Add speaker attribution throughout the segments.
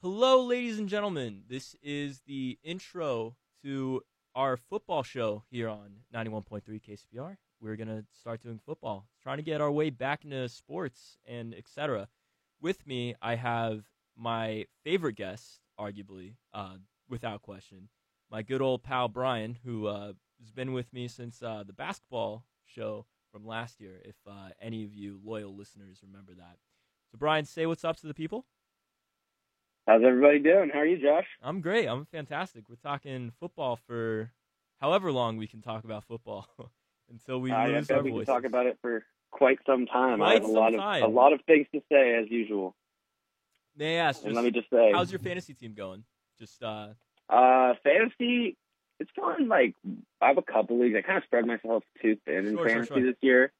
Speaker 1: Hello, ladies and gentlemen. This is the intro to our football show here on 91.3 KCPR. We're going to start doing football, trying to get our way back into sports and etc. With me, I have my favorite guest, arguably, uh, without question, my good old pal Brian, who uh, has been with me since uh, the basketball show from last year, if uh, any of you loyal listeners remember that. So, Brian, say what's up to the people.
Speaker 2: How's everybody doing? How are you, Josh?
Speaker 1: I'm great. I'm fantastic. We're talking football for however long we can talk about football until we
Speaker 2: I
Speaker 1: lose
Speaker 2: bet
Speaker 1: our
Speaker 2: Ah, we
Speaker 1: voices.
Speaker 2: could talk about it for quite some time. I
Speaker 1: Quite
Speaker 2: have a
Speaker 1: some
Speaker 2: lot
Speaker 1: time.
Speaker 2: of a lot of things to say as usual.
Speaker 1: May I ask,
Speaker 2: And
Speaker 1: just
Speaker 2: let me just say,
Speaker 1: how's your fantasy team going? Just uh,
Speaker 2: uh, fantasy? It's going like I have a couple leagues. I kind of spread myself too thin in
Speaker 1: Sure, sure,
Speaker 2: fantasy
Speaker 1: sure.
Speaker 2: this year.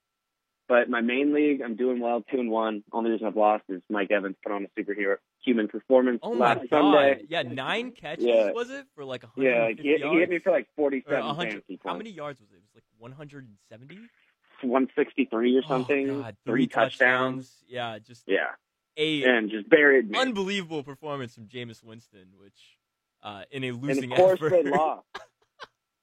Speaker 2: But my main league, I'm doing well, two and one. Only reason I've lost is Mike Evans put on a superhero human performance
Speaker 1: oh my god,
Speaker 2: last Sunday.
Speaker 1: yeah, nine catches
Speaker 2: Yeah.
Speaker 1: was it for like 150
Speaker 2: Yeah, like, he,
Speaker 1: yards?
Speaker 2: he hit me for like
Speaker 1: Or
Speaker 2: 47
Speaker 1: 100
Speaker 2: fantasy
Speaker 1: how
Speaker 2: points.
Speaker 1: many yards was it? It was like 170
Speaker 2: 163 or something.
Speaker 1: Oh, God.
Speaker 2: Three touchdowns.
Speaker 1: Yeah, just
Speaker 2: Yeah,
Speaker 1: a
Speaker 2: and just buried me.
Speaker 1: unbelievable performance from Jameis Winston, which uh, in a losing
Speaker 2: and of course
Speaker 1: effort.
Speaker 2: they lost.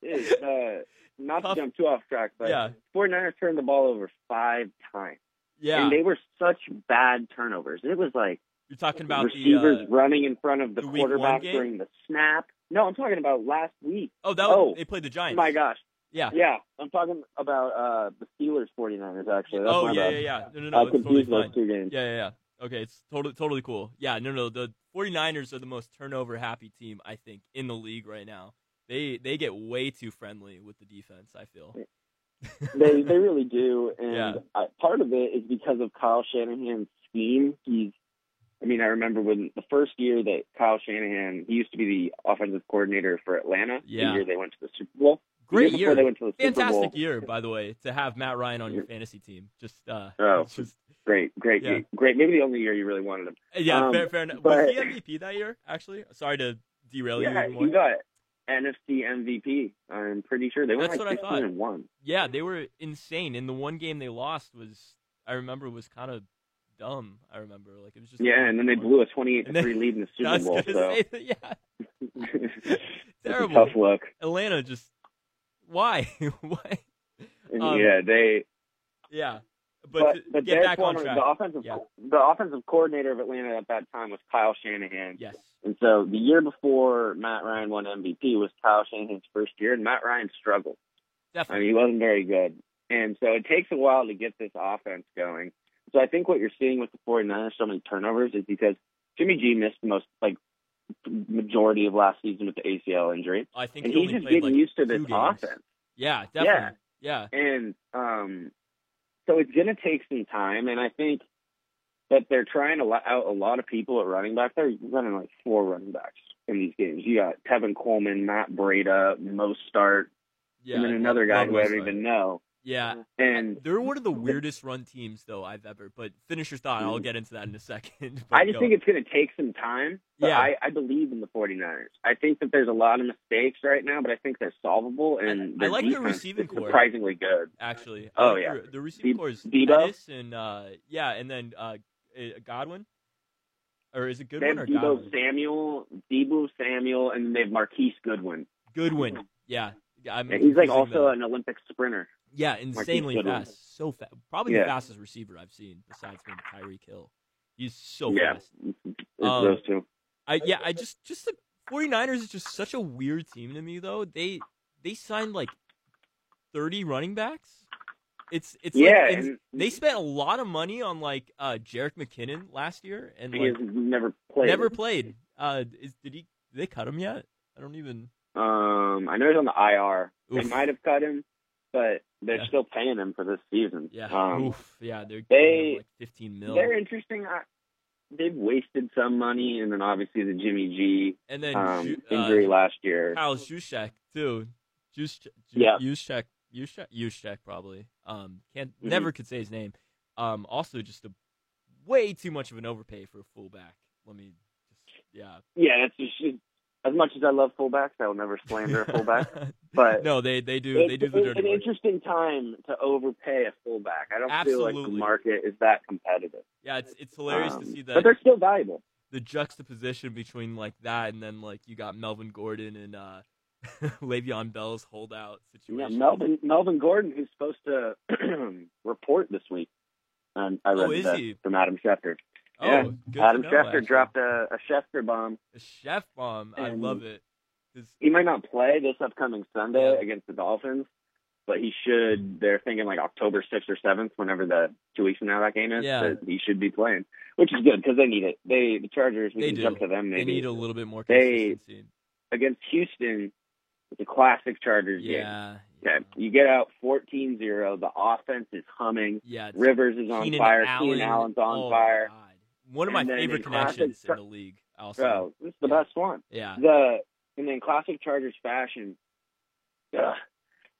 Speaker 2: It's, uh, not
Speaker 1: Tough.
Speaker 2: to jump too off track, but
Speaker 1: Yeah.
Speaker 2: 49ers turned the ball over five times.
Speaker 1: yeah,
Speaker 2: And they were such bad turnovers. It was like
Speaker 1: you're talking about
Speaker 2: receivers
Speaker 1: the. Uh,
Speaker 2: running in front of the,
Speaker 1: the week one
Speaker 2: quarterback
Speaker 1: game?
Speaker 2: during the snap. No, I'm talking about last week.
Speaker 1: oh, that was,
Speaker 2: oh,
Speaker 1: they played the Giants.
Speaker 2: My gosh.
Speaker 1: Yeah.
Speaker 2: Yeah, I'm talking about uh, the Steelers 49ers, actually. That's
Speaker 1: Oh
Speaker 2: my
Speaker 1: yeah,
Speaker 2: bad.
Speaker 1: yeah, yeah. No, no, no.
Speaker 2: I
Speaker 1: it's totally
Speaker 2: confused those
Speaker 1: fine.
Speaker 2: two games.
Speaker 1: Yeah, yeah, yeah. Okay, it's totally totally cool. Yeah, no, no. The 49ers are the most turnover happy team I think in the league right now. They they get way too friendly with the defense. I feel.
Speaker 2: they they really do, and
Speaker 1: Yeah.
Speaker 2: I, part of it is because of Kyle Shanahan's scheme. He's, I mean, I remember when the first year that Kyle Shanahan, he used to be the offensive coordinator for Atlanta.
Speaker 1: Yeah.
Speaker 2: the year they went to the Super Bowl. The
Speaker 1: Great
Speaker 2: before
Speaker 1: year.
Speaker 2: They went to the Super Bowl.
Speaker 1: Fantastic year, by the way, to have Matt Ryan on your fantasy team. Just, uh,
Speaker 2: Oh.
Speaker 1: just
Speaker 2: Great, great,
Speaker 1: Yeah.
Speaker 2: great. Maybe the only year you really wanted him.
Speaker 1: yeah,
Speaker 2: Um,
Speaker 1: fair, fair enough.
Speaker 2: but-
Speaker 1: Was he MVP that year? Actually, sorry to derail you.
Speaker 2: yeah,
Speaker 1: even more.
Speaker 2: he got NFC MVP. I'm pretty sure they went
Speaker 1: That's
Speaker 2: like
Speaker 1: what I
Speaker 2: 16
Speaker 1: thought.
Speaker 2: and one.
Speaker 1: Yeah, they were insane. And the one game they lost was, I remember, was kind of dumb. I remember, like it was just.
Speaker 2: Yeah, and then they blew a 28
Speaker 1: And
Speaker 2: to
Speaker 1: then-
Speaker 2: three lead in the
Speaker 1: I
Speaker 2: Super
Speaker 1: was
Speaker 2: Bowl.
Speaker 1: gonna
Speaker 2: So
Speaker 1: say that- yeah,
Speaker 2: it's a
Speaker 1: terrible.
Speaker 2: tough look.
Speaker 1: Atlanta just why why Um,
Speaker 2: yeah, they.
Speaker 1: yeah. But,
Speaker 2: but,
Speaker 1: to
Speaker 2: but
Speaker 1: get
Speaker 2: their
Speaker 1: back on
Speaker 2: corner-
Speaker 1: track.
Speaker 2: The offensive,
Speaker 1: Yeah.
Speaker 2: the offensive coordinator of Atlanta at that time was Kyle Shanahan.
Speaker 1: Yes.
Speaker 2: And so the year before Matt Ryan won MVP was Kyle Shanahan's first year, and Matt Ryan struggled. I
Speaker 1: Definitely.
Speaker 2: mean, he wasn't very good. And so it takes a while to get this offense going. So I think what you're seeing with the 49ers, so many turnovers, is because Jimmy G missed the most, like, majority of last season with the ACL injury.
Speaker 1: I think
Speaker 2: And
Speaker 1: he
Speaker 2: he's
Speaker 1: only
Speaker 2: just
Speaker 1: played
Speaker 2: getting
Speaker 1: like
Speaker 2: used to
Speaker 1: two
Speaker 2: this
Speaker 1: games.
Speaker 2: offense.
Speaker 1: Yeah, definitely. Yeah.
Speaker 2: And um, so it's going to take some time. And I think that they're trying to let out a lot of people at running back. They're running like four running backs in these games. You got Tevin Coleman, Matt Breda, Mo Start,
Speaker 1: Yeah.
Speaker 2: and then another guy
Speaker 1: Rob
Speaker 2: who I don't
Speaker 1: Westside.
Speaker 2: even know.
Speaker 1: Yeah.
Speaker 2: And
Speaker 1: They're one of the weirdest run teams though I've ever. But finish your thought. I'll get into that in a second. But
Speaker 2: Mm-hmm. I just
Speaker 1: go.
Speaker 2: think it's going to take some time. But
Speaker 1: Yeah.
Speaker 2: I, I believe in the 49ers. I think that there's a lot of mistakes right now, but I think they're solvable.
Speaker 1: And
Speaker 2: And
Speaker 1: I
Speaker 2: their
Speaker 1: like their
Speaker 2: defense
Speaker 1: receiving
Speaker 2: is
Speaker 1: core.
Speaker 2: surprisingly good.
Speaker 1: actually.
Speaker 2: Oh,
Speaker 1: Like,
Speaker 2: yeah.
Speaker 1: the- The receiving
Speaker 2: Be-
Speaker 1: core is
Speaker 2: Bebo?
Speaker 1: Pettis and uh, yeah, and then uh, eh, Godwin, or is it
Speaker 2: They have
Speaker 1: Goodwin or
Speaker 2: Debo
Speaker 1: Godwin?
Speaker 2: Samuel, Debo Samuel, and they have Marquise Goodwin.
Speaker 1: Goodwin. Yeah. Yeah, I'm
Speaker 2: Yeah, he's like
Speaker 1: confusing
Speaker 2: also
Speaker 1: the-
Speaker 2: an Olympic sprinter.
Speaker 1: Yeah, insanely
Speaker 2: Goodwin.
Speaker 1: fast. So fast. Probably the
Speaker 2: Yeah.
Speaker 1: fastest receiver I've seen besides maybe Tyreek Hill. He's so
Speaker 2: Yeah.
Speaker 1: fast.
Speaker 2: It's
Speaker 1: Um,
Speaker 2: those two.
Speaker 1: I yeah, I just just the 49ers is just such a weird team to me though. They they signed like 30 running backs. It's it's like-
Speaker 2: yeah,
Speaker 1: it's-
Speaker 2: and
Speaker 1: they spent a lot of money on like uh Jarek McKinnon last year and
Speaker 2: he has
Speaker 1: like
Speaker 2: never played.
Speaker 1: never played. Uh is, did he did they cut him yet? I don't even
Speaker 2: Um, I know he's on the IR. They
Speaker 1: Oof.
Speaker 2: might have cut him, but they're
Speaker 1: Yeah.
Speaker 2: still paying him for this season.
Speaker 1: yeah.
Speaker 2: Um,
Speaker 1: Oof, yeah, they're
Speaker 2: they-
Speaker 1: giving him, like 15 mil.
Speaker 2: They're interesting. I, they've wasted some money, and then obviously the Jimmy G
Speaker 1: And then
Speaker 2: um,
Speaker 1: Ju- uh,
Speaker 2: injury last year.
Speaker 1: Kyle Juszczyk too. Juszczyk,
Speaker 2: Yeah.
Speaker 1: Juszczyk, Juszczyk, Juszczyk probably. Um, can't
Speaker 2: Mhm.
Speaker 1: never could say his name. Um, also just a way too much of an overpay for a fullback. Let me just yeah.
Speaker 2: Yeah, that's just, just- as much as I love fullbacks, I will never slander a fullback. But
Speaker 1: no, they they do
Speaker 2: it's
Speaker 1: they do the
Speaker 2: an
Speaker 1: dirty work.
Speaker 2: interesting time to overpay a fullback. I don't feel like
Speaker 1: Absolutely.
Speaker 2: the market is that competitive.
Speaker 1: Yeah, it's it's hilarious to
Speaker 2: Um,
Speaker 1: see
Speaker 2: But
Speaker 1: that.
Speaker 2: they're still valuable.
Speaker 1: the juxtaposition between like that and then like you got Melvin Gordon and uh Le'Veon Bell's holdout
Speaker 2: Yeah,
Speaker 1: situation.
Speaker 2: Melvin Melvin Gordon, who's supposed to report this week. Um, I read
Speaker 1: Oh, is
Speaker 2: that
Speaker 1: he?
Speaker 2: from Adam Schefter.
Speaker 1: Oh,
Speaker 2: yeah.
Speaker 1: good to
Speaker 2: Adam
Speaker 1: know,
Speaker 2: Schefter
Speaker 1: actually.
Speaker 2: dropped a, a Schefter bomb.
Speaker 1: a chef bomb. I
Speaker 2: And-
Speaker 1: love it. 'Cause-
Speaker 2: He might not play this upcoming Sunday
Speaker 1: Yeah.
Speaker 2: against the Dolphins, but he should. They're thinking like October sixth or seventh, whenever the two weeks from now that game is.
Speaker 1: Yeah.
Speaker 2: That he should be playing, which is good because they need it. They the Chargers. We
Speaker 1: They
Speaker 2: can
Speaker 1: do.
Speaker 2: jump to them
Speaker 1: they
Speaker 2: maybe
Speaker 1: need a little bit more
Speaker 2: They-
Speaker 1: consistency.
Speaker 2: against Houston. It's a classic Chargers game.
Speaker 1: yeah.
Speaker 2: Okay. You get out 14-0. The offense is humming.
Speaker 1: Yeah. it's
Speaker 2: Rivers is on
Speaker 1: Keenan
Speaker 2: fire.
Speaker 1: Allen.
Speaker 2: Keenan Allen's on
Speaker 1: Oh, my
Speaker 2: fire.
Speaker 1: God. One of my
Speaker 2: And then
Speaker 1: favorite
Speaker 2: in classic
Speaker 1: connections in
Speaker 2: Char-
Speaker 1: the league. Also,
Speaker 2: So this is the
Speaker 1: Yeah.
Speaker 2: best one.
Speaker 1: yeah,
Speaker 2: The and then classic Chargers fashion. ugh,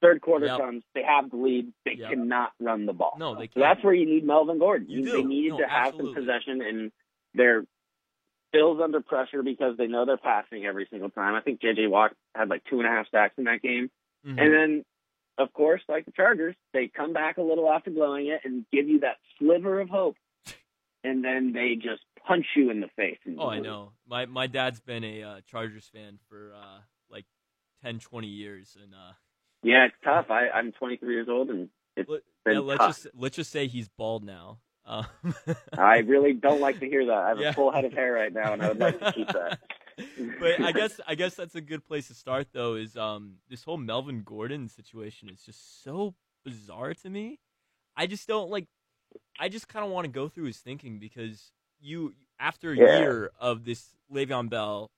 Speaker 2: third quarter
Speaker 1: Yep.
Speaker 2: comes. They have the lead. They
Speaker 1: Yep.
Speaker 2: cannot run the ball.
Speaker 1: No, they
Speaker 2: So that's
Speaker 1: can't.
Speaker 2: where you need Melvin Gordon.
Speaker 1: You
Speaker 2: They
Speaker 1: do.
Speaker 2: needed
Speaker 1: No,
Speaker 2: to have
Speaker 1: absolutely.
Speaker 2: some possession, and they're Bill's under pressure because they know they're passing every single time. I think J.J. Watt had like two and a half sacks in that game.
Speaker 1: Mhm.
Speaker 2: And then, of course, like the Chargers, they come back a little after blowing it and give you that sliver of hope. And then they just punch you in the face.
Speaker 1: Oh, I know. My my dad's been a uh, Chargers fan for uh, like 10, 20 years, and uh,
Speaker 2: Yeah, it's tough. I, I'm 23 years old, and it's
Speaker 1: let,
Speaker 2: been
Speaker 1: yeah, let's
Speaker 2: tough.
Speaker 1: just let's just say he's bald now. Um,
Speaker 2: I really don't like to hear that. I have
Speaker 1: Yeah.
Speaker 2: a full head of hair right now, and I would like to keep that.
Speaker 1: but I guess I guess that's a good place to start though. Is um this whole Melvin Gordon situation is just so bizarre to me. I just don't like. I just kind of want to go through his thinking because you after a
Speaker 2: Yeah.
Speaker 1: year of this Le'Veon Bell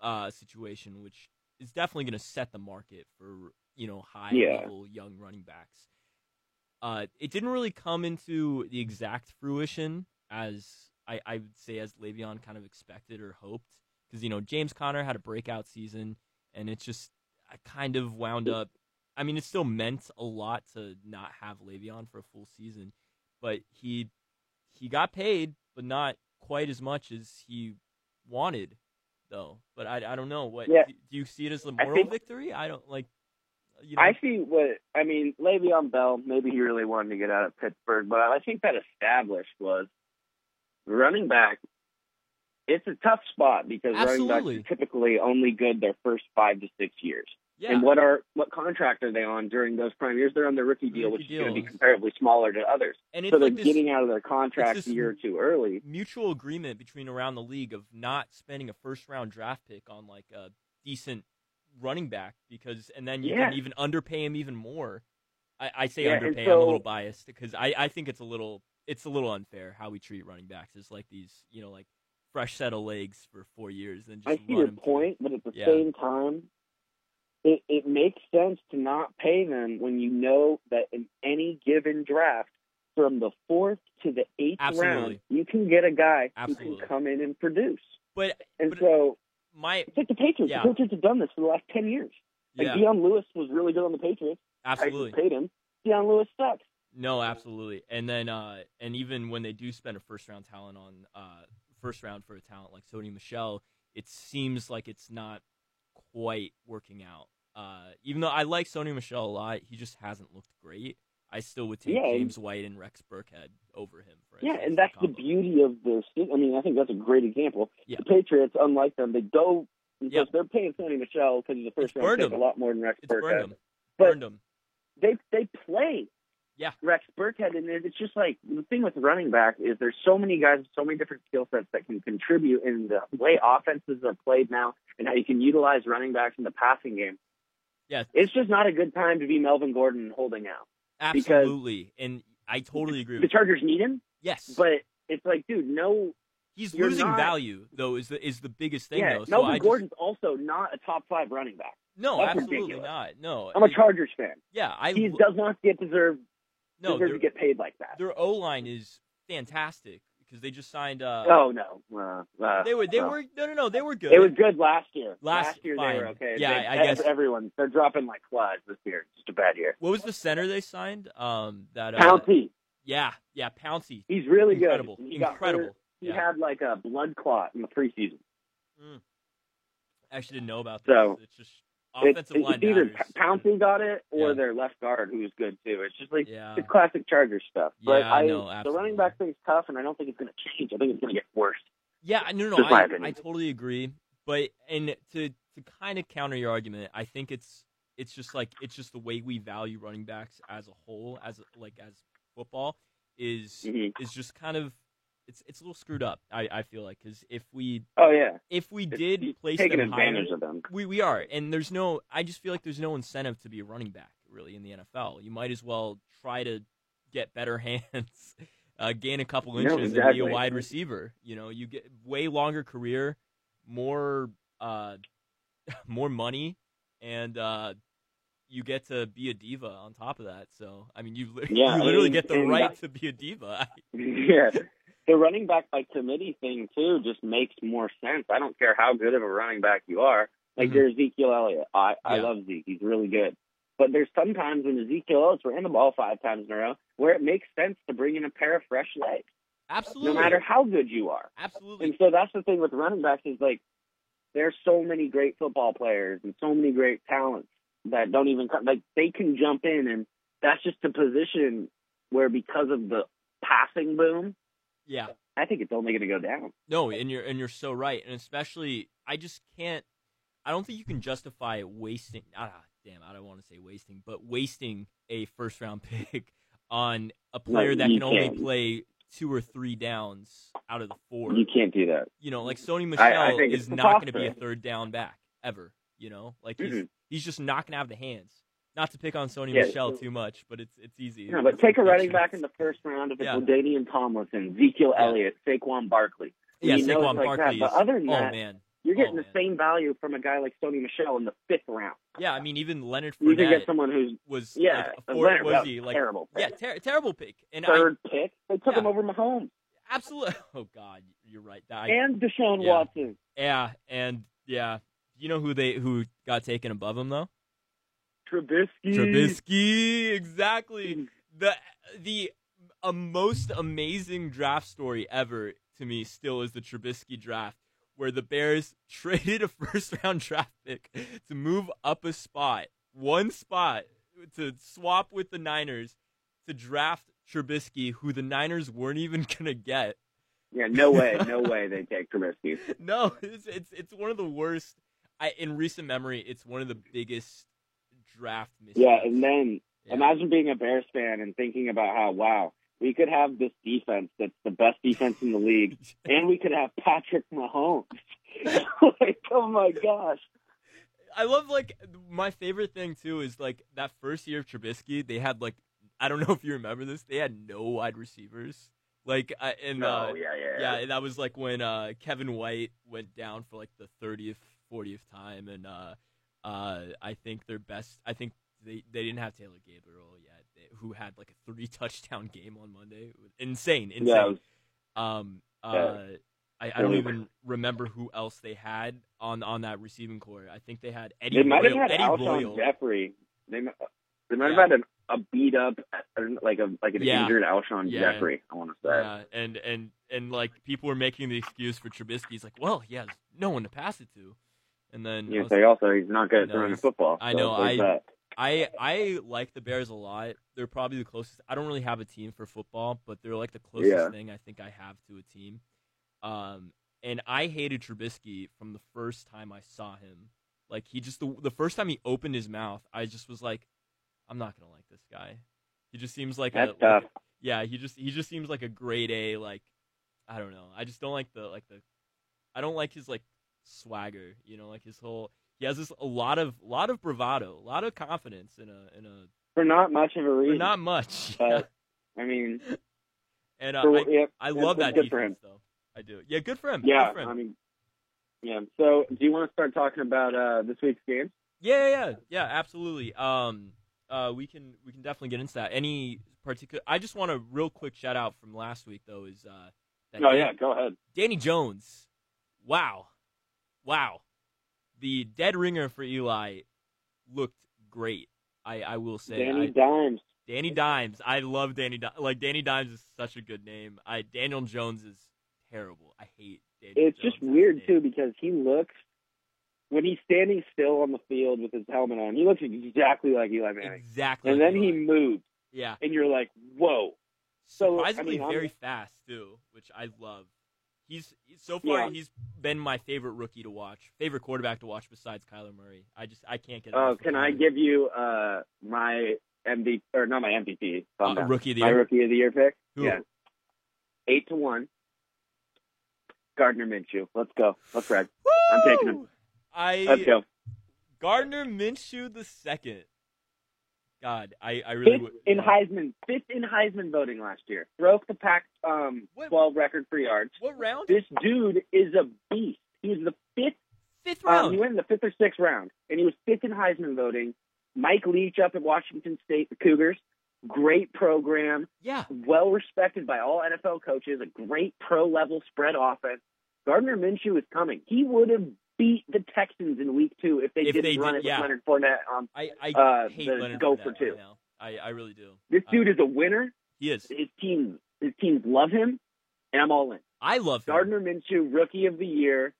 Speaker 1: uh, situation, which is definitely going to set the market for you know high
Speaker 2: Yeah.
Speaker 1: level young running backs. Uh, it didn't really come into the exact fruition as I, I would say as Le'Veon kind of expected or hoped because you know James Conner had a breakout season, and it's just I kind of wound up. I mean, it still meant a lot to not have Le'Veon for a full season, but he he got paid, but not quite as much as he wanted, though. But I, I don't know what
Speaker 2: Yeah.
Speaker 1: do, do you see it as a moral
Speaker 2: think-
Speaker 1: victory? I don't like. You know,
Speaker 2: I see what I mean. Le'Veon Bell, maybe he really wanted to get out of Pittsburgh, but I think that established was running back. It's a tough spot because running
Speaker 1: Absolutely.
Speaker 2: backs are typically only good their first five to six years.
Speaker 1: yeah,
Speaker 2: And what are what contract are they on during those prime years? They're on their rookie deal,
Speaker 1: Rookie
Speaker 2: which is going to be
Speaker 1: deals.
Speaker 2: comparably smaller to others.
Speaker 1: and it's
Speaker 2: so they're
Speaker 1: like this
Speaker 2: getting out of their contract
Speaker 1: this-
Speaker 2: a year or two early.
Speaker 1: mutual agreement between around the league of not spending a first round draft pick on like a decent running back because and then you
Speaker 2: Yeah.
Speaker 1: can even underpay him even more. I, I say
Speaker 2: Yeah, and
Speaker 1: underpay, I'm a little
Speaker 2: so-
Speaker 1: biased because I, I think it's a little it's a little unfair how we treat running backs. It's like these, you know, like fresh set of legs for four years and just
Speaker 2: I see
Speaker 1: run
Speaker 2: your
Speaker 1: them through.
Speaker 2: point, but at the
Speaker 1: Yeah.
Speaker 2: same time, it, it makes sense to not pay them when you know that in any given draft, from the fourth to the eighth round,
Speaker 1: Absolutely.
Speaker 2: you can get a guy who
Speaker 1: Absolutely.
Speaker 2: can come in and produce.
Speaker 1: But
Speaker 2: And
Speaker 1: But-
Speaker 2: so
Speaker 1: my
Speaker 2: it's like the Patriots.
Speaker 1: Yeah.
Speaker 2: The Patriots have done this for the last ten years. Like
Speaker 1: yeah,
Speaker 2: Deion Lewis was really good on the Patriots. I
Speaker 1: absolutely.
Speaker 2: paid him. Deion Lewis sucks.
Speaker 1: No, absolutely. And then uh and even when they do spend a first round talent on uh first round for a talent like Sony Michelle, it seems like it's not quite working out. Uh even though I like Sony Michelle a lot, he just hasn't looked great. I still would take
Speaker 2: Yeah, and-
Speaker 1: James White and Rex Burkhead over him for
Speaker 2: Yeah,
Speaker 1: instance,
Speaker 2: and that's the
Speaker 1: combo.
Speaker 2: beauty of this. I mean, I think that's a great example.
Speaker 1: Yeah.
Speaker 2: The Patriots, unlike them, they go because
Speaker 1: Yeah.
Speaker 2: they're paying Sonny Michelle because he's a first round
Speaker 1: burned
Speaker 2: pick
Speaker 1: him.
Speaker 2: a lot more than Rex
Speaker 1: It's burned
Speaker 2: Burkhead.
Speaker 1: him.
Speaker 2: But-
Speaker 1: burned him.
Speaker 2: They they play
Speaker 1: Yeah.
Speaker 2: Rex Burkhead, and it's just like the thing with running back is there's so many guys with so many different skill sets that can contribute in the way offenses are played now and how you can utilize running backs in the passing game.
Speaker 1: Yeah.
Speaker 2: It's just not a good time to be Melvin Gordon holding out. because-
Speaker 1: Absolutely. And I totally agree
Speaker 2: The
Speaker 1: with you.
Speaker 2: Chargers need him,
Speaker 1: Yes.
Speaker 2: but it's like, dude, no
Speaker 1: he's
Speaker 2: you're
Speaker 1: losing
Speaker 2: not-
Speaker 1: value though is the is the biggest thing
Speaker 2: yeah,
Speaker 1: though. So
Speaker 2: Melvin
Speaker 1: I just-
Speaker 2: Gordon's also not a top five running back.
Speaker 1: No,
Speaker 2: that's
Speaker 1: absolutely
Speaker 2: ridiculous.
Speaker 1: not. No.
Speaker 2: I'm a
Speaker 1: it-
Speaker 2: Chargers fan.
Speaker 1: yeah, I
Speaker 2: He
Speaker 1: lo-
Speaker 2: does not get deserve
Speaker 1: no,
Speaker 2: deserve
Speaker 1: there-
Speaker 2: to get paid like that.
Speaker 1: their O line is fantastic because they just signed. Uh,
Speaker 2: oh no, uh, uh,
Speaker 1: they were they
Speaker 2: no.
Speaker 1: were no no no they were good.
Speaker 2: It was good last year.
Speaker 1: Last-
Speaker 2: year
Speaker 1: fine.
Speaker 2: they were okay.
Speaker 1: Yeah,
Speaker 2: They-
Speaker 1: I guess-
Speaker 2: everyone they're dropping like flies this year. It's just a bad year.
Speaker 1: what was the center they signed? Um, that uh,
Speaker 2: Pouncey,
Speaker 1: Yeah, yeah, Pouncy.
Speaker 2: he's really
Speaker 1: incredible,
Speaker 2: good. He got hurt.
Speaker 1: incredible.
Speaker 2: He
Speaker 1: yeah.
Speaker 2: had like a blood clot in the preseason.
Speaker 1: I actually didn't know about this.
Speaker 2: So,
Speaker 1: it's just
Speaker 2: It-
Speaker 1: offensive line
Speaker 2: it's either
Speaker 1: matters.
Speaker 2: Pouncey got it or
Speaker 1: Yeah.
Speaker 2: their left guard who was good too. It's just like
Speaker 1: Yeah,
Speaker 2: it's classic Charger stuff. But
Speaker 1: Yeah, I know,
Speaker 2: the running
Speaker 1: absolutely.
Speaker 2: back thing's tough, and I don't think it's going to change. I think it's going to get worse.
Speaker 1: Yeah, no, no,
Speaker 2: Just my
Speaker 1: I,
Speaker 2: opinion.
Speaker 1: I totally agree. But and to to kind of counter your argument, I think it's it's just like it's just the way we value running backs as a whole, as like as football is
Speaker 2: Mhm.
Speaker 1: is just kind of it's it's a little screwed up. I, I feel like because if we
Speaker 2: Oh yeah,
Speaker 1: if we
Speaker 2: It's
Speaker 1: did place
Speaker 2: taking
Speaker 1: them higher,
Speaker 2: advantage of them.
Speaker 1: we we are, and there's no. I just feel like there's no incentive to be a running back really in the NFL. You might as well try to get better hands, uh, gain a couple
Speaker 2: No,
Speaker 1: inches, and be
Speaker 2: exactly.
Speaker 1: a wide receiver. You know, you get way longer career, more uh, more money, and uh, you get to be a diva on top of that. So I mean, you li-
Speaker 2: Yeah, I
Speaker 1: you literally
Speaker 2: mean,
Speaker 1: get the
Speaker 2: and
Speaker 1: right
Speaker 2: that-
Speaker 1: to be a diva.
Speaker 2: yeah. The running back by committee thing too just makes more sense. I don't care how good of a running back you are. Like
Speaker 1: Mhm.
Speaker 2: there's Ezekiel Elliott. I, I
Speaker 1: Yeah.
Speaker 2: love Zeke. He's really good. But there's sometimes when Ezekiel Elliott's ran the ball five times in a row where it makes sense to bring in a pair of fresh legs,
Speaker 1: Absolutely,
Speaker 2: no matter how good you are.
Speaker 1: absolutely.
Speaker 2: And so that's the thing with running backs is like there's so many great football players and so many great talents that don't even come, like they can jump in and that's just a position where because of the passing boom,
Speaker 1: Yeah.
Speaker 2: I think it's only going to go down.
Speaker 1: No, and you're and you're so right, and especially I just can't. I don't think you can justify wasting. Ah, damn, I don't want to say wasting, but wasting a first round pick on a player that
Speaker 2: you
Speaker 1: can only
Speaker 2: can't.
Speaker 1: play two or three downs out of the four.
Speaker 2: You
Speaker 1: You,
Speaker 2: can't do that.
Speaker 1: know, like Sony
Speaker 2: I- I
Speaker 1: Michelle
Speaker 2: think it's
Speaker 1: is not going to be a
Speaker 2: preposterous.
Speaker 1: third down back ever. You know, like he's
Speaker 2: Mhm.
Speaker 1: he's just not going to have the hands. Not to pick on Sony
Speaker 2: Yeah.
Speaker 1: Michelle too much, but it's it's easy.
Speaker 2: No, but
Speaker 1: It's
Speaker 2: take a
Speaker 1: like-
Speaker 2: running back in the first round if it's
Speaker 1: Yeah.
Speaker 2: Ladainian Tomlinson, Ezekiel
Speaker 1: Yeah.
Speaker 2: Elliott, Saquon Barkley.
Speaker 1: yeah,
Speaker 2: you know
Speaker 1: Saquon
Speaker 2: it's like that,
Speaker 1: Barkley.
Speaker 2: but
Speaker 1: is-
Speaker 2: other than
Speaker 1: oh
Speaker 2: that-
Speaker 1: man,
Speaker 2: You're getting
Speaker 1: Oh,
Speaker 2: the
Speaker 1: man.
Speaker 2: same value from a guy like Sony Michelle in the fifth round.
Speaker 1: yeah, I mean even Leonard
Speaker 2: You can get
Speaker 1: Fournette
Speaker 2: someone who's
Speaker 1: was
Speaker 2: yeah,
Speaker 1: like, a
Speaker 2: a
Speaker 1: four-
Speaker 2: Leonard,
Speaker 1: was
Speaker 2: that
Speaker 1: he
Speaker 2: was
Speaker 1: like
Speaker 2: terrible.
Speaker 1: Yeah,
Speaker 2: pick.
Speaker 1: ter- terrible pick. And
Speaker 2: third pick. They took
Speaker 1: Yeah.
Speaker 2: him over Mahomes
Speaker 1: I absolutely. Oh God, you're right. That- I,
Speaker 2: and Deshaun
Speaker 1: yeah.
Speaker 2: Watson.
Speaker 1: yeah, and yeah. You know who they who got taken above him though?
Speaker 2: Trubisky.
Speaker 1: Trubisky. Exactly. The the a most amazing draft story ever to me still is the Trubisky draft. Where the Bears traded a first round draft pick to move up a spot, one spot, to swap with the Niners to draft Trubisky, who the Niners weren't even going to get.
Speaker 2: Yeah, no way, no way they take Trubisky.
Speaker 1: no, it's, it's it's one of the worst. I in recent memory, it's one of the biggest draft mistakes.
Speaker 2: Yeah, and then
Speaker 1: Yeah.
Speaker 2: Imagine being a Bears fan and thinking about how, wow, we could have this defense that's the best defense in the league, and we could have Patrick Mahomes. like, oh my gosh.
Speaker 1: I love like my favorite thing too is like that first year of Trubisky, they had like I don't know if you remember this, they had no wide receivers. Like I and uh,
Speaker 2: Oh, yeah,
Speaker 1: yeah, that was like when uh, Kevin White went down for like the 30th, 40th time, and uh, uh, I think their best. I think they, they didn't have Taylor Gabriel yet, they- who had like a three touchdown game on Monday. It was Insane,
Speaker 2: Yeah, it
Speaker 1: insane.
Speaker 2: was-
Speaker 1: Um, uh,
Speaker 2: Yeah.
Speaker 1: I, I don't
Speaker 2: Yeah.
Speaker 1: even remember who else they had on on that receiving core. I think they had Eddie
Speaker 2: they might have
Speaker 1: Royal-
Speaker 2: had
Speaker 1: Eddie
Speaker 2: Alshon
Speaker 1: Royal.
Speaker 2: Jeffrey. They, mi- they might
Speaker 1: Yeah.
Speaker 2: have had an, a beat up, like a like an
Speaker 1: Yeah.
Speaker 2: injured Alshon
Speaker 1: Yeah.
Speaker 2: Jeffrey. I want to say.
Speaker 1: Yeah, Uh, and and and like people were making the excuse for Trubisky's like, well, he has no one to pass it to, and then I
Speaker 2: You
Speaker 1: was
Speaker 2: say also he's not good at
Speaker 1: No,
Speaker 2: throwing the
Speaker 1: he's-
Speaker 2: football.
Speaker 1: I
Speaker 2: so
Speaker 1: know,
Speaker 2: there's
Speaker 1: I-
Speaker 2: that.
Speaker 1: I I like the Bears a lot. They're probably the closest. I don't really have a team for football, but they're like the closest
Speaker 2: Yeah.
Speaker 1: thing I think I have to a team. Um, and I hated Trubisky from the first time I saw him. Like he just the, the first time he opened his mouth, I just was like, I'm not gonna like this guy. He just seems like
Speaker 2: That's
Speaker 1: a
Speaker 2: tough.
Speaker 1: like- yeah. He just he just seems like a grade A like I don't know. I just don't like the like the I don't like his like swagger. You know, like his whole he has this a lot of lot of bravado, a lot of confidence in a in a
Speaker 2: for not much of a
Speaker 1: for
Speaker 2: reason.
Speaker 1: not much.
Speaker 2: But, I mean,
Speaker 1: and uh,
Speaker 2: for,
Speaker 1: I,
Speaker 2: yeah,
Speaker 1: I love that
Speaker 2: that's good for
Speaker 1: defense though. I do. Yeah, good for him.
Speaker 2: Yeah,
Speaker 1: good for him.
Speaker 2: I mean, yeah. So, do you want to start talking about uh, this week's game?
Speaker 1: yeah, yeah, yeah, yeah, absolutely. Um, uh, we can we can definitely get into that. Any particular? I just want a real quick shout out from last week though is uh, that
Speaker 2: Oh
Speaker 1: Dan-
Speaker 2: yeah, go ahead.
Speaker 1: Danny Jones. Wow. Wow. The dead ringer for Eli looked great. I, I will say
Speaker 2: Danny
Speaker 1: I,
Speaker 2: Dimes.
Speaker 1: Danny Dimes. I love Danny Dimes. Like Danny Dimes is such a good name. I Daniel Jones is terrible. I hate Daniel
Speaker 2: It's
Speaker 1: Jones
Speaker 2: just
Speaker 1: as a
Speaker 2: weird
Speaker 1: name.
Speaker 2: too because he looks when he's standing still on the field with his helmet on, he looks exactly like Eli Manning.
Speaker 1: Exactly.
Speaker 2: And then he
Speaker 1: Eli.
Speaker 2: moves,
Speaker 1: yeah.
Speaker 2: and you're like, whoa. So, I
Speaker 1: Surprisingly
Speaker 2: mean, I'm-
Speaker 1: very fast too, which I love. He's so far
Speaker 2: Yeah.
Speaker 1: he's been my favorite rookie to watch, favorite quarterback to watch besides Kyler Murray. I just I can't get.
Speaker 2: Oh,
Speaker 1: enough of
Speaker 2: can I
Speaker 1: him.
Speaker 2: give you uh, my MVP or not my MVP?
Speaker 1: uh,
Speaker 2: calm down.
Speaker 1: rookie of the
Speaker 2: my
Speaker 1: year?
Speaker 2: rookie of the year pick.
Speaker 1: Who?
Speaker 2: Yeah, eight to one. Gardner Minshew. Let's go. Let's ride. I'm taking him.
Speaker 1: Woo! I
Speaker 2: Let's go.
Speaker 1: Gardner Minshew the second. God, I I really
Speaker 2: Fifth
Speaker 1: would.
Speaker 2: in
Speaker 1: yeah.
Speaker 2: Heisman. Fifth in Heisman voting last year. Broke the pack um,
Speaker 1: What-
Speaker 2: 12 record for yards.
Speaker 1: What round?
Speaker 2: This dude is a beast. He was the fifth
Speaker 1: Fifth
Speaker 2: Um, he
Speaker 1: round.
Speaker 2: went in the fifth or sixth round, and he was fifth in Heisman voting. Mike Leach up at Washington State, the Cougars. Great program,
Speaker 1: yeah.
Speaker 2: well respected by all NFL coaches, a great pro level spread offense. Gardner Minshew is coming. He would have beat the Texans in week two if they
Speaker 1: If
Speaker 2: didn't
Speaker 1: they
Speaker 2: run
Speaker 1: did-
Speaker 2: it
Speaker 1: yeah.
Speaker 2: with Leonard Fournette. Um,
Speaker 1: I I
Speaker 2: uh,
Speaker 1: hate
Speaker 2: the
Speaker 1: Leonard
Speaker 2: go
Speaker 1: Fournette
Speaker 2: for
Speaker 1: right
Speaker 2: two.
Speaker 1: now. I I really do.
Speaker 2: this
Speaker 1: I-
Speaker 2: dude is a winner.
Speaker 1: He is.
Speaker 2: His team, his teams love him, and I'm all in.
Speaker 1: I love him.
Speaker 2: Gardner Minshew, rookie of the year.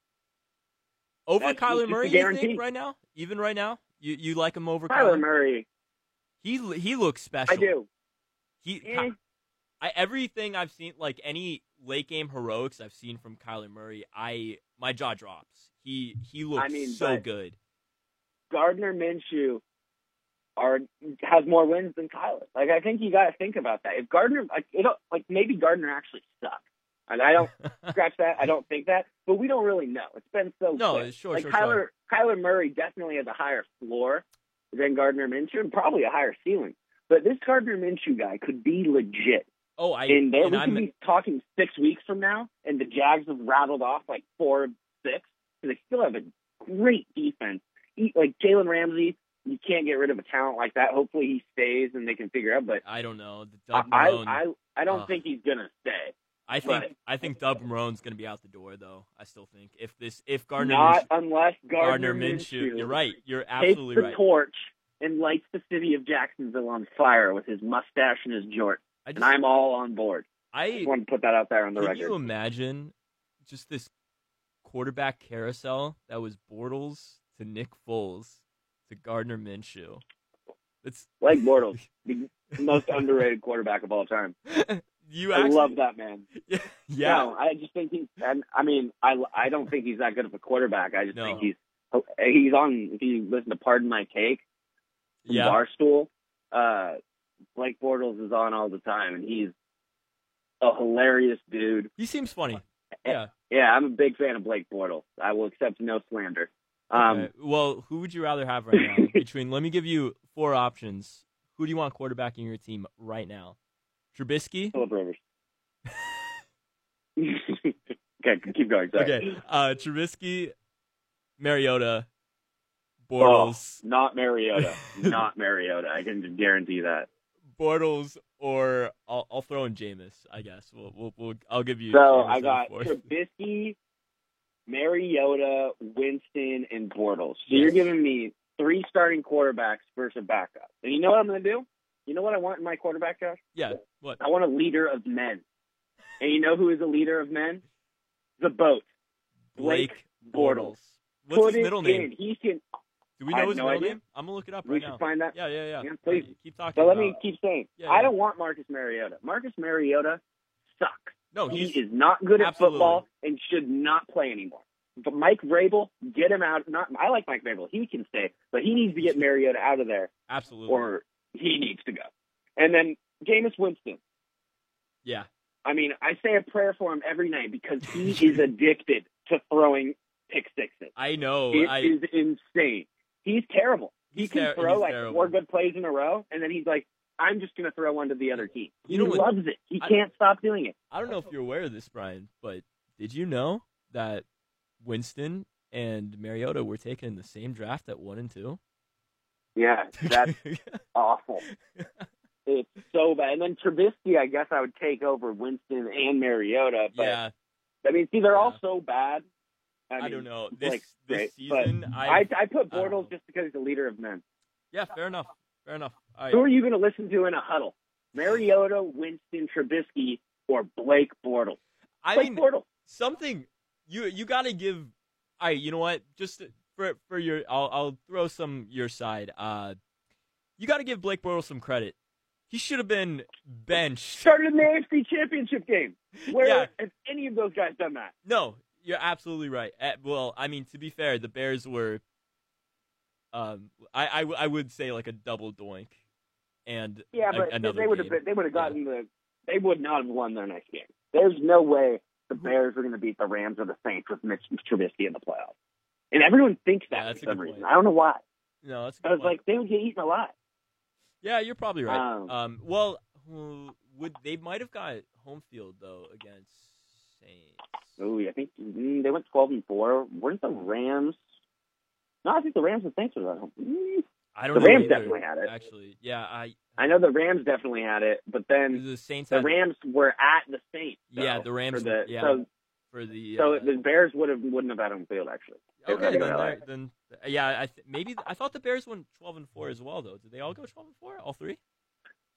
Speaker 1: over
Speaker 2: that's-
Speaker 1: Kyler
Speaker 2: it's a
Speaker 1: Murray. You
Speaker 2: guarantee.
Speaker 1: think right now? Even right now, you you like him over
Speaker 2: Kyler
Speaker 1: Kyler?
Speaker 2: Murray,
Speaker 1: He he looks special.
Speaker 2: I do.
Speaker 1: He
Speaker 2: Eh.
Speaker 1: I, everything I've seen, like any late game heroics I've seen from Kyler Murray, I my jaw drops. He he looks
Speaker 2: mean,
Speaker 1: so
Speaker 2: but-
Speaker 1: good.
Speaker 2: Gardner Minshew are has more wins than Kyler. Like I think you got to think about that. If Gardner, like, it don't, like maybe Gardner actually sucks, and I don't scratch that. I don't think that, but we don't really know. It's been so
Speaker 1: no,
Speaker 2: quick.
Speaker 1: it's sure,
Speaker 2: like
Speaker 1: sure,
Speaker 2: Kyler,
Speaker 1: sure.
Speaker 2: Kyler Murray definitely has a higher floor than Gardner Minshew, and probably a higher ceiling. But this Gardner Minshew guy could be legit.
Speaker 1: Oh, I
Speaker 2: and there,
Speaker 1: and
Speaker 2: we
Speaker 1: I'm-
Speaker 2: could be talking six weeks from now, and the Jags have rattled off like four of six, so they still have a great defense. He, like Jalen Ramsey, you can't get rid of a talent like that. Hopefully, he stays and they can figure out. But
Speaker 1: I don't know. The
Speaker 2: I,
Speaker 1: Doug
Speaker 2: I,
Speaker 1: Marone,
Speaker 2: I,
Speaker 1: I,
Speaker 2: I don't
Speaker 1: Ugh.
Speaker 2: think he's gonna stay.
Speaker 1: think
Speaker 2: but-
Speaker 1: I think Doug Marone's going to be out the door though. I still think if this if Gardner
Speaker 2: Not
Speaker 1: Minshew,
Speaker 2: unless Gardner,
Speaker 1: Gardner Minshew, you're right. You're
Speaker 2: Takes
Speaker 1: absolutely
Speaker 2: the
Speaker 1: right.
Speaker 2: torch and lights the city of Jacksonville on fire with his mustache and his jorts,
Speaker 1: I
Speaker 2: and
Speaker 1: just,
Speaker 2: I'm all on board.
Speaker 1: I
Speaker 2: Just wanted to put that out there on the
Speaker 1: Can
Speaker 2: record.
Speaker 1: you imagine just this quarterback carousel that was Bortles to Nick Foles to Gardner Minshew? It's
Speaker 2: Blake Bortles, the most underrated quarterback of all time.
Speaker 1: you
Speaker 2: I
Speaker 1: actually,
Speaker 2: love that man.
Speaker 1: Yeah, yeah,
Speaker 2: No, I just think he's. And I mean, I I don't think he's that good of a quarterback. I just
Speaker 1: No.
Speaker 2: think he's he's on. If you listen to "Pardon My Take" from
Speaker 1: yeah.
Speaker 2: Barstool, uh, Blake Bortles is on all the time, and he's a hilarious dude.
Speaker 1: He seems funny. Yeah.
Speaker 2: Yeah, I'm a big fan of Blake Bortles. I will accept no slander. Um,
Speaker 1: Okay. Well, who would you rather have right now? Between let me give you four options. Who do you want quarterbacking your team right now? Trubisky.
Speaker 2: Philip Rivers. okay, keep going. Sorry.
Speaker 1: Okay. Uh, Trubisky, Mariota,
Speaker 2: Oh,
Speaker 1: Bortles.
Speaker 2: Not Mariota. Not Mariota. I can guarantee that.
Speaker 1: Bortles or I'll, I'll throw in Jameis. I guess we'll, we'll, we'll I'll give you.
Speaker 2: So
Speaker 1: Jameis
Speaker 2: I
Speaker 1: as
Speaker 2: got
Speaker 1: fourth.
Speaker 2: Trubisky, Mariota, Winston, and Bortles. So
Speaker 1: Yes.
Speaker 2: you're giving me three starting quarterbacks versus a backup. And you know what I'm going to do? You know what I want in my quarterback, Josh?
Speaker 1: Yeah. What?
Speaker 2: I want a leader of men. And you know who is a leader of men? The boat.
Speaker 1: Blake
Speaker 2: Bortles.
Speaker 1: Bortles. What's
Speaker 2: Put
Speaker 1: his
Speaker 2: it
Speaker 1: middle
Speaker 2: in.
Speaker 1: name?
Speaker 2: He can.
Speaker 1: Do we
Speaker 2: I
Speaker 1: know
Speaker 2: have
Speaker 1: his
Speaker 2: no
Speaker 1: middle
Speaker 2: idea.
Speaker 1: name? I'm gonna look it up
Speaker 2: We
Speaker 1: right
Speaker 2: should
Speaker 1: now.
Speaker 2: find that.
Speaker 1: Yeah, yeah, yeah.
Speaker 2: Yeah, please.
Speaker 1: Yeah, Keep talking.
Speaker 2: So let
Speaker 1: about
Speaker 2: me
Speaker 1: it.
Speaker 2: keep saying.
Speaker 1: Yeah,
Speaker 2: I
Speaker 1: yeah.
Speaker 2: don't want Marcus Mariota. Marcus Mariota sucks.
Speaker 1: No,
Speaker 2: he
Speaker 1: he's
Speaker 2: is not good at
Speaker 1: Absolutely.
Speaker 2: football and should not play anymore. But Mike Vrabel, get him out. Not I like Mike Vrabel. He can stay, but he needs to get Mariota out of there,
Speaker 1: absolutely.
Speaker 2: or he needs to go. And then Jameis Winston.
Speaker 1: yeah.
Speaker 2: I mean, I say a prayer for him every night because he is addicted to throwing pick sixes.
Speaker 1: I know.
Speaker 2: It is
Speaker 1: Oh, I.
Speaker 2: insane. He's terrible. He
Speaker 1: He's
Speaker 2: can
Speaker 1: ter-
Speaker 2: throw
Speaker 1: he's
Speaker 2: like
Speaker 1: terrible.
Speaker 2: four good plays in a row, and then he's like, "I'm just going to throw one to the other team."
Speaker 1: You
Speaker 2: He
Speaker 1: know what-
Speaker 2: loves it. He
Speaker 1: I-
Speaker 2: can't stop doing it.
Speaker 1: I don't know if you're aware of this, Brian, but did you know that Winston and Mariota were taken in the same draft at one and two?
Speaker 2: Yeah, that's awful. It's so bad. And then Trubisky, I guess I would take over Winston and Mariota. But
Speaker 1: yeah.
Speaker 2: I mean, see, they're all
Speaker 1: Yeah.
Speaker 2: so bad. I,
Speaker 1: I,
Speaker 2: mean,
Speaker 1: don't know.
Speaker 2: it's,
Speaker 1: This
Speaker 2: like,
Speaker 1: this
Speaker 2: great, but
Speaker 1: season, I,
Speaker 2: I, I put
Speaker 1: I don't
Speaker 2: Bortles
Speaker 1: know.
Speaker 2: just because he's the leader of men.
Speaker 1: yeah. Fair enough. Fair enough. All right.
Speaker 2: Who are you going to listen to in a huddle? Mariota, Winston, Trubisky, or Blake Bortles?
Speaker 1: I
Speaker 2: Blake
Speaker 1: mean,
Speaker 2: Bortles.
Speaker 1: something you you got to give. I you know what? Just for for your, I'll I'll throw some your side. Uh, you got to give Blake Bortles some credit. He should have been benched.
Speaker 2: Started in the AFC Championship game. Where
Speaker 1: Yeah.
Speaker 2: has any of those guys done that?
Speaker 1: No, you're absolutely right. Eh, well, I mean, to be fair, the Bears were. Um, I, I, w- I would say like a double doink, and
Speaker 2: Yeah,
Speaker 1: a-
Speaker 2: but
Speaker 1: another
Speaker 2: they would have
Speaker 1: game.
Speaker 2: been, they would have gotten the they would not have won their next game. There's no way the
Speaker 1: Mm-hmm.
Speaker 2: Bears are going to beat the Rams or the Saints with Mitch Trubisky in the playoffs. And everyone thinks that
Speaker 1: Yeah, that's
Speaker 2: for
Speaker 1: a
Speaker 2: some
Speaker 1: good
Speaker 2: reason.
Speaker 1: point.
Speaker 2: I don't know why.
Speaker 1: No, that's a good
Speaker 2: I was
Speaker 1: point.
Speaker 2: like, they would get eaten alive.
Speaker 1: yeah, you're probably right.
Speaker 2: Um,
Speaker 1: Um, well, who- would they might have got home field though against Saints?
Speaker 2: Ooh, I think mm, they went twelve and four. Weren't the Rams? No, I think the Rams and Saints were at home. Mm.
Speaker 1: I don't
Speaker 2: The
Speaker 1: know.
Speaker 2: Rams
Speaker 1: either,
Speaker 2: definitely had it.
Speaker 1: Actually, yeah, I
Speaker 2: I know the Rams definitely had it, but then
Speaker 1: the Saints
Speaker 2: the
Speaker 1: had
Speaker 2: Rams were at the Saints. though,
Speaker 1: Yeah, the Rams
Speaker 2: For the,
Speaker 1: were- yeah,
Speaker 2: so
Speaker 1: for the
Speaker 2: so
Speaker 1: uh,
Speaker 2: the Bears would have wouldn't have had home field actually. they were
Speaker 1: Okay,
Speaker 2: gonna
Speaker 1: then,
Speaker 2: go
Speaker 1: they're- then yeah, I th- maybe I thought the Bears went twelve and four as well though. Did they all go twelve and four? All three?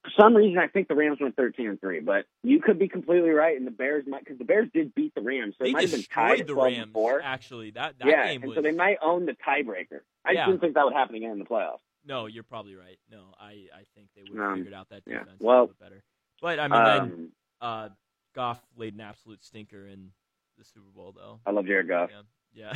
Speaker 2: For some reason, I think the Rams went thirteen and three, but you could be completely right, and the Bears might because the Bears did beat the Rams, so
Speaker 1: they
Speaker 2: it might have been tied
Speaker 1: destroyed
Speaker 2: at
Speaker 1: the
Speaker 2: 12 and
Speaker 1: Rams.
Speaker 2: four.
Speaker 1: Actually, that that
Speaker 2: Yeah,
Speaker 1: game
Speaker 2: and
Speaker 1: was
Speaker 2: so they might own the tiebreaker. I
Speaker 1: Yeah.
Speaker 2: just didn't think that would happen again in the playoffs.
Speaker 1: no. You're probably right. No, I I think they would have
Speaker 2: Um,
Speaker 1: figured out that
Speaker 2: yeah,
Speaker 1: defense a
Speaker 2: well,
Speaker 1: little bit better. But I mean, then
Speaker 2: um,
Speaker 1: uh, Goff laid an absolute stinker in the Super Bowl though.
Speaker 2: I love Jared Goff.
Speaker 1: Yeah,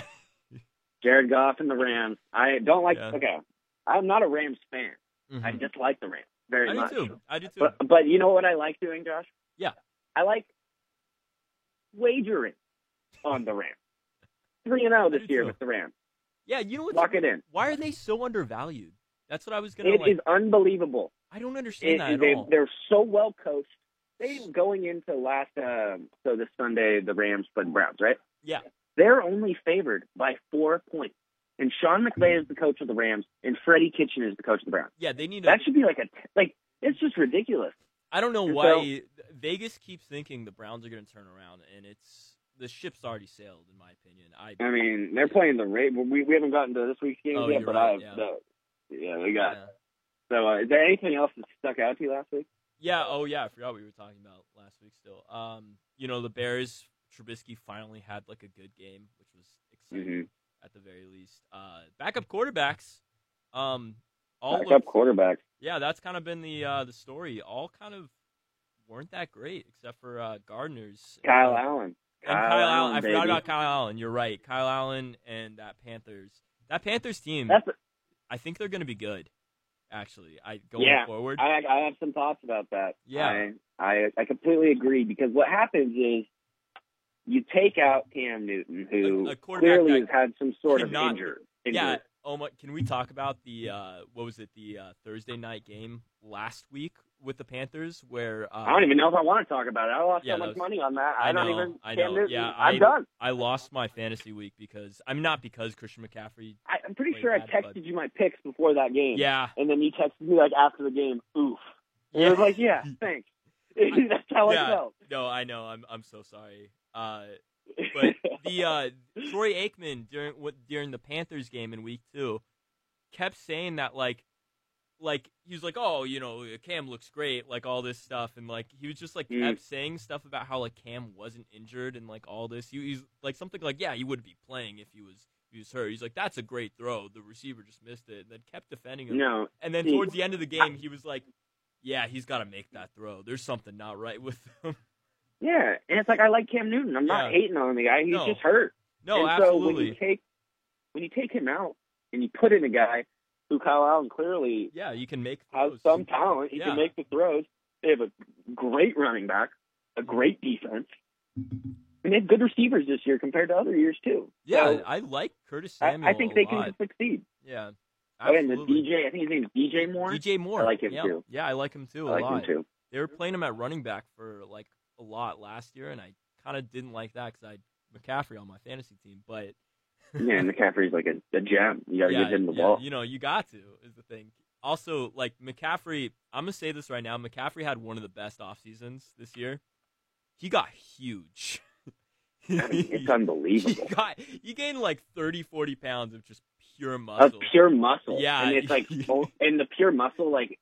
Speaker 1: yeah.
Speaker 2: Jared Goff and the Rams. I don't like.
Speaker 1: Yeah.
Speaker 2: Okay, I'm not a Rams fan. I
Speaker 1: Mhm.
Speaker 2: dislike the Rams very
Speaker 1: I
Speaker 2: much.
Speaker 1: do too. I do too.
Speaker 2: But but you know what I like doing, Josh?
Speaker 1: Yeah.
Speaker 2: I like wagering on the Rams. Three and zero
Speaker 1: do
Speaker 2: this year
Speaker 1: too.
Speaker 2: with the Rams.
Speaker 1: yeah, you know what's
Speaker 2: Lock it in.
Speaker 1: Why are they so undervalued? That's what I was
Speaker 2: It
Speaker 1: gonna
Speaker 2: is
Speaker 1: like.
Speaker 2: unbelievable.
Speaker 1: I don't understand
Speaker 2: It-
Speaker 1: that
Speaker 2: it-
Speaker 1: at
Speaker 2: they,
Speaker 1: all.
Speaker 2: They're so well coached. They going into last um, so this Sunday the Rams played the Browns, right?
Speaker 1: Yeah.
Speaker 2: They're only favored by four points. And Sean McVay is the coach of the Rams, and Freddie Kitchen is the coach of the Browns.
Speaker 1: Yeah, they need to
Speaker 2: That should be like a like. It's just ridiculous.
Speaker 1: I don't know
Speaker 2: And
Speaker 1: why Vegas keeps thinking the Browns are going to turn around, and it's the ship's already sailed, in my opinion. I
Speaker 2: I mean, they're playing the Ra We we haven't gotten to this week's game
Speaker 1: Oh,
Speaker 2: yet,
Speaker 1: you're
Speaker 2: but
Speaker 1: right,
Speaker 2: I've
Speaker 1: yeah.
Speaker 2: the, yeah, we got.
Speaker 1: yeah.
Speaker 2: So, uh, is there anything else that stuck out to you last week?
Speaker 1: yeah, oh yeah, I forgot we were talking about last week. Still, um, you know, the Bears Trubisky finally had like a good game, which was
Speaker 2: Mm-hmm.
Speaker 1: exciting at the very least. Uh, backup quarterbacks, um, all
Speaker 2: Backup
Speaker 1: looked-
Speaker 2: quarterback.
Speaker 1: yeah, that's kind of been the uh, the story. All kind of weren't that great except for uh, Gardner's
Speaker 2: Kyle
Speaker 1: Uh,
Speaker 2: Allen.
Speaker 1: And Kyle, Allen, I forgot
Speaker 2: baby.
Speaker 1: about Kyle Allen. You're right. Kyle Allen and that Panthers. That Panthers team,
Speaker 2: That's
Speaker 1: I think they're going to be good. Actually, I going
Speaker 2: Yeah,
Speaker 1: forward.
Speaker 2: I I have some thoughts about that.
Speaker 1: Yeah.
Speaker 2: I, I I completely agree because what happens is you take out Cam Newton, who
Speaker 1: A- a quarterback
Speaker 2: clearly
Speaker 1: that
Speaker 2: has had some sort of
Speaker 1: cannot-
Speaker 2: injury.
Speaker 1: yeah.
Speaker 2: injury.
Speaker 1: Oh my, can we talk about the uh, what was it? The uh, Thursday night game last week with the Panthers, where uh,
Speaker 2: I don't even know if I want to talk about it. I lost
Speaker 1: yeah,
Speaker 2: so
Speaker 1: that
Speaker 2: much
Speaker 1: was-
Speaker 2: money on that. I,
Speaker 1: I
Speaker 2: don't
Speaker 1: know,
Speaker 2: even.
Speaker 1: I
Speaker 2: Cam
Speaker 1: know.
Speaker 2: Newton,
Speaker 1: Yeah,
Speaker 2: I'm
Speaker 1: I-
Speaker 2: done.
Speaker 1: I lost my fantasy week because I'm not because Christian McCaffrey.
Speaker 2: I, I'm pretty
Speaker 1: Wait,
Speaker 2: sure I
Speaker 1: bad bud.
Speaker 2: texted you my picks before that game.
Speaker 1: Yeah,
Speaker 2: And then you texted me like after the game. Oof. And
Speaker 1: yeah.
Speaker 2: It was like, yeah, thanks. That's how
Speaker 1: Yeah.
Speaker 2: I felt.
Speaker 1: no, I know. I'm I'm so sorry. Uh, But the uh, Troy Aikman during what during the Panthers game in week two kept saying that like like he was like oh you know Cam looks great like all this stuff and like he was just like
Speaker 2: Mm.
Speaker 1: kept saying stuff about how like Cam wasn't injured and like all this he, he's like something like yeah he would be playing if he was if he was hurt he's like that's a great throw the receiver just missed it and then kept defending him
Speaker 2: no,
Speaker 1: and then towards the end of the game he was like yeah he's got to make that throw there's something not right with him
Speaker 2: yeah, and it's like I like Cam Newton. I'm not
Speaker 1: Yeah.
Speaker 2: hating on the guy. He's
Speaker 1: No.
Speaker 2: just hurt.
Speaker 1: no
Speaker 2: and So when
Speaker 1: absolutely
Speaker 2: you take when you take him out and you put in a guy who Kyle Allen clearly
Speaker 1: yeah you can make
Speaker 2: has
Speaker 1: throws.
Speaker 2: some talent, he
Speaker 1: Oh, Yeah.
Speaker 2: can make the throws. They have a great running back, a great defense, and they have good receivers this year compared to other years too.
Speaker 1: Yeah,
Speaker 2: So
Speaker 1: I like Curtis
Speaker 2: I,
Speaker 1: Samuel.
Speaker 2: I think they
Speaker 1: a lot.
Speaker 2: can succeed.
Speaker 1: Yeah,
Speaker 2: Oh, and the
Speaker 1: absolutely.
Speaker 2: DJ, I think his name's DJ Moore.
Speaker 1: DJ Moore.
Speaker 2: I like him
Speaker 1: yeah.
Speaker 2: too.
Speaker 1: Yeah, I like him too
Speaker 2: I
Speaker 1: a
Speaker 2: like
Speaker 1: lot.
Speaker 2: him too.
Speaker 1: They were playing him at running back for like a lot last year, and I kind of didn't like that because I had McCaffrey on my fantasy team. But
Speaker 2: Yeah, and McCaffrey's like a, a gem. You got to
Speaker 1: yeah,
Speaker 2: give him the
Speaker 1: yeah,
Speaker 2: ball.
Speaker 1: you know, you got to is the thing. Also, like McCaffrey, I'm gonna say this right now. McCaffrey had one of the best off seasons this year. He got huge.
Speaker 2: I mean, it's
Speaker 1: he
Speaker 2: unbelievable.
Speaker 1: got he gained like 30, 40 pounds of just pure
Speaker 2: of
Speaker 1: muscle.
Speaker 2: pure muscle.
Speaker 1: Yeah.
Speaker 2: and it's like, oh, and the pure muscle, like,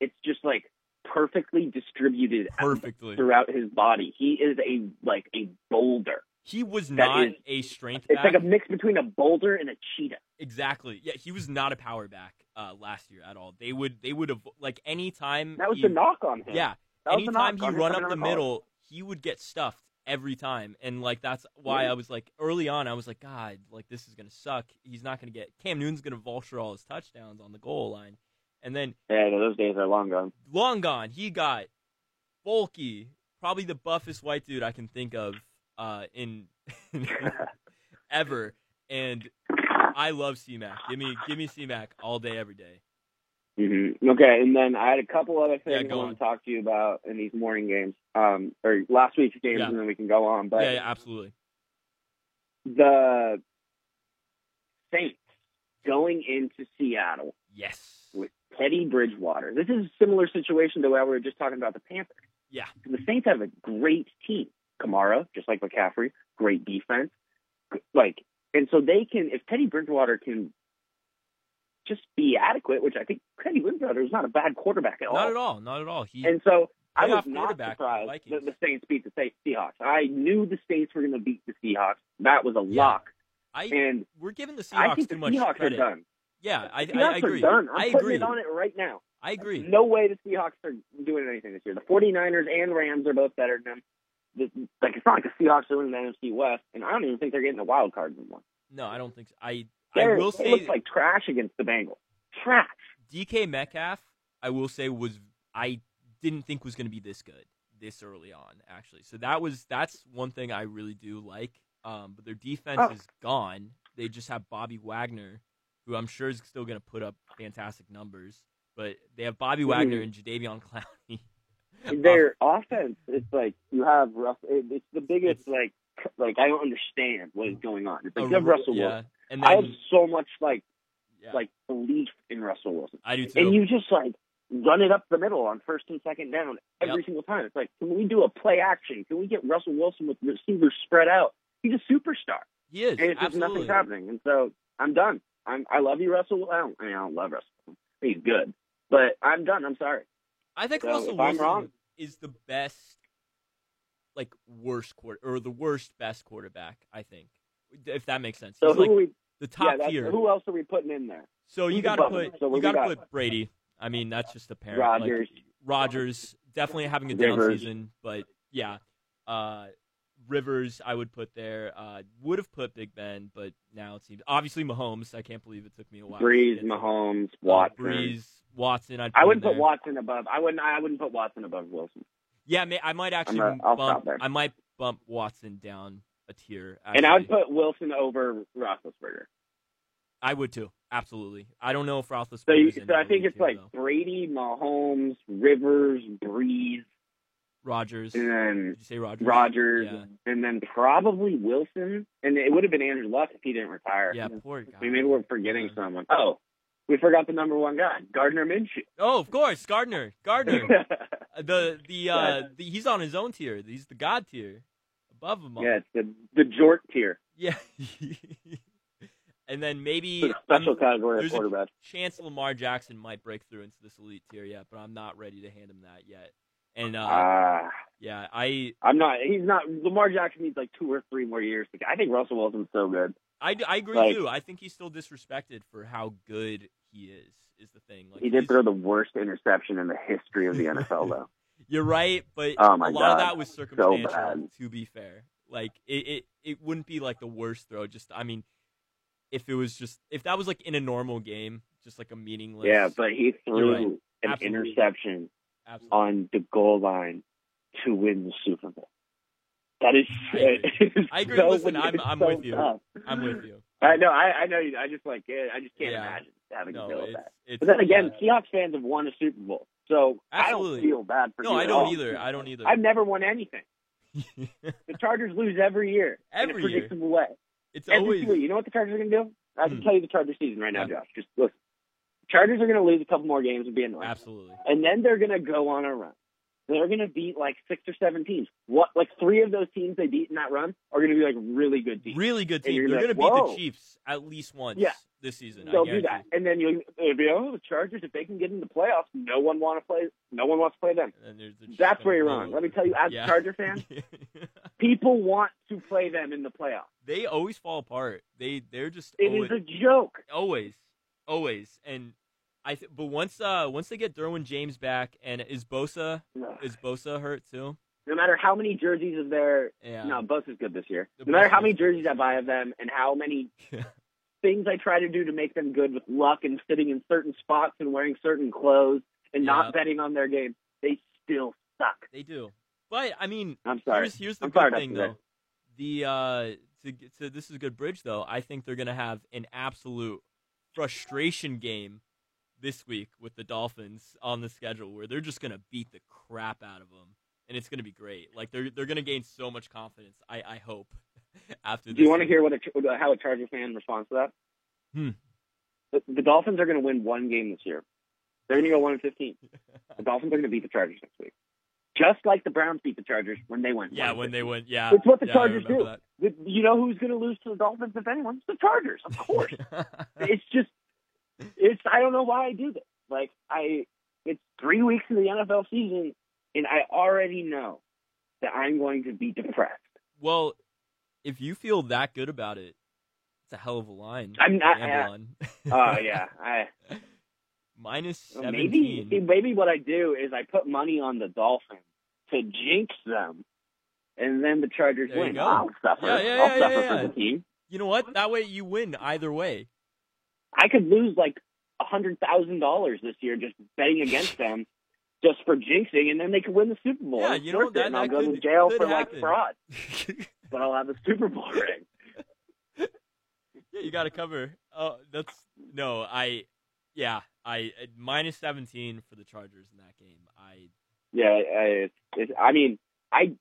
Speaker 2: it's just like perfectly distributed out
Speaker 1: perfectly.
Speaker 2: throughout his body. He is a like a boulder.
Speaker 1: He was
Speaker 2: That
Speaker 1: not
Speaker 2: is-
Speaker 1: a strength
Speaker 2: It's
Speaker 1: back.
Speaker 2: like a mix between a boulder and a cheetah.
Speaker 1: exactly. Yeah, he was not a power back uh, last year at all. They would they would have like any time
Speaker 2: That was
Speaker 1: he-
Speaker 2: the knock on him.
Speaker 1: Yeah,
Speaker 2: that was the
Speaker 1: anytime
Speaker 2: knock
Speaker 1: he
Speaker 2: on him,
Speaker 1: run
Speaker 2: if I
Speaker 1: up the
Speaker 2: remember
Speaker 1: middle, he would get stuffed every time, and like that's why
Speaker 2: Yeah.
Speaker 1: I was like early on, I was like, God, like this is gonna suck. He's not gonna get Cam Newton's gonna vulture all his touchdowns on the goal line, and then
Speaker 2: Yeah, no, those days are long gone.
Speaker 1: long gone, he got bulky, probably the buffest white dude I can think of uh, in ever, and I love C Mac. Give me give me C Mac all day every day.
Speaker 2: hmm Okay, and then I had a couple other
Speaker 1: Yeah,
Speaker 2: things
Speaker 1: go
Speaker 2: I
Speaker 1: on.
Speaker 2: want to talk to you about in these morning games, um, or last week's games,
Speaker 1: Yeah.
Speaker 2: and then we can go on. But
Speaker 1: yeah, yeah, absolutely.
Speaker 2: the Saints going into Seattle
Speaker 1: Yes.
Speaker 2: with Teddy Bridgewater. This is a similar situation to what we were just talking about the Panthers.
Speaker 1: Yeah.
Speaker 2: The Saints have a great team. Kamara, just like McCaffrey, great defense. G- Like, and so they can, if Teddy Bridgewater can just be adequate, which I think Teddy Bridgewater is not a bad quarterback at all.
Speaker 1: Not at all. Not at all. He
Speaker 2: And so I
Speaker 1: Playoff
Speaker 2: was not
Speaker 1: quarterback for the
Speaker 2: surprised
Speaker 1: Vikings.
Speaker 2: that the Saints beat the Se- Seahawks. I knew the Saints were going to beat the Seahawks. That was a
Speaker 1: Yeah.
Speaker 2: lock.
Speaker 1: I
Speaker 2: And
Speaker 1: we're giving the Seahawks
Speaker 2: I think the
Speaker 1: too much
Speaker 2: Seahawks are
Speaker 1: credit.
Speaker 2: done.
Speaker 1: Yeah, I,
Speaker 2: The
Speaker 1: I, I
Speaker 2: Seahawks
Speaker 1: agree.
Speaker 2: are done. I'm
Speaker 1: I
Speaker 2: putting
Speaker 1: agree.
Speaker 2: it on it right now.
Speaker 1: I agree.
Speaker 2: No way the Seahawks are doing anything this year. The 49ers and Rams are both better than them. This, like it's not like the Seahawks are winning the NFC West, and I don't even think they're getting the wild card anymore.
Speaker 1: No, I don't think so. I I
Speaker 2: They're-
Speaker 1: will
Speaker 2: they
Speaker 1: say
Speaker 2: look like trash against the Bengals. Trash.
Speaker 1: DK Metcalf. I will say was I didn't think was going to be this good this early on actually. So that was that's one thing I really do like. Um, but their defense
Speaker 2: Oh.
Speaker 1: is gone. They just have Bobby Wagner, who I'm sure is still going to put up fantastic numbers. But they have Bobby Wagner
Speaker 2: Mhm.
Speaker 1: and Jadavion Clowney. uh,
Speaker 2: Their offense, it's like you have Russ. It, it's the
Speaker 1: It's-
Speaker 2: biggest like like I don't understand what is going on. It's
Speaker 1: A
Speaker 2: like you have
Speaker 1: ru-
Speaker 2: Russell
Speaker 1: yeah.
Speaker 2: Wilson.
Speaker 1: And
Speaker 2: I have
Speaker 1: then,
Speaker 2: so much like
Speaker 1: yeah,
Speaker 2: like belief in Russell Wilson,
Speaker 1: I do too.
Speaker 2: and you just like run it up the middle on first and second down every
Speaker 1: Yep.
Speaker 2: single time. It's like, can we do a play action? Can we get Russell Wilson with receivers spread out? He's a superstar,
Speaker 1: he is
Speaker 2: and it's just
Speaker 1: absolutely.
Speaker 2: nothing's happening. And so I'm done. I'm I love you, Russell. Well, I don't, I, mean, I don't love Russell. Wilson. He's good, but I'm done. I'm sorry.
Speaker 1: I think
Speaker 2: So,
Speaker 1: Russell
Speaker 2: if I'm
Speaker 1: Wilson
Speaker 2: wrong-
Speaker 1: is the best, like worst quarter or the worst best quarterback. I think, if that makes sense.
Speaker 2: So
Speaker 1: He's
Speaker 2: who
Speaker 1: like
Speaker 2: are we?
Speaker 1: the
Speaker 2: yeah,
Speaker 1: top
Speaker 2: that's-
Speaker 1: tier.
Speaker 2: who else are we putting in there?
Speaker 1: so you
Speaker 2: who's
Speaker 1: got to
Speaker 2: above him?
Speaker 1: put
Speaker 2: So what
Speaker 1: you
Speaker 2: we
Speaker 1: gotta
Speaker 2: got?
Speaker 1: put Brady. I mean, that's just apparent.
Speaker 2: Rodgers.
Speaker 1: like, Rodgers definitely having a down
Speaker 2: Rivers.
Speaker 1: season, but yeah, uh, Rivers I would put there. Uh, would have put Big Ben, but now it seems obviously Mahomes. I can't believe it took me a while. to
Speaker 2: Breeze,
Speaker 1: get to-
Speaker 2: Mahomes,
Speaker 1: uh,
Speaker 2: Watson.
Speaker 1: Breeze, Watson. I'd
Speaker 2: I
Speaker 1: in
Speaker 2: wouldn't put
Speaker 1: there.
Speaker 2: Watson above. I wouldn't. I wouldn't put Watson above Wilson.
Speaker 1: Yeah, may, I might actually
Speaker 2: gonna- I'll stop
Speaker 1: bump.
Speaker 2: there.
Speaker 1: I might bump Watson down a tier. Actually.
Speaker 2: And I would put Wilson over Roethlisberger.
Speaker 1: I would too. Absolutely. I don't know if Roethlisberger.
Speaker 2: So, you,
Speaker 1: is in
Speaker 2: so I
Speaker 1: that league
Speaker 2: think it's
Speaker 1: tier,
Speaker 2: like
Speaker 1: though.
Speaker 2: Brady, Mahomes, Rivers, Breeze,
Speaker 1: Rogers.
Speaker 2: and
Speaker 1: Did
Speaker 2: then
Speaker 1: you say Rogers?
Speaker 2: Rogers,
Speaker 1: Yeah.
Speaker 2: and then probably Wilson. And it would have been Andrew Luck if he didn't retire.
Speaker 1: Yeah, poor guy.
Speaker 2: I mean, maybe we're forgetting
Speaker 1: Yeah.
Speaker 2: someone. Oh, we forgot the number one guy, Gardner Minshew.
Speaker 1: Oh, of course, Gardner. Gardner. the the uh the, he's on his own tier. He's the god tier, above them all.
Speaker 2: yeah, it's the the Jort tier,
Speaker 1: Yeah. and then maybe
Speaker 2: the special
Speaker 1: I'm-
Speaker 2: category
Speaker 1: there's
Speaker 2: of
Speaker 1: a-
Speaker 2: quarterback.
Speaker 1: chance Lamar Jackson might break through into this elite tier yet, but I'm not ready to hand him that yet. And uh,
Speaker 2: Ah,
Speaker 1: yeah, I
Speaker 2: I'm not. He's not. Lamar Jackson needs like two or three more years. to- I think Russell Wilson's so good.
Speaker 1: I, d- I agree
Speaker 2: Like-
Speaker 1: too. I think he's still disrespected for how good he is. Is the thing like
Speaker 2: He did
Speaker 1: he's-
Speaker 2: throw the worst interception in the history of the NFL, though.
Speaker 1: You're right, but
Speaker 2: Oh my
Speaker 1: a lot of
Speaker 2: God,
Speaker 1: that was circumstantial.
Speaker 2: bad.
Speaker 1: to be fair, like it, it it wouldn't be like the worst throw. Just I mean, if it was just if that was like in a normal game, just like a meaningless.
Speaker 2: Yeah, but he
Speaker 1: You're
Speaker 2: threw
Speaker 1: right.
Speaker 2: an
Speaker 1: Absolutely.
Speaker 2: interception
Speaker 1: absolutely.
Speaker 2: on the goal line to win the Super Bowl. That is
Speaker 1: I
Speaker 2: shit.
Speaker 1: I agree.
Speaker 2: So
Speaker 1: Listen, I'm-
Speaker 2: it's
Speaker 1: I'm
Speaker 2: so
Speaker 1: with you.
Speaker 2: tough.
Speaker 1: I'm with you.
Speaker 2: I know. I, I know. You, I just like. eh, I just can't
Speaker 1: Yeah.
Speaker 2: imagine having
Speaker 1: No,
Speaker 2: to deal with
Speaker 1: it's,
Speaker 2: that.
Speaker 1: it's uh,
Speaker 2: But then again,
Speaker 1: yeah.
Speaker 2: Seahawks fans have won a Super Bowl, so
Speaker 1: Absolutely.
Speaker 2: I don't feel bad for.
Speaker 1: no,
Speaker 2: you
Speaker 1: I
Speaker 2: at
Speaker 1: don't
Speaker 2: all.
Speaker 1: either. I don't either.
Speaker 2: I've never won anything. The Chargers lose every year
Speaker 1: Every
Speaker 2: in a
Speaker 1: year.
Speaker 2: predictable way.
Speaker 1: it's
Speaker 2: Every
Speaker 1: always
Speaker 2: single year. You know what the Chargers are going to do? I can
Speaker 1: Hmm.
Speaker 2: tell you the Chargers season right now,
Speaker 1: Yeah.
Speaker 2: Josh. Just listen. Chargers are going to lose a couple more games and be annoying.
Speaker 1: absolutely.
Speaker 2: and then they're going to go on a run. They're going to beat like six or seven teams. What like three of those teams they beat in that run are going to be like really good teams.
Speaker 1: Really good
Speaker 2: And
Speaker 1: team.
Speaker 2: you're
Speaker 1: They're
Speaker 2: like,
Speaker 1: going to beat
Speaker 2: whoa.
Speaker 1: the Chiefs at least once
Speaker 2: Yeah.
Speaker 1: this season. I
Speaker 2: They'll do
Speaker 1: guarantee.
Speaker 2: that, and then you'll it'll be oh the Chargers if they can get in the playoffs, no one want to play, no one wants to play them.
Speaker 1: And then they're- they're just
Speaker 2: That's
Speaker 1: gonna
Speaker 2: where you're
Speaker 1: roll
Speaker 2: wrong. Let
Speaker 1: over.
Speaker 2: me tell you, as
Speaker 1: Yeah.
Speaker 2: a Charger fan, people want to play them in the playoffs.
Speaker 1: they always fall apart. They they're just
Speaker 2: It
Speaker 1: always,
Speaker 2: is a joke.
Speaker 1: always always and I th- but once uh once they get Derwin James back and is Bosa
Speaker 2: Ugh.
Speaker 1: is Bosa hurt too?
Speaker 2: No matter how many jerseys of their
Speaker 1: Yeah.
Speaker 2: no, Bus is good this year.
Speaker 1: The
Speaker 2: No matter
Speaker 1: Bus
Speaker 2: how
Speaker 1: is
Speaker 2: many
Speaker 1: good.
Speaker 2: jerseys I buy of them, and how many
Speaker 1: Yeah.
Speaker 2: things I try to do to make them good with luck and sitting in certain spots and wearing certain clothes and
Speaker 1: Yeah.
Speaker 2: not betting on their game, they still suck.
Speaker 1: They do. But I mean,
Speaker 2: I'm sorry.
Speaker 1: here's here's the
Speaker 2: I'm
Speaker 1: good
Speaker 2: sorry,
Speaker 1: thing
Speaker 2: Dr.
Speaker 1: though. The uh, to, get- to this is a good bridge though. I think they're gonna have an absolute frustration game this week with the Dolphins on the schedule, where they're just gonna beat the crap out of them, and it's gonna be great. Like they're they're gonna gain so much confidence. I I hope after.
Speaker 2: Do you want
Speaker 1: to
Speaker 2: to hear what a, how a Charger fan responds to that?
Speaker 1: Hmm.
Speaker 2: The, the Dolphins are going to win one game this year. They're going to go one and fifteen. The Dolphins are going to beat the Chargers next week, just like the Browns beat the Chargers when they went.
Speaker 1: Yeah,
Speaker 2: 1-15.
Speaker 1: when they went. Yeah,
Speaker 2: It's what the
Speaker 1: yeah, I
Speaker 2: Chargers
Speaker 1: remember
Speaker 2: do. The- You know who's going to lose to the Dolphins if anyone? It's the Chargers, of course.
Speaker 1: that.
Speaker 2: it's just, it's I don't know why I do this. Like I, it's three weeks in the NFL season, and I already know that I'm going to be depressed.
Speaker 1: well, if you feel that good about it, it's a hell of a line.
Speaker 2: I'm not-
Speaker 1: Gamble on.
Speaker 2: Oh yeah, I
Speaker 1: Minus
Speaker 2: well,
Speaker 1: 17.
Speaker 2: maybe maybe what I do is I put money on the Dolphins to jinx them, and then the Chargers
Speaker 1: There you
Speaker 2: win.
Speaker 1: go.
Speaker 2: I'll suffer.
Speaker 1: Yeah, yeah,
Speaker 2: I'll
Speaker 1: yeah,
Speaker 2: suffer
Speaker 1: yeah, yeah.
Speaker 2: for the team.
Speaker 1: You know what? That way you win either way.
Speaker 2: I could lose like a hundred thousand dollars this year just betting against them, just for jinxing, and then they could win the Super Bowl.
Speaker 1: Yeah,
Speaker 2: It's
Speaker 1: you know,
Speaker 2: worth
Speaker 1: that-
Speaker 2: it, and I'll
Speaker 1: that
Speaker 2: go to
Speaker 1: could-
Speaker 2: jail
Speaker 1: could
Speaker 2: for
Speaker 1: happen.
Speaker 2: like fraud, but I'll have a Super Bowl ring.
Speaker 1: yeah, you got to cover. Oh, that's no. I yeah. I uh, minus 17 for the Chargers in that game. I
Speaker 2: Yeah, I, it's, I mean, I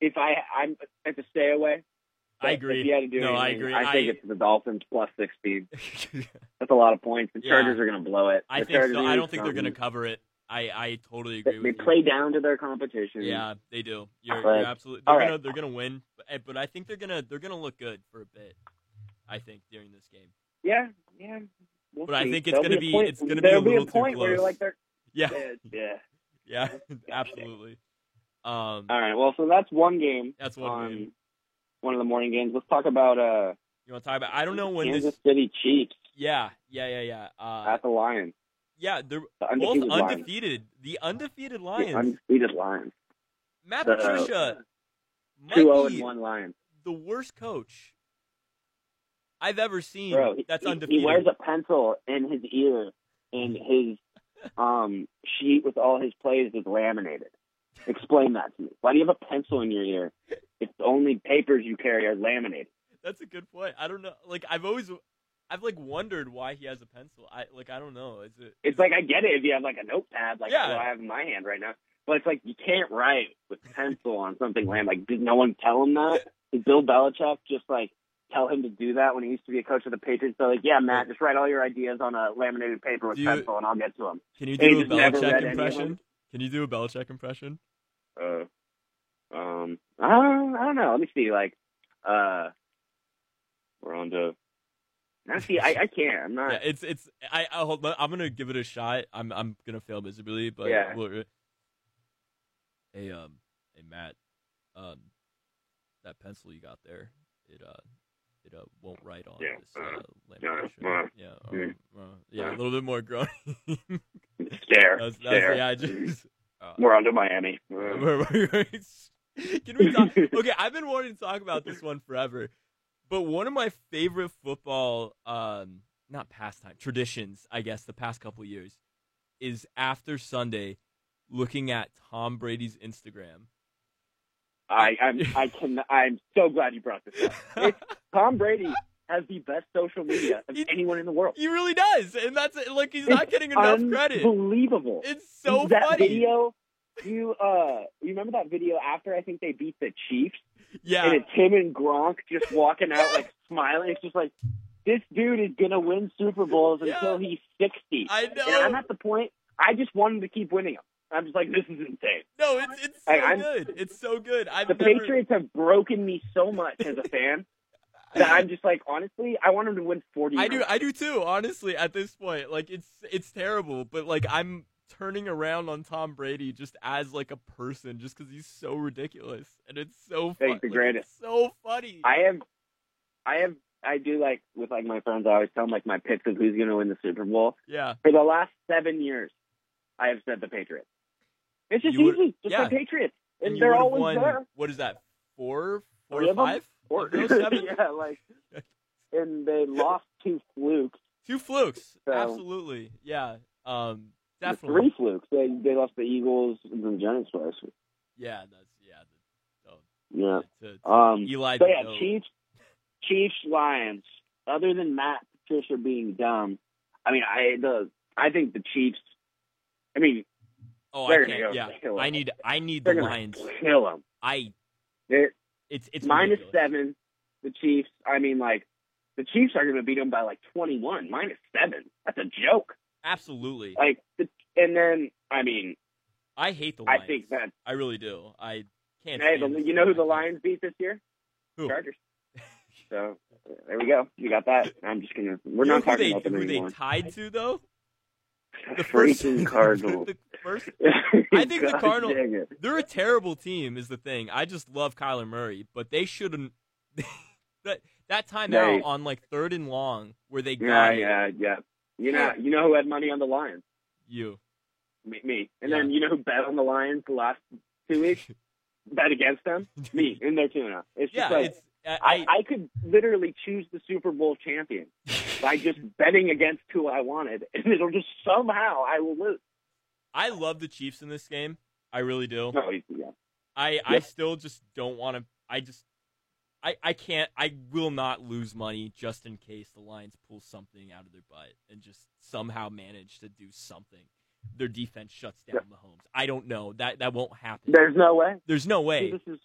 Speaker 2: if I I'm I have to stay away.
Speaker 1: I
Speaker 2: but
Speaker 1: agree.
Speaker 2: If you had to do
Speaker 1: No, I
Speaker 2: anything,
Speaker 1: agree.
Speaker 2: I think
Speaker 1: I-
Speaker 2: it's the Dolphins plus sixteen. That's a lot of points. The
Speaker 1: Yeah.
Speaker 2: Chargers are going to blow it.
Speaker 1: I
Speaker 2: The
Speaker 1: think
Speaker 2: Chargers
Speaker 1: so.
Speaker 2: are
Speaker 1: I
Speaker 2: do
Speaker 1: don't think they're going to
Speaker 2: something.
Speaker 1: cover it. I I totally
Speaker 2: They-
Speaker 1: agree
Speaker 2: They
Speaker 1: with you.
Speaker 2: play down to their competition.
Speaker 1: Yeah, they do. You're,
Speaker 2: But-
Speaker 1: you're absolutely. They're
Speaker 2: all
Speaker 1: gonna
Speaker 2: right.
Speaker 1: they're gonna win, but, eh, but I think they're gonna they're gonna look good for a bit. I think during this game.
Speaker 2: yeah, yeah. We'll
Speaker 1: But I
Speaker 2: see.
Speaker 1: think it's
Speaker 2: There'll
Speaker 1: gonna
Speaker 2: a
Speaker 1: be-
Speaker 2: point-
Speaker 1: it's gonna be a
Speaker 2: there'll be
Speaker 1: little
Speaker 2: a
Speaker 1: too
Speaker 2: point where you're
Speaker 1: close.
Speaker 2: like they're
Speaker 1: Yeah,
Speaker 2: yeah.
Speaker 1: yeah, absolutely. Um,
Speaker 2: All right. Well, so that's one game
Speaker 1: that's one
Speaker 2: on
Speaker 1: game.
Speaker 2: one of the morning games. Let's talk about uh,
Speaker 1: You want to talk about? I don't know when
Speaker 2: Kansas
Speaker 1: this.
Speaker 2: City Chiefs
Speaker 1: Yeah, yeah, yeah, yeah. Uh,
Speaker 2: at the Lions.
Speaker 1: yeah, they're
Speaker 2: The
Speaker 1: both
Speaker 2: undefeated Lions.
Speaker 1: undefeated. The undefeated
Speaker 2: The
Speaker 1: Lions.
Speaker 2: undefeated Lions.
Speaker 1: Matt
Speaker 2: The-
Speaker 1: Patricia might
Speaker 2: Two zero and
Speaker 1: be
Speaker 2: one Lions.
Speaker 1: the worst coach I've ever seen.
Speaker 2: Bro, he-
Speaker 1: that's
Speaker 2: he-
Speaker 1: undefeated.
Speaker 2: He wears a pencil in his ear, and his um sheet with all his plays is laminated. Explain that to me. Why do you have a pencil in your ear if the only papers you carry are laminated?
Speaker 1: That's a good point. I don't know. Like I've always, I've like wondered why he has a pencil. I like I don't know. Is it?
Speaker 2: It's like I get it if you have like a notepad, like
Speaker 1: Yeah.
Speaker 2: what I have in my hand right now. But it's like you can't write with pencil on something land. Like did no one tell him that? Did Bill Belichick just like tell him to do that when he used to be a coach of the Patriots? They're like, yeah, Matt, just write all your ideas on a laminated paper with
Speaker 1: Do you-
Speaker 2: pencil, and I'll get to them.
Speaker 1: Can you
Speaker 2: They
Speaker 1: do a
Speaker 2: just never read any
Speaker 1: Belichick
Speaker 2: of them.
Speaker 1: impression? Can you do a Belichick impression?
Speaker 2: Uh, um, I don't, I don't know. Let me see. Like, uh, we're on to. Now, see, I, I can't. I'm not.
Speaker 1: Yeah, it's it's. I I hold. I'm gonna give it a shot. I'm I'm gonna fail miserably, but
Speaker 2: Yeah.
Speaker 1: we'll- hey um hey Matt, um that pencil you got there, it uh it uh won't write on
Speaker 2: Yeah,
Speaker 1: this
Speaker 2: uh,
Speaker 1: uh,
Speaker 2: yeah,
Speaker 1: lamination.
Speaker 2: uh,
Speaker 1: yeah,
Speaker 2: mm,
Speaker 1: uh, uh, yeah,
Speaker 2: uh.
Speaker 1: a little bit more groaning.
Speaker 2: Stare.
Speaker 1: that's, that's
Speaker 2: stare.
Speaker 1: yeah, just.
Speaker 2: Mm-hmm.
Speaker 1: Uh,
Speaker 2: We're on to Miami. Uh,
Speaker 1: Wait, wait, wait. Can we talk? Okay, I've been wanting to talk about this one forever, but one of my favorite football, um, not pastime traditions, I guess, the past couple years, is after Sunday, looking at Tom Brady's Instagram.
Speaker 2: I, I'm, I can. I'm so glad you brought this up. It's- Tom Brady has the best social media of
Speaker 1: He-
Speaker 2: anyone in the world.
Speaker 1: he really does, and that's it. like he's not
Speaker 2: It's
Speaker 1: getting enough credit.
Speaker 2: Unbelievable.
Speaker 1: It's so
Speaker 2: that
Speaker 1: funny.
Speaker 2: video. You uh, you remember that video after I think they beat the Chiefs, and
Speaker 1: yeah,
Speaker 2: it's him and Gronk just walking out like smiling. It's just like this dude is gonna win Super Bowls
Speaker 1: Yeah.
Speaker 2: until he's sixty,
Speaker 1: I
Speaker 2: and I'm
Speaker 1: know.
Speaker 2: at the point I just want him to keep winning them. I'm just like, this is insane.
Speaker 1: No, it's it's so
Speaker 2: Hey, I'm-
Speaker 1: good. It's so good. I've
Speaker 2: The
Speaker 1: never,
Speaker 2: Patriots have broken me so much as a fan that I'm just like, honestly, I want them to win 40.
Speaker 1: I
Speaker 2: in a
Speaker 1: do
Speaker 2: row.
Speaker 1: I do too, honestly, at this point. Like it's it's terrible, but like I'm turning around on Tom Brady just as like a person just cuz he's so ridiculous and it's so
Speaker 2: Thank
Speaker 1: funny.
Speaker 2: the greatest.
Speaker 1: so funny.
Speaker 2: I have, I have, I do like with like my friends. I always tell them like my picks of who's going to win the Super Bowl.
Speaker 1: yeah.
Speaker 2: For the last seven years, I have said the Patriots. It's just
Speaker 1: You would-
Speaker 2: easy, just
Speaker 1: yeah.
Speaker 2: the Patriots, and,
Speaker 1: you
Speaker 2: they're
Speaker 1: would've
Speaker 2: always
Speaker 1: won,
Speaker 2: there.
Speaker 1: What is that? 4
Speaker 2: Three
Speaker 1: 4
Speaker 2: of 'em?
Speaker 1: 5?
Speaker 2: Or-
Speaker 1: oh seven?
Speaker 2: yeah, like, and they lost two flukes,
Speaker 1: Two flukes.
Speaker 2: So-
Speaker 1: Absolutely. Yeah. Um definitely.
Speaker 2: three flukes. They they lost the Eagles and the Giants twice.
Speaker 1: Yeah, that's yeah. The, oh,
Speaker 2: Yeah.
Speaker 1: to- to
Speaker 2: Um.
Speaker 1: Eli
Speaker 2: So yeah,
Speaker 1: Dino.
Speaker 2: Chiefs, Chiefs, Lions. Other than Matt Patricia being dumb, I mean, I the I think the Chiefs. I mean,
Speaker 1: Oh, I
Speaker 2: they're gonna
Speaker 1: can't.
Speaker 2: go
Speaker 1: Yeah.
Speaker 2: kill 'em.
Speaker 1: I need I need the
Speaker 2: they're gonna
Speaker 1: Lions.
Speaker 2: kill them.
Speaker 1: I
Speaker 2: They're,
Speaker 1: it's it's
Speaker 2: minus
Speaker 1: ridiculous.
Speaker 2: seven. The Chiefs. I mean, like the Chiefs are going to beat them by like twenty-one. Minus seven. That's a joke.
Speaker 1: Absolutely.
Speaker 2: Like, the, and then I mean,
Speaker 1: I hate the Lions.
Speaker 2: I think that
Speaker 1: I really do. I can't.
Speaker 2: hey,
Speaker 1: stand
Speaker 2: the,
Speaker 1: this
Speaker 2: you know who
Speaker 1: team.
Speaker 2: the Lions beat this year?
Speaker 1: Who?
Speaker 2: Chargers. So there we go. You got that. I'm just gonna. We're
Speaker 1: You know
Speaker 2: not
Speaker 1: who
Speaker 2: talking
Speaker 1: they,
Speaker 2: about them
Speaker 1: who
Speaker 2: anymore.
Speaker 1: they tied to though.
Speaker 2: the
Speaker 1: first-
Speaker 2: freaking Cardinals.
Speaker 1: the first,
Speaker 2: I
Speaker 1: think the Cardinals-
Speaker 2: Dang it.
Speaker 1: they're a terrible team. Is the thing. I just love Kyler Murray, but they shouldn't. that that timeout
Speaker 2: They-
Speaker 1: on like third and long where they
Speaker 2: Yeah,
Speaker 1: got it,
Speaker 2: yeah, yeah. You know,
Speaker 1: Yeah.
Speaker 2: you know who had money on the Lions?
Speaker 1: you.
Speaker 2: Me. me. And
Speaker 1: Yeah.
Speaker 2: then you know who bet on the Lions the last two weeks? bet against them? Me. And they're two and oh. It's
Speaker 1: yeah,
Speaker 2: just like
Speaker 1: it's I.
Speaker 2: I, I could literally choose the Super Bowl champion by just betting against who I wanted, and it'll just somehow I will lose.
Speaker 1: I love the Chiefs in this game. I really do.
Speaker 2: No, he's- yeah.
Speaker 1: I I
Speaker 2: Yep.
Speaker 1: still just don't want to. I just I I can't. I will not lose money just in case the Lions pull something out of their butt and just somehow manage to do something. Their defense shuts down Mahomes. I don't know that that won't happen.
Speaker 2: There's no way.
Speaker 1: There's no way.
Speaker 2: This is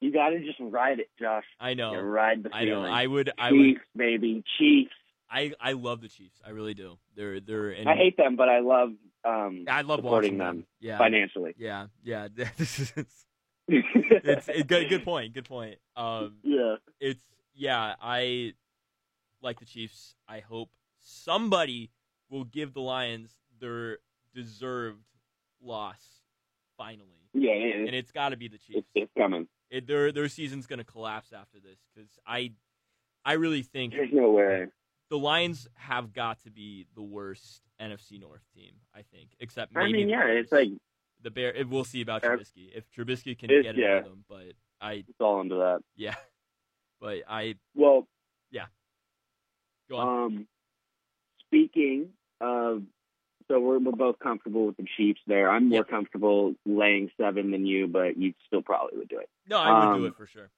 Speaker 2: you got to just ride it, Josh.
Speaker 1: I
Speaker 2: You
Speaker 1: know.
Speaker 2: ride the
Speaker 1: I know.
Speaker 2: feeling.
Speaker 1: I would. I would.
Speaker 2: Chiefs, baby, Chiefs.
Speaker 1: I I love the Chiefs. I really do. They're they're. And
Speaker 2: I hate them, but I love um
Speaker 1: I love watching
Speaker 2: supporting
Speaker 1: them.
Speaker 2: them.
Speaker 1: Yeah.
Speaker 2: financially.
Speaker 1: Yeah. Yeah. This is. It's
Speaker 2: it's
Speaker 1: a good. Good point. Good point. Um.
Speaker 2: Yeah.
Speaker 1: it's yeah, I like the Chiefs. I hope somebody will give the Lions their deserved loss finally,
Speaker 2: Yeah,
Speaker 1: and
Speaker 2: it,
Speaker 1: it's got to be the
Speaker 2: it's,
Speaker 1: Chiefs.
Speaker 2: it's coming.
Speaker 1: It, their their season's gonna collapse after this because I I really think
Speaker 2: There's no way.
Speaker 1: the Lions have got to be the worst NFC North team. I think, except maybe
Speaker 2: I mean,
Speaker 1: the
Speaker 2: yeah,
Speaker 1: Bears.
Speaker 2: it's like
Speaker 1: the Bear. It, we'll see about
Speaker 2: Uh,
Speaker 1: Trubisky if Trubisky can
Speaker 2: it-
Speaker 1: get it
Speaker 2: yeah.
Speaker 1: with them, but I
Speaker 2: it's all into that.
Speaker 1: yeah, but I
Speaker 2: Well,
Speaker 1: go on.
Speaker 2: um, speaking of, so we're we're both comfortable with the Chiefs there. I'm more
Speaker 1: Yep.
Speaker 2: comfortable laying seven than you, but you still probably would do it.
Speaker 1: no, I would do
Speaker 2: um,
Speaker 1: it for sure.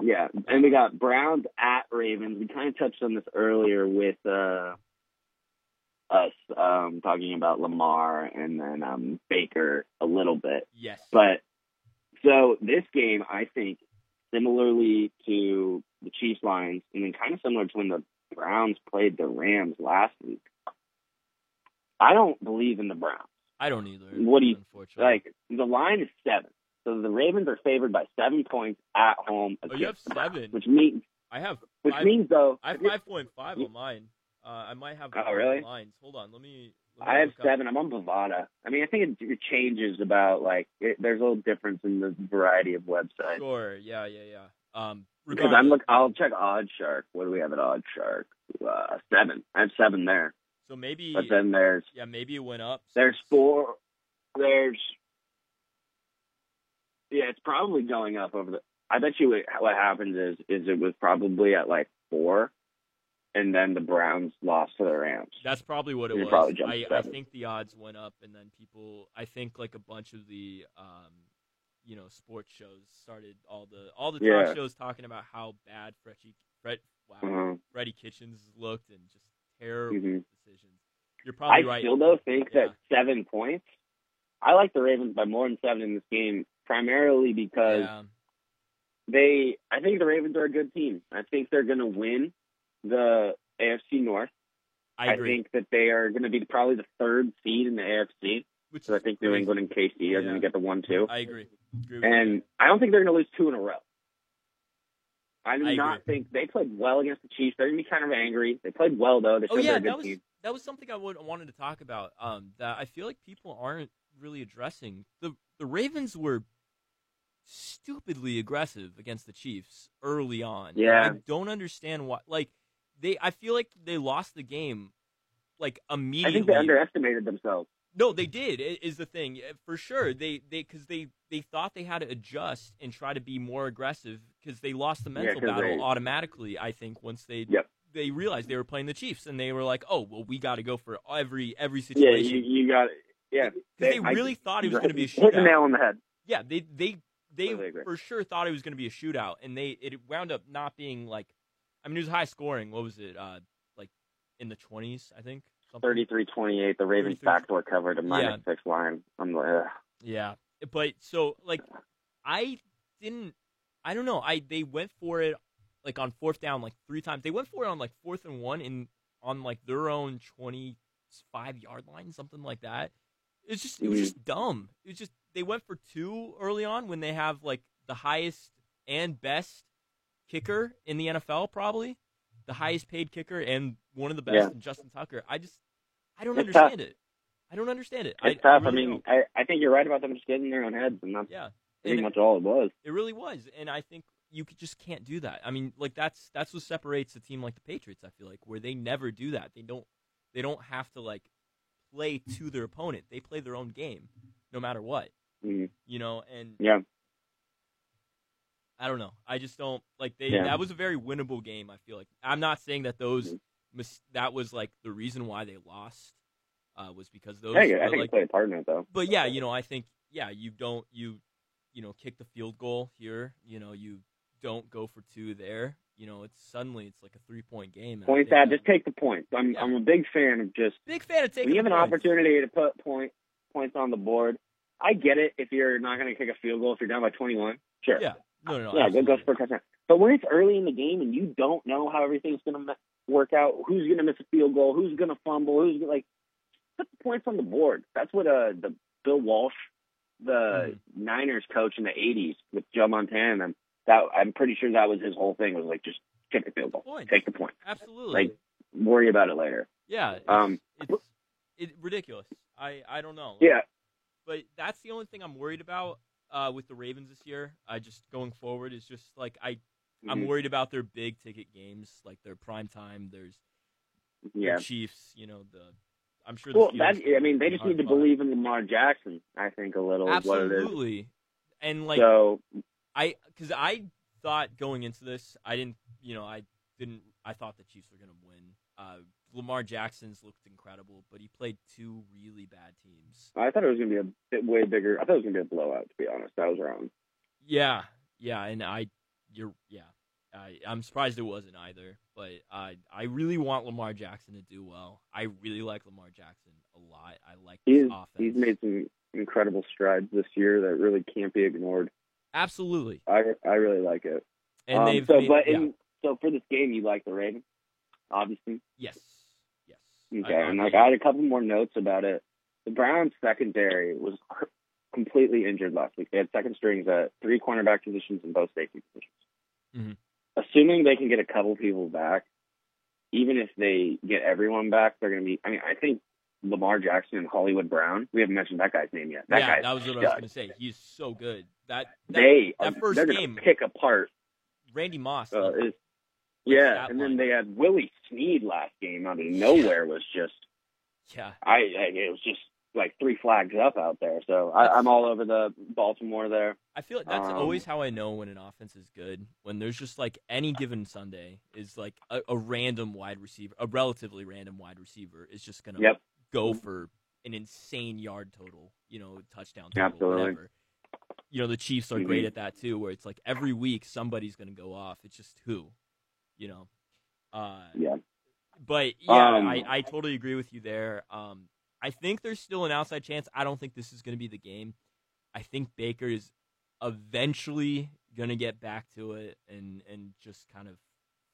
Speaker 2: Yeah, and we got Browns at Ravens. We kind of touched on this earlier with uh, us um, talking about Lamar and then um, Baker a little bit.
Speaker 1: Yes.
Speaker 2: But so this game, I think, similarly to the Chiefs Lions, and then kind of similar to when the Browns played the Rams last week. I don't believe in the Browns.
Speaker 1: I don't either.
Speaker 2: What do you-
Speaker 1: unfortunately.
Speaker 2: Like the line is seven, so the Ravens are favored by seven points at home.
Speaker 1: Oh, you have
Speaker 2: against the Browns,
Speaker 1: seven?
Speaker 2: which means
Speaker 1: I have
Speaker 2: which
Speaker 1: I-
Speaker 2: means though
Speaker 1: I have five point five on mine. Uh, I might have.
Speaker 2: Oh,
Speaker 1: different
Speaker 2: really?
Speaker 1: Lines. Hold on. Let me. Let me
Speaker 2: I have
Speaker 1: look up.
Speaker 2: seven. I'm on Bovada. I mean, I think it, it changes about like it, there's a little difference in the variety of websites.
Speaker 1: Sure. Yeah. Yeah. Yeah. Um.
Speaker 2: Because
Speaker 1: regardless-
Speaker 2: I'm look, I'll check Odd Shark. What do we have at Odd Shark? Uh, seven. I have seven there,
Speaker 1: So maybe.
Speaker 2: but then there's
Speaker 1: yeah. Maybe it went up.
Speaker 2: there's
Speaker 1: since-
Speaker 2: four. There's yeah, it's probably going up over the. I bet you it, what happens is is it was probably at like four, and then the Browns lost to the Rams.
Speaker 1: That's probably what it
Speaker 2: You
Speaker 1: was.
Speaker 2: probably jumped
Speaker 1: I, I
Speaker 2: seven.
Speaker 1: think the odds went up, and then people. I think like a bunch of the, um, you know, sports shows started all the all the talk
Speaker 2: Yeah.
Speaker 1: shows talking about how bad Freddie Fred wow
Speaker 2: Uh-huh.
Speaker 1: Freddie Kitchens looked and just terrible
Speaker 2: Mhm.
Speaker 1: decisions. You're
Speaker 2: I
Speaker 1: probably right.
Speaker 2: still though think
Speaker 1: Yeah.
Speaker 2: that seven points. I like the Ravens by more than seven in this game, primarily because
Speaker 1: Yeah.
Speaker 2: they I think the Ravens are a good team. I think they're going to win the AFC North.
Speaker 1: I agree.
Speaker 2: think that they are going to be probably the third seed in the AFC.
Speaker 1: Which
Speaker 2: So I
Speaker 1: is
Speaker 2: think New
Speaker 1: crazy.
Speaker 2: England and KC are going
Speaker 1: Yeah.
Speaker 2: to get the one two,
Speaker 1: I agree. Agree with you.
Speaker 2: and I don't think they're going to lose two in a row. I do
Speaker 1: I
Speaker 2: not think they played well against the Chiefs. They're going to be kind of angry. They played well though. They
Speaker 1: Oh
Speaker 2: showed they're
Speaker 1: yeah,
Speaker 2: a good
Speaker 1: that was
Speaker 2: team.
Speaker 1: that was something I would, wanted to talk about. Um, that I feel like people aren't really addressing. the The Ravens were stupidly aggressive against the Chiefs early on. and
Speaker 2: Yeah.
Speaker 1: I don't understand why. Like they, I feel like they lost the game like
Speaker 2: I
Speaker 1: immediately.
Speaker 2: think they underestimated themselves.
Speaker 1: No, they did. i- Is the thing Eh, for sure? They they because they they thought they had to adjust and try to be more aggressive because they lost the mental
Speaker 2: 'cause
Speaker 1: battle
Speaker 2: they-
Speaker 1: automatically. I think once they
Speaker 2: Yep.
Speaker 1: they realized they were playing the Chiefs and they were like, oh well, we got to go for every every
Speaker 2: Yeah,
Speaker 1: situation
Speaker 2: you, you got it. Yeah,
Speaker 1: 'Cause they,
Speaker 2: they- I-
Speaker 1: really thought it was
Speaker 2: You're
Speaker 1: going to be a
Speaker 2: right. Hit the
Speaker 1: shootout.
Speaker 2: nail on the head.
Speaker 1: Yeah, they they they
Speaker 2: Completely agree.
Speaker 1: for sure thought it was going to be a shootout and they it wound up not being like I mean it was high scoring. What was it? Uh, like in the twenties, I think. something.
Speaker 2: 33-28, the Ravens
Speaker 1: 33.
Speaker 2: backdoor covered a minus six line. I'm like, ugh.
Speaker 1: Yeah, but so like, I didn't. I don't know. I they went for it like on fourth down like three times. They went for it on like fourth and one in on like their own twenty five yard line, something like that. It's just it was
Speaker 2: Mhm.
Speaker 1: just dumb. It was just they went for two early on when they have like the highest and best kicker in the NFL, probably the highest paid kicker and one of the best, Justin Tucker. I just I don't
Speaker 2: It's tough.
Speaker 1: understand it. I don't understand it.
Speaker 2: it's
Speaker 1: I, I
Speaker 2: tough. I,
Speaker 1: really
Speaker 2: mean,
Speaker 1: don't.
Speaker 2: I, I think you're right about them just getting in their own heads, and that's
Speaker 1: yeah.
Speaker 2: pretty
Speaker 1: And-
Speaker 2: much all it was.
Speaker 1: it really was, and I think you could, just can't do that. I mean, like that's that's what separates a team like the Patriots. I feel like where they never do that. They don't they don't have to like play to their opponent. They play their own game, no matter what.
Speaker 2: Mhm.
Speaker 1: You know, and
Speaker 2: Yeah.
Speaker 1: I don't know. I just don't like they.
Speaker 2: Yeah.
Speaker 1: That was a very winnable game. I feel like I'm not saying that those
Speaker 2: Mhm.
Speaker 1: mis- that was like the reason why they lost uh, was because those.
Speaker 2: I, think- I
Speaker 1: were,
Speaker 2: think
Speaker 1: like,
Speaker 2: it played a part in it, though.
Speaker 1: but yeah, you know, I think yeah, you don't you you know kick the field goal here. You know, you don't go for two there. You know, it's suddenly it's like a three point game. and I
Speaker 2: Points
Speaker 1: think
Speaker 2: out,
Speaker 1: that-
Speaker 2: just take the points. I'm
Speaker 1: Yeah.
Speaker 2: I'm a big fan of just
Speaker 1: big fan of taking.
Speaker 2: when you have
Speaker 1: the
Speaker 2: an
Speaker 1: points.
Speaker 2: opportunity to put point points on the board. I get it if you're not going to kick a field goal if you're down by 21. Sure.
Speaker 1: Yeah, no, no, no
Speaker 2: Yeah, go, go
Speaker 1: absolutely.
Speaker 2: for a touchdown. But when it's early in the game and you don't know how everything's going to work out, who's going to miss a field goal, who's going to fumble, who's gonna, like put the points on the board. That's what uh the Bill Walsh,
Speaker 1: Mm.
Speaker 2: the Niners coach in the '80s with Joe Montana, and them, that I'm pretty sure that was his whole thing was like just kick the field goal,
Speaker 1: Points.
Speaker 2: take the point,
Speaker 1: absolutely.
Speaker 2: like, worry about it later.
Speaker 1: yeah, it's,
Speaker 2: um,
Speaker 1: it's it, ridiculous. I I don't know.
Speaker 2: Yeah,
Speaker 1: but that's the only thing I'm worried about uh, with the Ravens this year. I just going forward is just like I I'm
Speaker 2: Mhm.
Speaker 1: worried about their big ticket games, like their prime time. There's
Speaker 2: yeah.
Speaker 1: the Chiefs, you know, the I'm sure. The
Speaker 2: Well, that
Speaker 1: Steelers
Speaker 2: I mean, they just
Speaker 1: are
Speaker 2: need to
Speaker 1: fine.
Speaker 2: believe in Lamar Jackson. I think a little is what it is.
Speaker 1: Absolutely, and like
Speaker 2: so
Speaker 1: I, because I thought going into this, I didn't, you know, I didn't. I thought the Chiefs were going to win. Uh, Lamar Jackson's looked incredible, but he played two really bad teams.
Speaker 2: I thought it was gonna be a bit way bigger. I thought it was gonna be a blowout. To be honest, I was wrong.
Speaker 1: Yeah, yeah, and I, you're, yeah, I, I'm surprised it wasn't either. But I, I really want Lamar Jackson to do well. I really like Lamar Jackson a lot. I like his
Speaker 2: He's
Speaker 1: offense.
Speaker 2: he's made some incredible strides this year that really can't be ignored.
Speaker 1: absolutely,
Speaker 2: I I really like it.
Speaker 1: and
Speaker 2: Um,
Speaker 1: they've
Speaker 2: so,
Speaker 1: made-
Speaker 2: but
Speaker 1: yeah.
Speaker 2: in, so for this game, you like the Ravens, obviously.
Speaker 1: Yes. Yes.
Speaker 2: Okay,
Speaker 1: I- I
Speaker 2: and like
Speaker 1: mean,
Speaker 2: I had a couple more notes about it. The Browns secondary was completely injured last week. They had second strings at three cornerback positions and both safety positions.
Speaker 1: Mm-hmm.
Speaker 2: Assuming they can get a couple people back, even if they get everyone back, they're going to be. I mean, I think Lamar Jackson and Hollywood Brown. We haven't mentioned that guy's name yet. That
Speaker 1: yeah,
Speaker 2: guy.
Speaker 1: that was what I was
Speaker 2: yeah.
Speaker 1: going to say. He's so good. That, that
Speaker 2: they
Speaker 1: that
Speaker 2: are,
Speaker 1: first
Speaker 2: they're gonna
Speaker 1: game-
Speaker 2: pick apart.
Speaker 1: Randy Moss.
Speaker 2: Uh,
Speaker 1: like,
Speaker 2: is, yeah,
Speaker 1: stat
Speaker 2: and
Speaker 1: line.
Speaker 2: then they had Willie Sneed last game out of nowhere was just
Speaker 1: yeah.
Speaker 2: I, I it was just like three flags up out there. So I, I'm all over the Baltimore there.
Speaker 1: I feel like that's
Speaker 2: Um,
Speaker 1: always how I know when an offense is good. When there's just like any given Sunday is like a, a random wide receiver, a relatively random wide receiver is just going to
Speaker 2: Yep.
Speaker 1: go for an insane yard total, you know, touchdown total,
Speaker 2: Yeah, absolutely.
Speaker 1: whatever. You know, the Chiefs are great
Speaker 2: Mhm.
Speaker 1: at that too, where it's like every week somebody's going to go off. It's just who, you know. Uh,
Speaker 2: Yeah.
Speaker 1: But yeah,
Speaker 2: Um,
Speaker 1: I, I totally agree with you there. Um, I think there's still an outside chance. I don't think this is going to be the game. I think Baker is eventually going to get back to it and and just kind of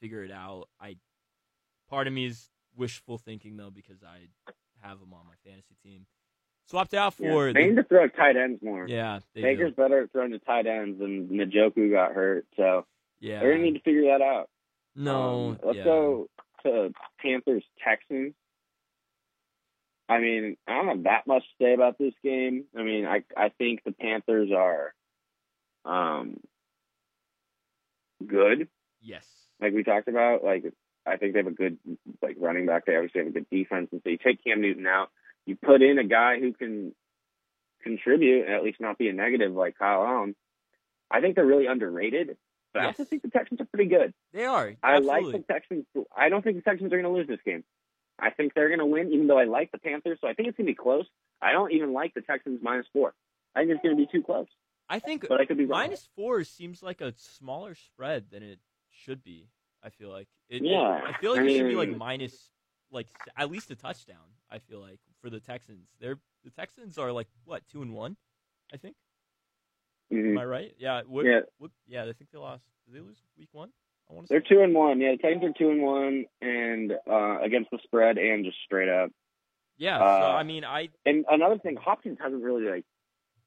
Speaker 1: figure it out. I part of me is wishful thinking though because I have him on my fantasy team, swapped out for
Speaker 2: yeah. They need to throw tight ends more.
Speaker 1: the, yeah they do.
Speaker 2: Baker's better at throwing to tight ends, and Najoku got hurt, so
Speaker 1: yeah
Speaker 2: they're gonna need to figure that out.
Speaker 1: no
Speaker 2: Um, let's
Speaker 1: yeah.
Speaker 2: go to Panthers Texans. I mean, I don't have that much to say about this game. I mean, I I think the Panthers are um good,
Speaker 1: yes
Speaker 2: like we talked about. Like I think they have a good like running back. They obviously have a good defense, and so you take Cam Newton out, you put in a guy who can contribute, at least not be a negative like Kyle Allen. I think they're really underrated, but I also
Speaker 1: Yes.
Speaker 2: think the Texans are pretty good.
Speaker 1: they are
Speaker 2: I
Speaker 1: absolutely.
Speaker 2: like the Texans. I don't think the Texans are going to lose this game. I think they're going to win, even though I like the Panthers. So I think it's going to be close. I don't even like the Texans minus four. I think it's going to be too close,
Speaker 1: I think
Speaker 2: but I could be wrong.
Speaker 1: minus four seems like a smaller spread than it should be. I feel like it, it-
Speaker 2: Yeah,
Speaker 1: I feel like
Speaker 2: I
Speaker 1: it should be like
Speaker 2: mean-
Speaker 1: minus like s- at least a touchdown. I feel like for the Texans, they're the Texans are like what two and one, I think. Am
Speaker 2: Mhm.
Speaker 1: I right? Yeah. What,
Speaker 2: Yeah.
Speaker 1: What, yeah. I think they lost. Did they lose week one? I want to.
Speaker 2: They're two and one. Yeah, the Texans are two and one, and uh, against the spread and just straight up.
Speaker 1: Yeah. so
Speaker 2: uh,
Speaker 1: I mean, I
Speaker 2: And another thing, Hopkins hasn't really like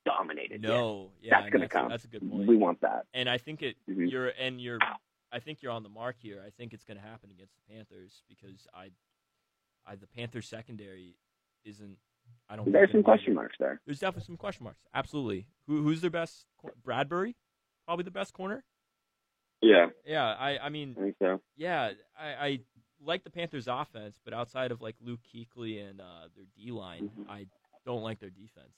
Speaker 2: dominated.
Speaker 1: no. Yeah.
Speaker 2: That's
Speaker 1: and
Speaker 2: gonna
Speaker 1: that's,
Speaker 2: come.
Speaker 1: That's a good
Speaker 2: yet.
Speaker 1: point.
Speaker 2: we want that.
Speaker 1: and I think it
Speaker 2: Mhm.
Speaker 1: you're and you're I think you're on the mark here. I think it's going to happen against the Panthers because I, I the Panthers secondary isn't. I don't. think
Speaker 2: There's
Speaker 1: they're
Speaker 2: some
Speaker 1: gonna be-
Speaker 2: question marks there.
Speaker 1: There's definitely some question marks. Absolutely. Who, who's their best? cor- Bradbury, probably the best corner.
Speaker 2: Yeah,
Speaker 1: Yeah. I I mean
Speaker 2: I think so.
Speaker 1: yeah, I, I like the Panthers' offense, but outside of like Luke Kuechly and uh, their D line,
Speaker 2: Mhm.
Speaker 1: I don't like their defense.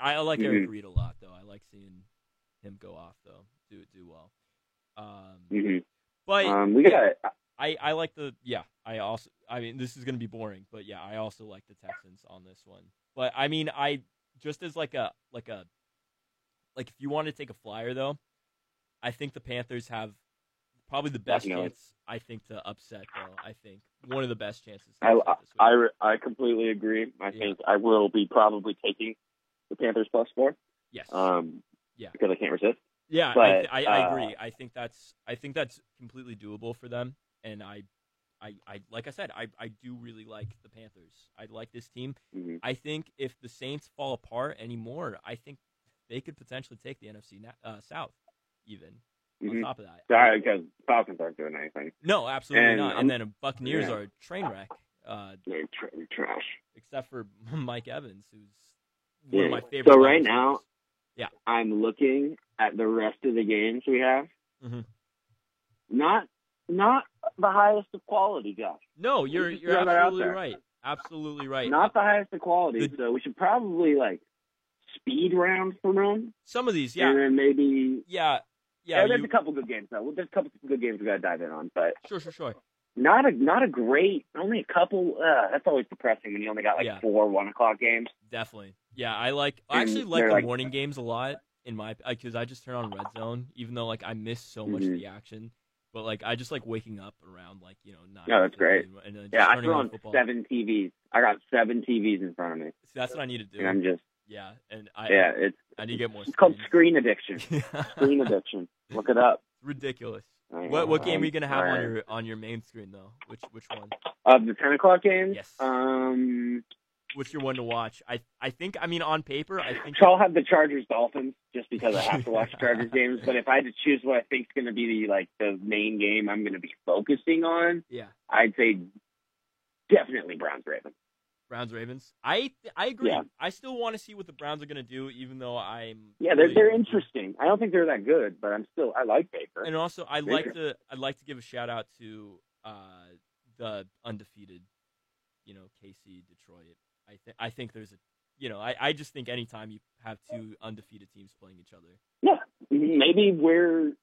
Speaker 1: I like Eric Reed a lot, though. I like seeing him go off, though, do do well. Um,
Speaker 2: hmm
Speaker 1: but
Speaker 2: Um, we got
Speaker 1: I, I like the yeah. I also I mean this is gonna be boring, but yeah, I also like the Texans on this one. But I mean I just as like a like a like if you want to take a flyer though, I think the Panthers have probably the best
Speaker 2: Definitely.
Speaker 1: chance I think to upset though. I think one of the best chances. to
Speaker 2: I-
Speaker 1: upset this week.
Speaker 2: I, re- I completely agree. I
Speaker 1: Yeah.
Speaker 2: think I will be probably taking the Panthers plus four
Speaker 1: yes
Speaker 2: um,
Speaker 1: yeah
Speaker 2: because I can't resist.
Speaker 1: yeah I,
Speaker 2: but,
Speaker 1: th- I, I
Speaker 2: uh,
Speaker 1: agree. I think that's I think that's completely doable for them, and I. I, I like I said I, I do really like the Panthers. I like this team.
Speaker 2: hmm
Speaker 1: I think if the Saints fall apart anymore, I think they could potentially take the NFC na- uh, South, even on
Speaker 2: hmm
Speaker 1: top of that.
Speaker 2: Sorry, because Falcons aren't doing anything.
Speaker 1: No, absolutely
Speaker 2: And
Speaker 1: not.
Speaker 2: I'm-
Speaker 1: and then Buccaneers
Speaker 2: yeah.
Speaker 1: are a train wreck, uh,
Speaker 2: They're tr- they're trash.
Speaker 1: except for Mike Evans, who's one of
Speaker 2: Yeah.
Speaker 1: my favorite.
Speaker 2: So right
Speaker 1: wide
Speaker 2: now-
Speaker 1: receivers.
Speaker 2: I'm looking at the rest of the games we have.
Speaker 1: Mhm.
Speaker 2: Not not the highest of quality, Josh.
Speaker 1: no, you're
Speaker 2: just
Speaker 1: you're
Speaker 2: throw that out
Speaker 1: absolutely
Speaker 2: there.
Speaker 1: right. Absolutely right.
Speaker 2: Not the highest of quality.
Speaker 1: The-
Speaker 2: so we should probably like speed round for them,
Speaker 1: Some of these, yeah,
Speaker 2: and then maybe
Speaker 1: yeah,
Speaker 2: yeah,
Speaker 1: yeah.
Speaker 2: there's
Speaker 1: you-
Speaker 2: a couple good games though. Well, there's a couple good games we got to dive in on, but.
Speaker 1: sure, sure, sure.
Speaker 2: not a not a great only a couple uh, that's always depressing when you only got like
Speaker 1: Yeah.
Speaker 2: four one o'clock games
Speaker 1: Definitely. Yeah, I like. I
Speaker 2: And
Speaker 1: actually like
Speaker 2: they're
Speaker 1: the
Speaker 2: like-
Speaker 1: morning games a lot in my because I just turn on Red Zone, even though like I miss so much of
Speaker 2: Mhm.
Speaker 1: the action. But like I just like waking up around like you know nine.
Speaker 2: No, that's
Speaker 1: 15,
Speaker 2: great.
Speaker 1: And then just
Speaker 2: yeah i
Speaker 1: turning
Speaker 2: threw
Speaker 1: on
Speaker 2: on
Speaker 1: football.
Speaker 2: seven tvs i got seven tvs in front of me
Speaker 1: So that's what I need to do.
Speaker 2: and i'm just
Speaker 1: yeah, and I
Speaker 2: yeah it's
Speaker 1: I need to get more.
Speaker 2: it's called
Speaker 1: screens.
Speaker 2: screen addiction screen
Speaker 1: Yeah.
Speaker 2: addiction look it up
Speaker 1: Ridiculous. What what game are you gonna have on your on your main screen though? Which which one?
Speaker 2: uh, the ten o'clock games
Speaker 1: Yes.
Speaker 2: um
Speaker 1: What's your one to watch? I I think I mean on paper I think
Speaker 2: so i'll have the chargers dolphins just because i have to watch chargers games but if i had to choose what i think's going to be the like the main game i'm going to be focusing on
Speaker 1: yeah.
Speaker 2: i'd say definitely browns ravens
Speaker 1: Browns Ravens. I I agree.
Speaker 2: Yeah.
Speaker 1: I still want to see what the Browns are going to do, even though I'm
Speaker 2: Yeah, they're
Speaker 1: really-
Speaker 2: they're interesting. I don't think they're that good, but I'm still I like Baker.
Speaker 1: And also, I
Speaker 2: They're
Speaker 1: like to I'd like to give a shout out to uh, the undefeated, you know, KC Detroit. I think I think there's a you know I, I just think anytime you have two undefeated teams playing each other,
Speaker 2: Maybe we're,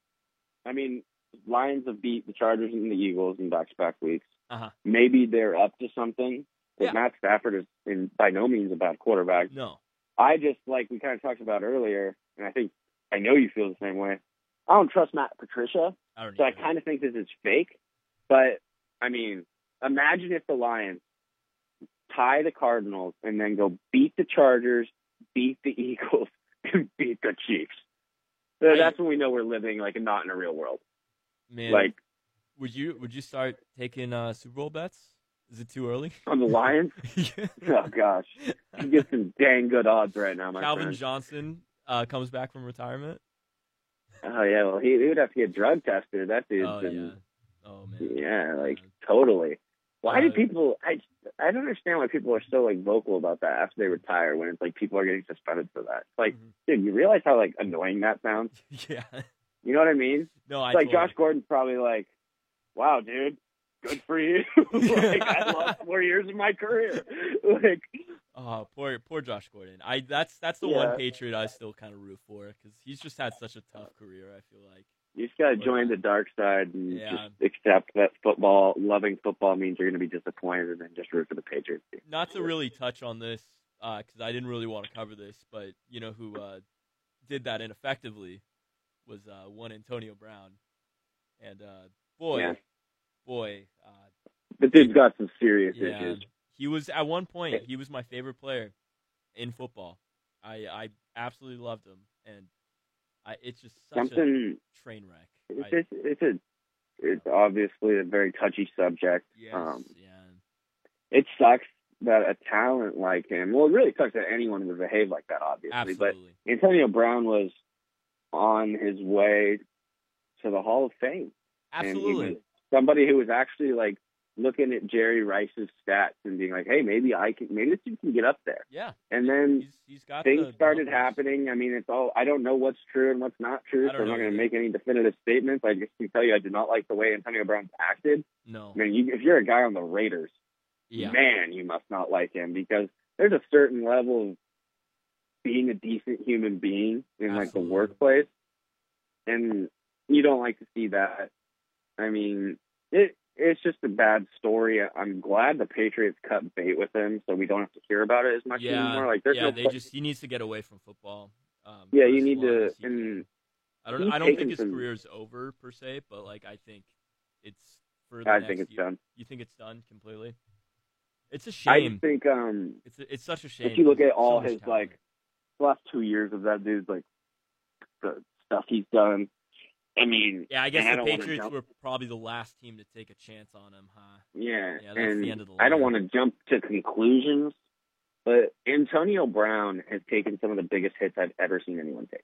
Speaker 2: I mean, Lions have beat the Chargers and the Eagles in back to back weeks.
Speaker 1: Uh-huh.
Speaker 2: Maybe they're up to something. But
Speaker 1: Yeah.
Speaker 2: Matt Stafford is in, by no means a bad quarterback.
Speaker 1: no,
Speaker 2: I just like we kind of talked about earlier, and I think I know you feel the same way. I don't trust Matt Patricia,
Speaker 1: I don't.
Speaker 2: so I
Speaker 1: either.
Speaker 2: kind of think this is fake. But I mean, imagine if the Lions tie the Cardinals and then go beat the Chargers, beat the Eagles, and beat the Chiefs. So
Speaker 1: I-
Speaker 2: that's when we know we're living like not in a real world.
Speaker 1: man,
Speaker 2: Like
Speaker 1: would you would you start taking uh, Super Bowl bets? Is it too early?
Speaker 2: on the Lions. oh gosh, he gets some dang good odds right now, my
Speaker 1: Calvin
Speaker 2: friend.
Speaker 1: Johnson uh, comes back from retirement.
Speaker 2: oh yeah, well he, he would have to get drug tested. That dude's
Speaker 1: oh yeah.
Speaker 2: been
Speaker 1: Oh man.
Speaker 2: yeah. like totally. Why
Speaker 1: Uh,
Speaker 2: do people? I I don't understand why people are so like vocal about that after they retire when it's like people are getting suspended for that. It's like,
Speaker 1: Mhm.
Speaker 2: dude, you realize how like annoying that sounds?
Speaker 1: yeah.
Speaker 2: You know what I mean?
Speaker 1: No, I
Speaker 2: It's like
Speaker 1: totally-
Speaker 2: Josh Gordon's probably like, "Wow, dude, good for you! like, I lost four years of my career. like,
Speaker 1: Oh, poor poor Josh Gordon. I that's that's the
Speaker 2: Yeah.
Speaker 1: one Patriot I still kind of root for because he's just had such a tough career. I feel like.
Speaker 2: you just gotta
Speaker 1: Well,
Speaker 2: join the dark side and
Speaker 1: yeah.
Speaker 2: just accept that football, loving football, means you're gonna be disappointed, and then just root for the Patriots." team.
Speaker 1: Not to really touch on this because I didn't really want to cover this, but you know who uh, did that ineffectively was uh, one Antonio Brown, and uh, boy,
Speaker 2: Yeah.
Speaker 1: boy, uh,
Speaker 2: The dude's got some serious
Speaker 1: yeah,
Speaker 2: issues.
Speaker 1: he was at one point he was my favorite player in football. I I absolutely loved him, and I it's just such
Speaker 2: Something.
Speaker 1: a train wreck.
Speaker 2: It's
Speaker 1: I-
Speaker 2: just, it's a. It's obviously a very touchy subject.
Speaker 1: Yes,
Speaker 2: Um,
Speaker 1: yeah.
Speaker 2: it sucks that a talent like him. Well, it really sucks that anyone would behave like that. Obviously, but
Speaker 1: Absolutely.
Speaker 2: Antonio Brown was on his way to the Hall of Fame. And he
Speaker 1: Absolutely.
Speaker 2: was somebody who was actually like looking at Jerry Rice's stats and being like, hey, maybe I can, maybe this dude can get up there.
Speaker 1: Yeah.
Speaker 2: And then
Speaker 1: He's, he's got
Speaker 2: things
Speaker 1: the
Speaker 2: started
Speaker 1: numbers.
Speaker 2: happening. I mean, it's all, I don't know what's true and what's not true,
Speaker 1: I
Speaker 2: so
Speaker 1: don't
Speaker 2: I'm not
Speaker 1: know
Speaker 2: going to
Speaker 1: either.
Speaker 2: make any definitive statements. I just can tell you I did not like the way Antonio Brown acted.
Speaker 1: No.
Speaker 2: I mean, you, if you're a guy on the Raiders,
Speaker 1: Yeah.
Speaker 2: man, you must not like him because there's a certain level of being a decent human being in like the
Speaker 1: Absolutely.
Speaker 2: workplace, and you don't like to see that. I mean, it it's just a bad story. I'm glad the Patriots cut bait with him, so we don't have to hear about it as much
Speaker 1: Yeah,
Speaker 2: anymore. Like, there's
Speaker 1: yeah,
Speaker 2: no
Speaker 1: they
Speaker 2: pla-
Speaker 1: just he needs to get away from football. Um,
Speaker 2: Yeah,
Speaker 1: for
Speaker 2: you
Speaker 1: as
Speaker 2: need
Speaker 1: long
Speaker 2: to-
Speaker 1: as he can.
Speaker 2: and
Speaker 1: I don't.
Speaker 2: he's
Speaker 1: I don't
Speaker 2: taken
Speaker 1: think his
Speaker 2: some-
Speaker 1: career's over per se, but like I think it's for. The
Speaker 2: I
Speaker 1: next
Speaker 2: think it's
Speaker 1: year.
Speaker 2: done.
Speaker 1: You think it's done completely? It's a
Speaker 2: I
Speaker 1: shame.
Speaker 2: just think um,
Speaker 1: it's a, it's such a shame.
Speaker 2: if you look
Speaker 1: 'cause
Speaker 2: at all
Speaker 1: so much
Speaker 2: his
Speaker 1: talent.
Speaker 2: like the last two years of that dude's like the stuff he's done. I mean,
Speaker 1: Yeah, I
Speaker 2: and I
Speaker 1: guess the
Speaker 2: don't wanna
Speaker 1: Patriots
Speaker 2: jump-
Speaker 1: were probably the last team to take a chance on him, huh?
Speaker 2: Yeah,
Speaker 1: Yeah, that's
Speaker 2: and
Speaker 1: the end of the
Speaker 2: I don't
Speaker 1: line.
Speaker 2: want to jump to conclusions, but Antonio Brown has taken some of the biggest hits I've ever seen anyone take.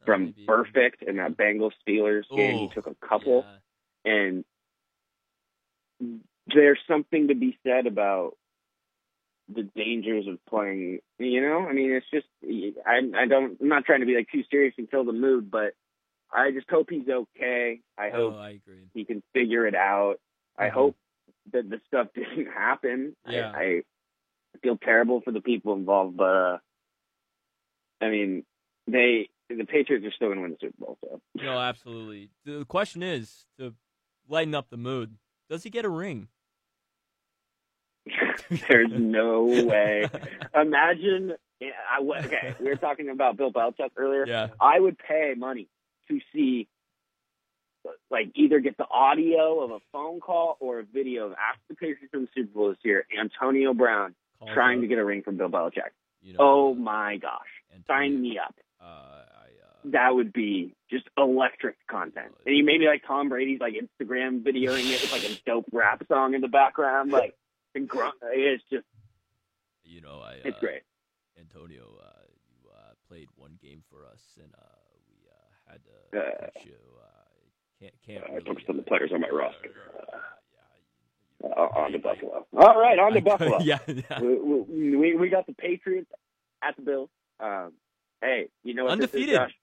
Speaker 1: Uh,
Speaker 2: From
Speaker 1: Oh, maybe-
Speaker 2: perfect in that Bengals Steelers game, he
Speaker 1: Ooh,
Speaker 2: took a couple,
Speaker 1: Yeah.
Speaker 2: and there's something to be said about the dangers of playing. You know, I mean, it's just I I don't I'm not trying to be like too serious and kill the mood, but I just hope he's okay. I hope
Speaker 1: Oh, I agree.
Speaker 2: he can figure it out. I
Speaker 1: Mhm.
Speaker 2: hope that the stuff didn't happen.
Speaker 1: Yeah.
Speaker 2: I, I feel terrible for the people involved, but uh, I mean, they the Patriots are still going to win the Super Bowl. So
Speaker 1: No, absolutely. The question is to lighten up the mood. Does he get a ring?
Speaker 2: there's no way. Imagine, yeah, I, w- okay, we were talking about Bill Belichick earlier.
Speaker 1: yeah.
Speaker 2: I would pay money to see, like, either get the audio of a phone call or a video of after the Patriots win the Super Bowl this year, Antonio Brown
Speaker 1: Calls
Speaker 2: trying
Speaker 1: up,
Speaker 2: to get a ring from Bill Belichick.
Speaker 1: you know,
Speaker 2: Oh my gosh.
Speaker 1: and
Speaker 2: Sign me up.
Speaker 1: Uh, I, uh,
Speaker 2: That would be just electric content. And you maybe like Tom Brady's like Instagram videoing it with like a dope rap song in the background. Like the grunt it's just
Speaker 1: you know, I. Uh,
Speaker 2: it's great.
Speaker 1: Antonio, uh, you uh, played one game for us, and uh, we uh, had to
Speaker 2: Uh,
Speaker 1: put you. Uh, can't can't
Speaker 2: uh, I
Speaker 1: really,
Speaker 2: put some
Speaker 1: uh,
Speaker 2: players on my
Speaker 1: uh,
Speaker 2: roster.
Speaker 1: uh,
Speaker 2: Uh,
Speaker 1: yeah, you-
Speaker 2: on
Speaker 1: I-
Speaker 2: to
Speaker 1: I-
Speaker 2: Buffalo. All right, on to
Speaker 1: I-
Speaker 2: Buffalo.
Speaker 1: yeah, yeah.
Speaker 2: We, we, we- we got the Patriots at the Bills. Um, hey, you know what? this is,
Speaker 1: Undefeated.
Speaker 2: Josh?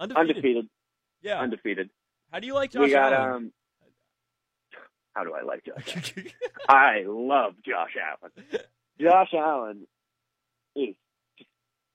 Speaker 1: Undefeated.
Speaker 2: Undefeated.
Speaker 1: Yeah.
Speaker 2: Undefeated.
Speaker 1: How do you like Josh
Speaker 2: We got,
Speaker 1: Allen?
Speaker 2: um, how do I like Josh? Allen? I love Josh Allen. Josh Allen is just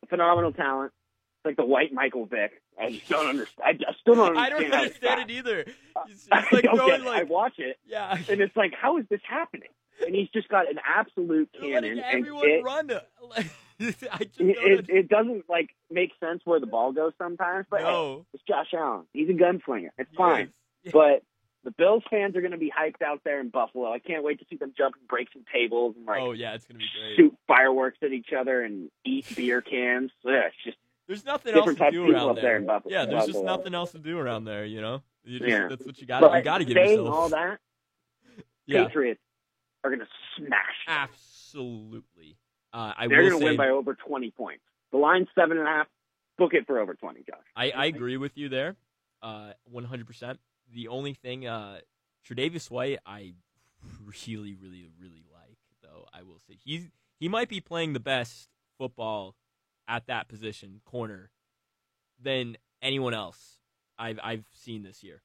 Speaker 2: a phenomenal talent. It's like the white Michael Vick. I just don't understand. I just still don't
Speaker 1: I
Speaker 2: understand.
Speaker 1: don't
Speaker 2: how it's
Speaker 1: understand
Speaker 2: back.
Speaker 1: it either. He's,
Speaker 2: I
Speaker 1: he's like
Speaker 2: don't get
Speaker 1: throwing
Speaker 2: it. I
Speaker 1: like
Speaker 2: watch it,
Speaker 1: yeah.
Speaker 2: and it's like, how is this happening? And he's just got an absolute
Speaker 1: They're
Speaker 2: cannon,
Speaker 1: letting
Speaker 2: and
Speaker 1: everyone
Speaker 2: it,
Speaker 1: run. to- like, I just
Speaker 2: it,
Speaker 1: don't
Speaker 2: it it doesn't like make sense where the ball goes sometimes. But hey,
Speaker 1: know.
Speaker 2: it's Josh Allen. He's a gunslinger. It's
Speaker 1: Yes.
Speaker 2: fine. But the Bills fans are going to be hyped out there in Buffalo. I can't wait to see them jump and break some tables and like
Speaker 1: oh yeah, it's gonna be great.
Speaker 2: shoot fireworks at each other and eat beer cans. Ugh, it's just
Speaker 1: There's nothing else
Speaker 2: different
Speaker 1: to
Speaker 2: types of
Speaker 1: do
Speaker 2: people up
Speaker 1: around
Speaker 2: there in Buffalo.
Speaker 1: Yeah, there's just
Speaker 2: Buffalo.
Speaker 1: nothing else to do around there. You know, you just,
Speaker 2: Yeah.
Speaker 1: that's what you got. to
Speaker 2: But
Speaker 1: You got to give
Speaker 2: saying
Speaker 1: yourself.
Speaker 2: all that,
Speaker 1: yeah,
Speaker 2: Patriots are going to smash. them.
Speaker 1: Absolutely. Uh, I
Speaker 2: They're
Speaker 1: will
Speaker 2: going
Speaker 1: say
Speaker 2: to win by over 20 points. The line's seven and a half. Book it for over 20, Josh.
Speaker 1: I, I agree with you there, uh, 100%. The only thing, uh, Tre'Davious White, I really, really, really like. Though I will say he's he might be playing the best football at that position, corner, than anyone else I've I've seen this year.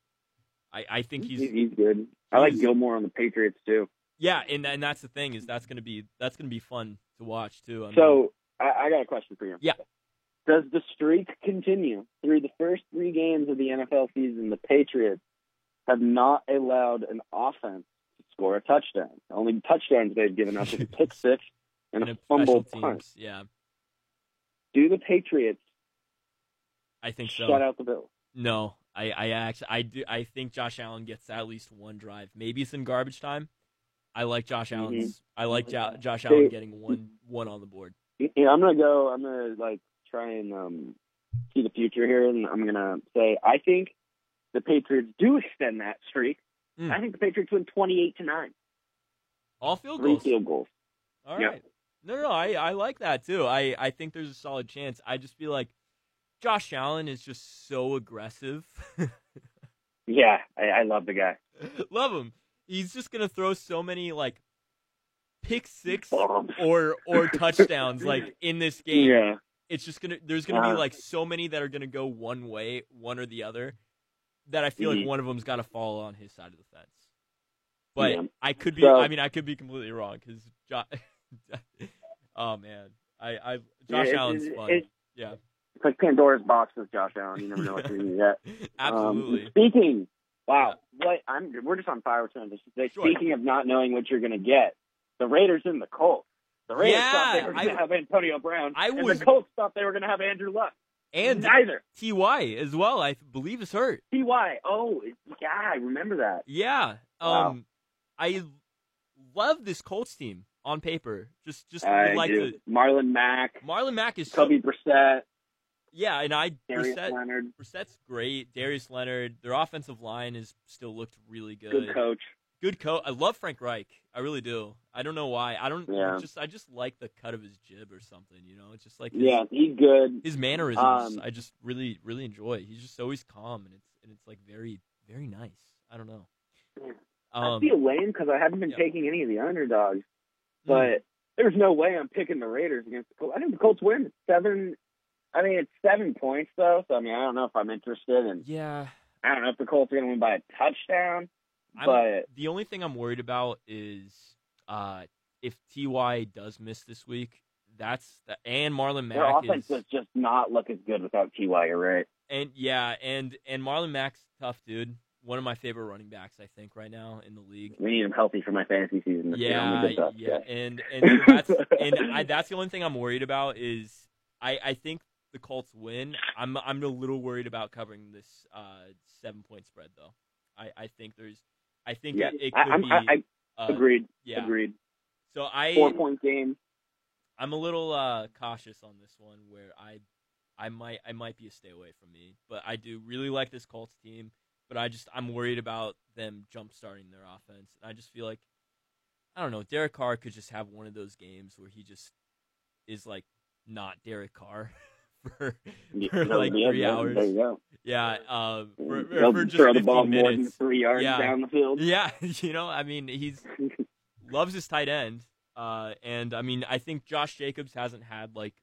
Speaker 1: I, I think he's
Speaker 2: good. I like
Speaker 1: he's-
Speaker 2: Gilmore on the Patriots too.
Speaker 1: yeah, and and that's the thing is that's gonna be that's gonna be fun to watch too. I mean,
Speaker 2: So I, I got a question for you.
Speaker 1: Yeah.
Speaker 2: Does the streak continue through the first three games of the NFL season? The Patriots have not allowed an offense to score a touchdown. The only touchdowns they've given up is a pick six and,
Speaker 1: and
Speaker 2: a
Speaker 1: if
Speaker 2: fumble
Speaker 1: special
Speaker 2: punt.
Speaker 1: teams, yeah,
Speaker 2: Do the Patriots
Speaker 1: I think so.
Speaker 2: shut out the Bills?
Speaker 1: No, I, I actually, I do. I think Josh Allen gets at least one drive. Maybe it's in garbage time. I like Josh
Speaker 2: Mhm.
Speaker 1: Allen's. I like jo- Josh
Speaker 2: Mm-hmm. They-
Speaker 1: Allen getting one one on the board.
Speaker 2: Yeah, I'm gonna go. I'm gonna like try and um, see the future here, and I'm gonna say I think the Patriots do extend that streak.
Speaker 1: Mm.
Speaker 2: I think the Patriots win 28 to nine,
Speaker 1: All field
Speaker 2: three
Speaker 1: goals.
Speaker 2: field goals.
Speaker 1: All
Speaker 2: yeah.
Speaker 1: right. No, no, no, I, I like that too. I, I think there's a solid chance. I just feel like Josh Allen is just so aggressive.
Speaker 2: Yeah, I, I love the guy.
Speaker 1: Love him. He's just gonna throw so many like pick six
Speaker 2: Bombs.
Speaker 1: or or touchdowns like in this game.
Speaker 2: Yeah,
Speaker 1: it's just gonna there's gonna be
Speaker 2: Uh-huh.
Speaker 1: like so many that are gonna go one way, one or the other, that I feel like
Speaker 2: Mhm.
Speaker 1: one of them's got to fall on his side of the fence. But
Speaker 2: Yeah.
Speaker 1: I could be
Speaker 2: So-
Speaker 1: I mean I could be completely wrong because jo- oh man I I Josh
Speaker 2: it's-
Speaker 1: Allen's
Speaker 2: it's-
Speaker 1: fun
Speaker 2: it's-
Speaker 1: yeah
Speaker 2: it's like Pandora's box with Josh Allen. You never know what you're gonna get. Um,
Speaker 1: absolutely
Speaker 2: speaking, wow, what I'm we're just on fire with transition. today.
Speaker 1: Sure.
Speaker 2: Speaking of not knowing what you're gonna get, the Raiders and the Colts. The Raiders thought
Speaker 1: Yeah,
Speaker 2: they were gonna
Speaker 1: I-
Speaker 2: have Antonio Brown.
Speaker 1: I
Speaker 2: and
Speaker 1: was-
Speaker 2: the Colts thought they were gonna have Andrew Luck.
Speaker 1: and
Speaker 2: neither.
Speaker 1: Ty as well I believe is hurt
Speaker 2: Ty. Oh, yeah, I remember that.
Speaker 1: yeah um
Speaker 2: Wow.
Speaker 1: I love this Colts team on paper just just
Speaker 2: I
Speaker 1: would like
Speaker 2: do.
Speaker 1: to
Speaker 2: Marlon Mack,
Speaker 1: Marlon Mack is so,
Speaker 2: Kobe Brissett,
Speaker 1: yeah and I
Speaker 2: Darius
Speaker 1: Brissett-
Speaker 2: Leonard,
Speaker 1: Brissett's great. Darius Leonard, their offensive line has still looked really good.
Speaker 2: good coach.
Speaker 1: Good coach. I love Frank Reich. I really do. I don't know why. I don't
Speaker 2: Yeah.
Speaker 1: just. I just like the cut of his jib or something. You know, it's just like his,
Speaker 2: Yeah, he's good.
Speaker 1: his mannerisms.
Speaker 2: Um,
Speaker 1: I just really, really enjoy. He's just always calm and it's and it's like very, very nice. I don't know.
Speaker 2: Yeah. I
Speaker 1: Um,
Speaker 2: feel lame because I haven't been
Speaker 1: yeah.
Speaker 2: taking any of the underdogs,
Speaker 1: mm,
Speaker 2: but there's no way I'm picking the Raiders against the Colts. I think the Colts win seven. I mean, it's seven points though, so I mean, I don't know if I'm interested, and
Speaker 1: yeah.
Speaker 2: I don't know if the Colts are going to win by a touchdown.
Speaker 1: I'm,
Speaker 2: but
Speaker 1: the only thing I'm worried about is uh, if Ty does miss this week. That's the, and Marlon Mack
Speaker 2: their offense
Speaker 1: is,
Speaker 2: does just not look as good without Ty. You're right.
Speaker 1: And yeah, and and Marlon Mack's tough dude. One of my favorite running backs, I think, right now in the league.
Speaker 2: We need him healthy for my fantasy season. This year. I'm
Speaker 1: Yeah,
Speaker 2: gonna get that,
Speaker 1: yeah,
Speaker 2: so.
Speaker 1: and and that's and I, that's the only thing I'm worried about is I I think the Colts win. I'm I'm a little worried about covering this uh seven point spread though. I I think there's I think
Speaker 2: yeah.
Speaker 1: it, it could
Speaker 2: I, I'm-
Speaker 1: be
Speaker 2: I,
Speaker 1: uh,
Speaker 2: I agreed.
Speaker 1: yeah.
Speaker 2: Agreed.
Speaker 1: So I
Speaker 2: Four point game.
Speaker 1: I'm a little uh, cautious on this one, where I, I might, I might be a stay away from me, but I do really like this Colts team, but I just I'm worried about them jump starting their offense, and I just feel like, I don't know, Derek Carr could just have one of those games where he just is like not Derek Carr for,
Speaker 2: Yeah,
Speaker 1: for
Speaker 2: no,
Speaker 1: like
Speaker 2: yeah,
Speaker 1: three
Speaker 2: yeah, There
Speaker 1: hours,
Speaker 2: you go.
Speaker 1: yeah, um, for,
Speaker 2: They'll
Speaker 1: for just
Speaker 2: throw the
Speaker 1: 15
Speaker 2: ball more than
Speaker 1: minutes,
Speaker 2: three yards
Speaker 1: Yeah.
Speaker 2: down the field.
Speaker 1: yeah, you know, I mean, he's loves his tight end, uh, and I mean, I think Josh Jacobs hasn't had like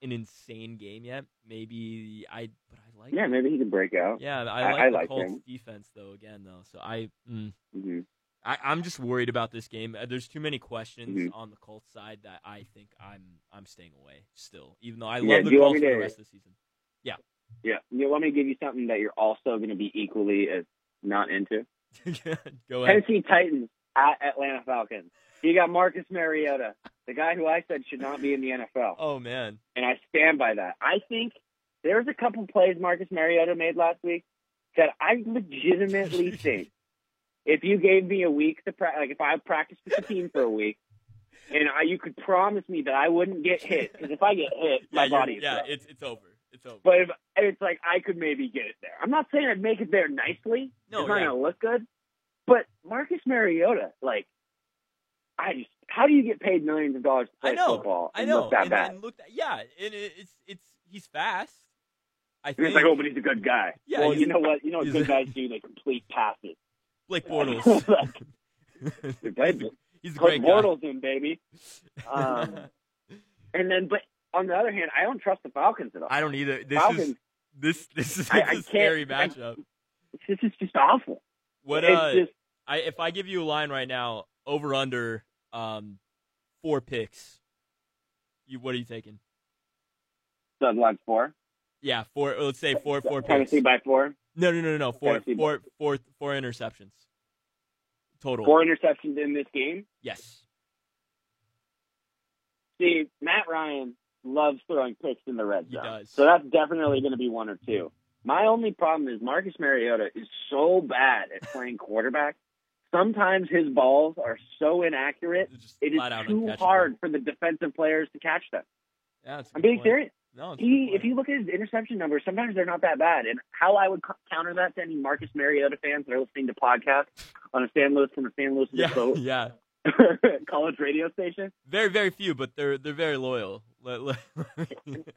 Speaker 1: an insane game yet. Maybe I, but I like,
Speaker 2: Yeah, maybe he can break out.
Speaker 1: yeah, I
Speaker 2: I-
Speaker 1: like
Speaker 2: I
Speaker 1: the
Speaker 2: like
Speaker 1: Colts
Speaker 2: him.
Speaker 1: defense though. Again, though, so I, mm,
Speaker 2: hmm
Speaker 1: I, I'm just worried about this game. Uh, There's too many questions
Speaker 2: Mhm.
Speaker 1: on the Colts side that I think I'm, I'm staying away still, even though I love
Speaker 2: Yeah, do
Speaker 1: the
Speaker 2: you want
Speaker 1: Colts
Speaker 2: me
Speaker 1: for the
Speaker 2: to-
Speaker 1: rest of the season.
Speaker 2: Yeah. You want me to give you something that you're also going to be equally as not into?
Speaker 1: Go ahead.
Speaker 2: Tennessee Titans at Atlanta Falcons. You got Marcus Mariota, the guy who I said should not be in the NFL.
Speaker 1: Oh man,
Speaker 2: and I stand by that. I think there was a couple plays Marcus Mariota made last week that I legitimately think if you gave me a week to pra- like if I practiced with the team for a week, and I, you could promise me that I wouldn't get hit because if I get hit,
Speaker 1: yeah,
Speaker 2: my
Speaker 1: you're-
Speaker 2: body is
Speaker 1: yeah,
Speaker 2: broke.
Speaker 1: it's it's over. It's over.
Speaker 2: But if, it's like I could maybe get it there. I'm not saying I'd make it there nicely.
Speaker 1: No,
Speaker 2: it's not
Speaker 1: yeah.
Speaker 2: gonna look good. But Marcus Mariota, like, I just how do you get paid millions of dollars to play
Speaker 1: I know.
Speaker 2: football?
Speaker 1: I
Speaker 2: and
Speaker 1: know.
Speaker 2: look that
Speaker 1: and,
Speaker 2: bad.
Speaker 1: and look that, yeah, and it, it's it's he's fast. I
Speaker 2: And
Speaker 1: think
Speaker 2: it's like, oh, but he's a good guy.
Speaker 1: Yeah,
Speaker 2: well,
Speaker 1: he's-
Speaker 2: you know what? You know what
Speaker 1: he's
Speaker 2: good
Speaker 1: a-
Speaker 2: guys do? They complete passes.
Speaker 1: Blake Bortles.
Speaker 2: They play-
Speaker 1: he's a
Speaker 2: Put
Speaker 1: great guy.
Speaker 2: Bortles in, baby. um, And then, but on the other hand, I don't trust the Falcons at all.
Speaker 1: I don't either. This
Speaker 2: Falcons,
Speaker 1: is this this is
Speaker 2: I-
Speaker 1: a
Speaker 2: I can't-
Speaker 1: scary
Speaker 2: I-
Speaker 1: matchup.
Speaker 2: this is just awful.
Speaker 1: What
Speaker 2: it's
Speaker 1: uh,
Speaker 2: just
Speaker 1: I if I give you a line right now, over under um four picks. You what are you taking?
Speaker 2: Sunlight four.
Speaker 1: Yeah, four. Let's say four four picks.
Speaker 2: Tennessee by four.
Speaker 1: No, no, no, no, no. Four,
Speaker 2: Tennessee-
Speaker 1: four, four, four interceptions total.
Speaker 2: Four interceptions in this game.
Speaker 1: Yes.
Speaker 2: See, Matt Ryan loves throwing picks in the red
Speaker 1: He
Speaker 2: zone.
Speaker 1: does.
Speaker 2: So that's definitely going to be one or two. My only problem is Marcus Mariota is so bad at playing quarterback. Sometimes his balls are so inaccurate,
Speaker 1: Just
Speaker 2: it
Speaker 1: flat
Speaker 2: is
Speaker 1: out
Speaker 2: too
Speaker 1: uncatchable.
Speaker 2: hard for the defensive players to catch them.
Speaker 1: Yeah, that's a
Speaker 2: I'm
Speaker 1: good
Speaker 2: being
Speaker 1: point.
Speaker 2: serious.
Speaker 1: No, it's a good
Speaker 2: He, if
Speaker 1: point.
Speaker 2: you look at his interception numbers, sometimes they're not that bad. And how I would co- counter that to any Marcus Mariota fans that are listening to podcasts on a San Luis from a San Luis
Speaker 1: yeah, yeah,
Speaker 2: Obispo college radio station.
Speaker 1: very, very few, but they're they're very loyal. Let- let-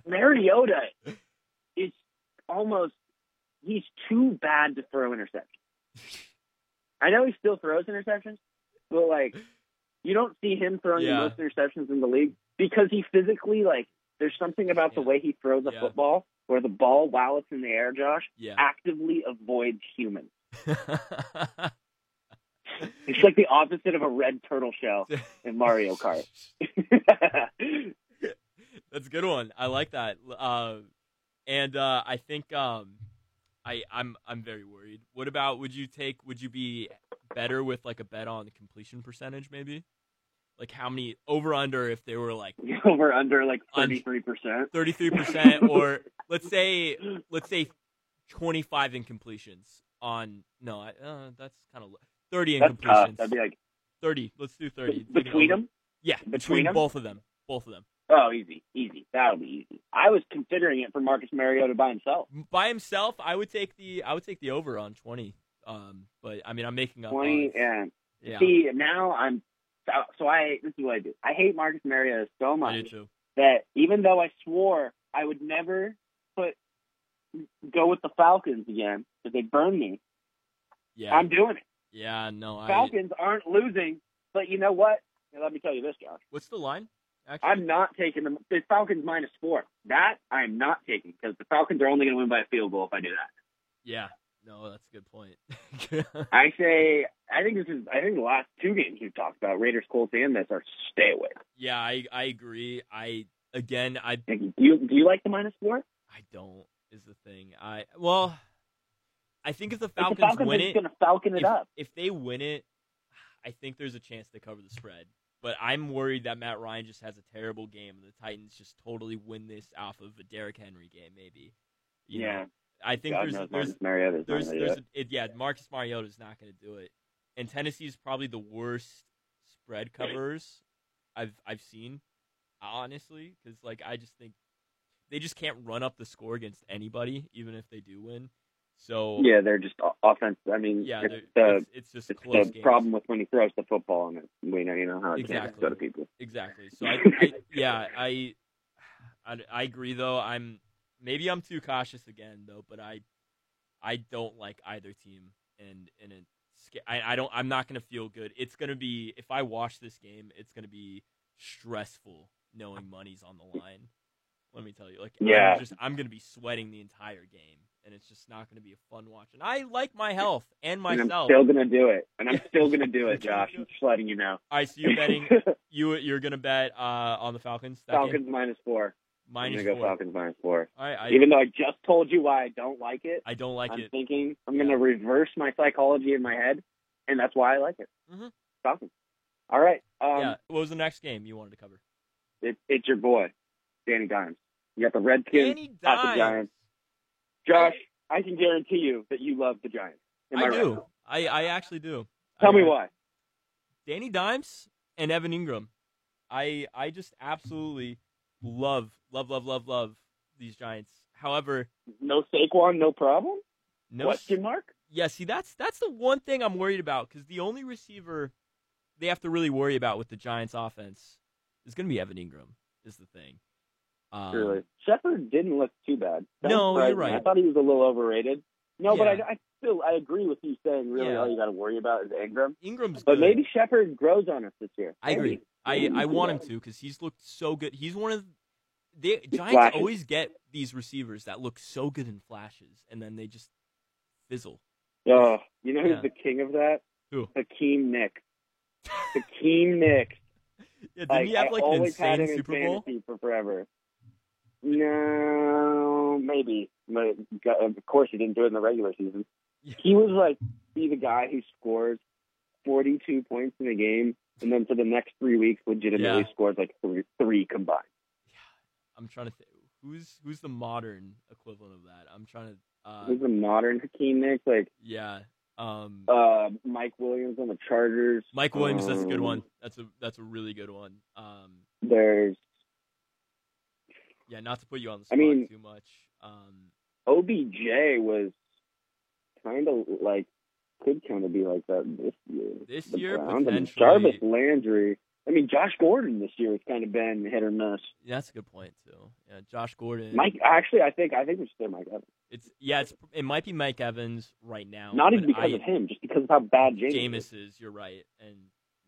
Speaker 2: Mariota is almost he's too bad to throw interceptions. I know he still throws interceptions, but like you don't see him throwing
Speaker 1: Yeah.
Speaker 2: the most interceptions in the league because he physically like there's something about the
Speaker 1: Yeah.
Speaker 2: way he throws a
Speaker 1: Yeah.
Speaker 2: football where the ball while it's in the air, Josh,
Speaker 1: yeah.
Speaker 2: actively avoids humans. Ah. It's like the opposite of a red turtle shell in Mario Kart.
Speaker 1: That's a good one. I like that. Uh, and uh, I think um, I, I'm I'm very worried. What about would you take? Would you be better with like a bet on the completion percentage, maybe? Like how many over under if they were like
Speaker 2: Over under like
Speaker 1: Un-
Speaker 2: thirty three percent.
Speaker 1: thirty three percent, or let's say let's say twenty five incompletions on no, I, uh, that's kind of thirty
Speaker 2: That's tough.
Speaker 1: incompletions.
Speaker 2: That'd be like
Speaker 1: thirty. Let's do thirty Take an
Speaker 2: between
Speaker 1: over.
Speaker 2: them.
Speaker 1: Yeah, between,
Speaker 2: Between 'em?
Speaker 1: both of them, both of them.
Speaker 2: Oh, easy, easy. That'll be easy. I was considering it for Marcus Mariota by himself.
Speaker 1: by himself, I would take the I would take the over on twenty. Um, but I mean, I'm making up.
Speaker 2: Twenty
Speaker 1: odds.
Speaker 2: and
Speaker 1: yeah,
Speaker 2: see now I'm so- so I this is what I do. I hate Marcus Mariota so
Speaker 1: I do
Speaker 2: much
Speaker 1: too.
Speaker 2: that even though I swore I would never put go with the Falcons again because they burned me,
Speaker 1: Yeah,
Speaker 2: I'm doing it.
Speaker 1: yeah, no. I,
Speaker 2: Falcons aren't losing, but you know what? Now, let me tell you this, Josh.
Speaker 1: what's the line? Actually,
Speaker 2: I'm not taking the, the Falcons minus four. That I'm not taking because the Falcons are only going to win by a field goal if I do that.
Speaker 1: yeah, no, that's a good point.
Speaker 2: I say, I think this is, I think the last two games we've talked about, Raiders, Colts, and this, are stay away.
Speaker 1: yeah, I I agree. I again, I
Speaker 2: Do you, do you like the minus four?
Speaker 1: I don't is the thing. I well, I think if the
Speaker 2: If
Speaker 1: Falcons,
Speaker 2: the Falcons are
Speaker 1: win
Speaker 2: just
Speaker 1: it,
Speaker 2: going to Falcon it
Speaker 1: if,
Speaker 2: up.
Speaker 1: if they win it, I think there's a chance they cover the spread. But I'm worried that Matt Ryan just has a terrible game, and the Titans just totally win this off of a Derrick Henry game. Maybe, You know,
Speaker 2: yeah,
Speaker 1: I think
Speaker 2: God
Speaker 1: there's
Speaker 2: knows
Speaker 1: there's
Speaker 2: Marcus Mariota's not
Speaker 1: there's,
Speaker 2: gonna do
Speaker 1: there's
Speaker 2: it.
Speaker 1: a, it, yeah Marcus Mariota's not going to do it, and Tennessee's probably the worst spread covers I've I've seen, honestly, because like I just think they just can't run up the score against anybody, even if they do win. So
Speaker 2: Yeah, they're just o- offense. I mean,
Speaker 1: yeah,
Speaker 2: it's
Speaker 1: they're-
Speaker 2: the,
Speaker 1: it's, it's just
Speaker 2: it's
Speaker 1: close
Speaker 2: the
Speaker 1: games.
Speaker 2: problem with when he throws the football and it. We know, you know how it
Speaker 1: Exactly.
Speaker 2: can go to people.
Speaker 1: Exactly. So I, I yeah, I, I I agree though. I'm maybe I'm too cautious again though, but I I don't like either team and and it sca- I I don't I'm not going to feel good. It's going to be if I watch this game, it's going to be stressful knowing money's on the line. Let me tell you. Like
Speaker 2: Yeah.
Speaker 1: I'm just I'm going to be sweating the entire game and it's just not going to be a fun watch. And I like my health and
Speaker 2: And I'm
Speaker 1: myself.
Speaker 2: still going to do it. And I'm
Speaker 1: Yeah.
Speaker 2: still going to do it,
Speaker 1: You're gonna
Speaker 2: Josh.
Speaker 1: do
Speaker 2: I'm
Speaker 1: it.
Speaker 2: just letting you know.
Speaker 1: All right, so you're betting you you're going to bet uh on the Falcons that game?
Speaker 2: Falcons minus four.
Speaker 1: Minus
Speaker 2: I'm going to go
Speaker 1: four.
Speaker 2: Falcons minus four.
Speaker 1: All right, I,
Speaker 2: Even though I just told you why I don't like it.
Speaker 1: I don't like
Speaker 2: I'm
Speaker 1: it.
Speaker 2: thinking I'm
Speaker 1: Yeah.
Speaker 2: going to reverse my psychology in my head, and that's why I like it.
Speaker 1: Mhm.
Speaker 2: Falcons. All right. Um,
Speaker 1: yeah. What was the next game you wanted to cover?
Speaker 2: it, it's your boy, Danny Dimes. You got the Redskins.
Speaker 1: Danny
Speaker 2: at the
Speaker 1: Dimes.
Speaker 2: Giants. Josh, I can guarantee you that you love the Giants. Am I,
Speaker 1: I
Speaker 2: right?
Speaker 1: do. I, I actually do.
Speaker 2: Tell
Speaker 1: I-
Speaker 2: me
Speaker 1: I-
Speaker 2: why.
Speaker 1: Danny Dimes and Evan Ingram. I I just absolutely love love love love love these Giants. However,
Speaker 2: No Saquon, no problem.
Speaker 1: no.
Speaker 2: Question mark.
Speaker 1: Yeah. See, that's that's the one thing I'm worried about because the only receiver they have to really worry about with the Giants' offense is going to be Evan Ingram is the thing. Um,
Speaker 2: Really, Shepard didn't look too bad. That
Speaker 1: No, you're
Speaker 2: surprised me.
Speaker 1: right.
Speaker 2: I thought he was a little overrated. No, but
Speaker 1: Yeah.
Speaker 2: I, I still I agree with you saying really
Speaker 1: Yeah.
Speaker 2: all you got to worry about is Ingram.
Speaker 1: Ingram's
Speaker 2: But
Speaker 1: good.
Speaker 2: maybe Shepard grows on us this year.
Speaker 1: I agree.
Speaker 2: Maybe.
Speaker 1: I,
Speaker 2: Maybe
Speaker 1: I
Speaker 2: he
Speaker 1: want him
Speaker 2: does.
Speaker 1: to because he's looked so good. He's one of the Giants
Speaker 2: flashes.
Speaker 1: always get these receivers that look so good in flashes and then they just fizzle.
Speaker 2: Oh, you know who's
Speaker 1: Yeah.
Speaker 2: the king of that?
Speaker 1: Who?
Speaker 2: Hakeem Nicks. Hakeem Nicks.
Speaker 1: Yeah, didn't
Speaker 2: Like,
Speaker 1: he have like
Speaker 2: I
Speaker 1: an
Speaker 2: always had
Speaker 1: insane
Speaker 2: him in
Speaker 1: Super Bowl?
Speaker 2: fantasy for forever. No, maybe. But of course, he didn't do it in the regular season.
Speaker 1: Yeah.
Speaker 2: He was like be the guy who scores forty-two points in a game, and then for the next three weeks, legitimately
Speaker 1: Yeah.
Speaker 2: scores like three, three combined.
Speaker 1: I'm trying to think. Who's who's the modern equivalent of that? I'm trying to. Uh,
Speaker 2: This is a modern Hakeem Nicks, like
Speaker 1: yeah. Um,
Speaker 2: uh, Mike Williams on the Chargers.
Speaker 1: Mike Williams. That's a good
Speaker 2: um,
Speaker 1: one. That's a that's a really good one. Um,
Speaker 2: There's
Speaker 1: yeah. Not to put you on the
Speaker 2: I
Speaker 1: spot
Speaker 2: mean-
Speaker 1: too much. Um,
Speaker 2: OBJ was kind of like could kind of be like that this year.
Speaker 1: This
Speaker 2: The
Speaker 1: year,
Speaker 2: Browns, I mean,
Speaker 1: potentially.
Speaker 2: Jarvis Landry. I mean, Josh Gordon this year has kind of been hit or miss.
Speaker 1: yeah, that's a good point too. Yeah, Josh Gordon.
Speaker 2: Mike, actually, I think I think we should say Mike Evans.
Speaker 1: It's yeah. It's it might be Mike Evans right now.
Speaker 2: Not
Speaker 1: but
Speaker 2: even because
Speaker 1: I,
Speaker 2: of him, just because of how bad James. is.
Speaker 1: Jameis is. You're right, and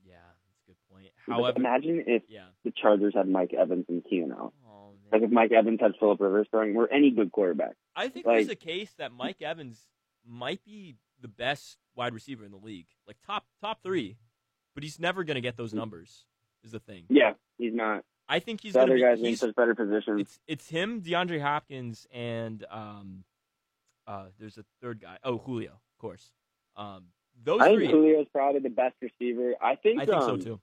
Speaker 1: yeah, that's a good point.
Speaker 2: Like,
Speaker 1: However,
Speaker 2: imagine if
Speaker 1: yeah.
Speaker 2: the Chargers had Mike Evans and Keenan Allen.
Speaker 1: Oh
Speaker 2: Like
Speaker 1: man.
Speaker 2: if Mike Evans had Philip Rivers throwing, or any good quarterback.
Speaker 1: I think
Speaker 2: like-
Speaker 1: there's a case that Mike Evans might be the best wide receiver in the league, like top top three, but he's never going to get those numbers. Is the thing.
Speaker 2: Yeah, he's not.
Speaker 1: I think Mm-hmm. he's
Speaker 2: the
Speaker 1: going
Speaker 2: other
Speaker 1: to
Speaker 2: guys
Speaker 1: be.
Speaker 2: in
Speaker 1: He's,
Speaker 2: such better positions.
Speaker 1: it's it's him, DeAndre Hopkins, and um, uh, there's a third guy. Oh, Julio, of course. Um, those
Speaker 2: I
Speaker 1: three.
Speaker 2: think Julio's probably the best receiver. I think.
Speaker 1: I think so
Speaker 2: um,
Speaker 1: too.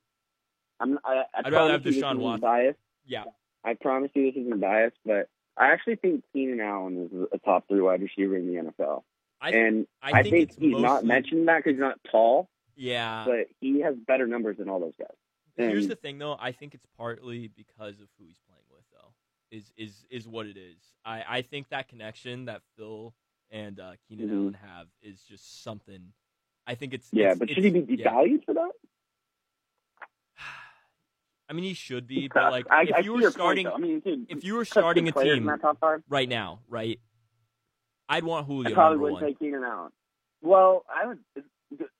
Speaker 2: I'm, I, I
Speaker 1: I'd rather
Speaker 2: promise
Speaker 1: have
Speaker 2: you this
Speaker 1: Deshaun
Speaker 2: isn't
Speaker 1: Watson.
Speaker 2: Biased.
Speaker 1: Yeah.
Speaker 2: I promise you this isn't biased, but I actually think Keenan Allen is a top three wide receiver in the NFL.
Speaker 1: I
Speaker 2: and I, think,
Speaker 1: it's
Speaker 2: he's not
Speaker 1: mostly-
Speaker 2: mentioned that because he's not tall,
Speaker 1: Yeah.
Speaker 2: but he has better numbers than all those guys.
Speaker 1: Here's
Speaker 2: and-
Speaker 1: the thing, though. I think it's partly because of who he's playing with, though. Is is is what it is. I I think that connection that Phil and uh, Keenan
Speaker 2: Mhm.
Speaker 1: Allen have is just something. I think it's
Speaker 2: Yeah,
Speaker 1: it's-
Speaker 2: but
Speaker 1: it's-
Speaker 2: should he be
Speaker 1: yeah.
Speaker 2: devalued for that?
Speaker 1: I mean, he should be,
Speaker 2: It's tough.
Speaker 1: but like
Speaker 2: I, I
Speaker 1: if
Speaker 2: see
Speaker 1: you
Speaker 2: your
Speaker 1: were
Speaker 2: point,
Speaker 1: starting,
Speaker 2: though. I mean, dude,
Speaker 1: if you were
Speaker 2: such good
Speaker 1: starting a
Speaker 2: players in
Speaker 1: team
Speaker 2: that top five,
Speaker 1: right now, right, I'd want Julio
Speaker 2: I probably
Speaker 1: number
Speaker 2: wouldn't
Speaker 1: one.
Speaker 2: take Keenan Allen. Well, I would. Is,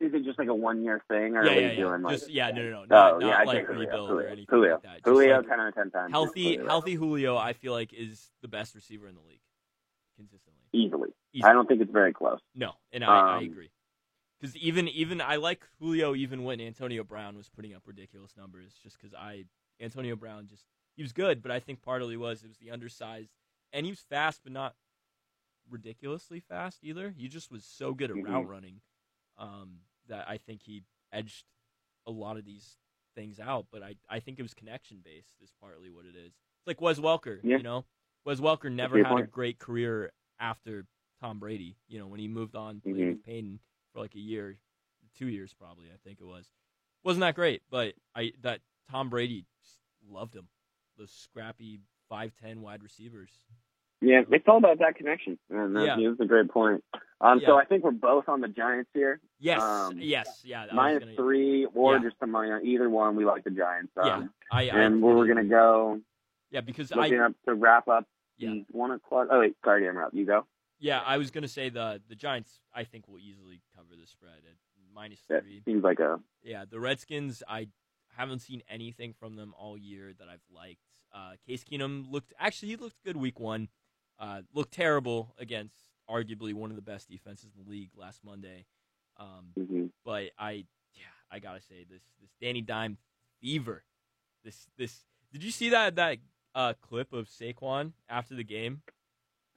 Speaker 2: is it just like a one year thing, or
Speaker 1: yeah,
Speaker 2: are we
Speaker 1: yeah, yeah.
Speaker 2: doing like?
Speaker 1: just yeah, no, no, no,
Speaker 2: oh
Speaker 1: not,
Speaker 2: yeah,
Speaker 1: not
Speaker 2: I
Speaker 1: like
Speaker 2: think Julio,
Speaker 1: rebuild or
Speaker 2: Julio,
Speaker 1: anything
Speaker 2: Julio,
Speaker 1: like that. Just,
Speaker 2: Julio,
Speaker 1: like,
Speaker 2: ten out of ten times.
Speaker 1: healthy,
Speaker 2: Julio.
Speaker 1: healthy Julio, I feel like is the best receiver in the league consistently.
Speaker 2: easily.
Speaker 1: Easy.
Speaker 2: I don't think it's very close.
Speaker 1: No, and I, I
Speaker 2: Um,
Speaker 1: agree. Because even even I like Julio even when Antonio Brown was putting up ridiculous numbers, just because I Antonio Brown just he was good, but I think partly was it was the undersized and he was fast, but not ridiculously fast either. He just was so good at
Speaker 2: Mhm.
Speaker 1: route running um, that I think he edged a lot of these things out. But I I think it was connection based is partly what it is. It's like Wes Welker,
Speaker 2: Yeah.
Speaker 1: you know, Wes Welker never
Speaker 2: your
Speaker 1: had a
Speaker 2: point.
Speaker 1: great career after Tom Brady. You know, when he moved on, played
Speaker 2: Mhm.
Speaker 1: with Payton for like a year, two years probably. I think it was. Wasn't that great? But I that Tom Brady just loved him. Those scrappy five ten wide receivers.
Speaker 2: Yeah, it's all about that connection, and that's,
Speaker 1: Yeah.
Speaker 2: that's a great point. Um,
Speaker 1: Yeah.
Speaker 2: so I think we're both on the Giants here,
Speaker 1: Yes,
Speaker 2: Um,
Speaker 1: yes, yeah. I was
Speaker 2: minus
Speaker 1: gonna-
Speaker 2: three, or
Speaker 1: yeah.
Speaker 2: just the money on either one. We like the Giants,
Speaker 1: Yeah,
Speaker 2: um,
Speaker 1: I, I
Speaker 2: and where we're gonna go.
Speaker 1: yeah because I
Speaker 2: Looking up to wrap up.
Speaker 1: Yeah.
Speaker 2: the One o'clock. Oh wait, sorry, to interrupt. You go.
Speaker 1: yeah I was gonna say the the Giants I think will easily cover the spread at minus
Speaker 2: That
Speaker 1: three.
Speaker 2: seems like a
Speaker 1: Yeah, the Redskins, I haven't seen anything from them all year that I've liked. Uh, Case Keenum looked actually he looked good week one. Uh, looked terrible against arguably one of the best defenses in the league last Monday. Um,
Speaker 2: mhm.
Speaker 1: but I yeah I gotta say this this Danny Dime fever. This this did you see that that uh, clip of Saquon after the game?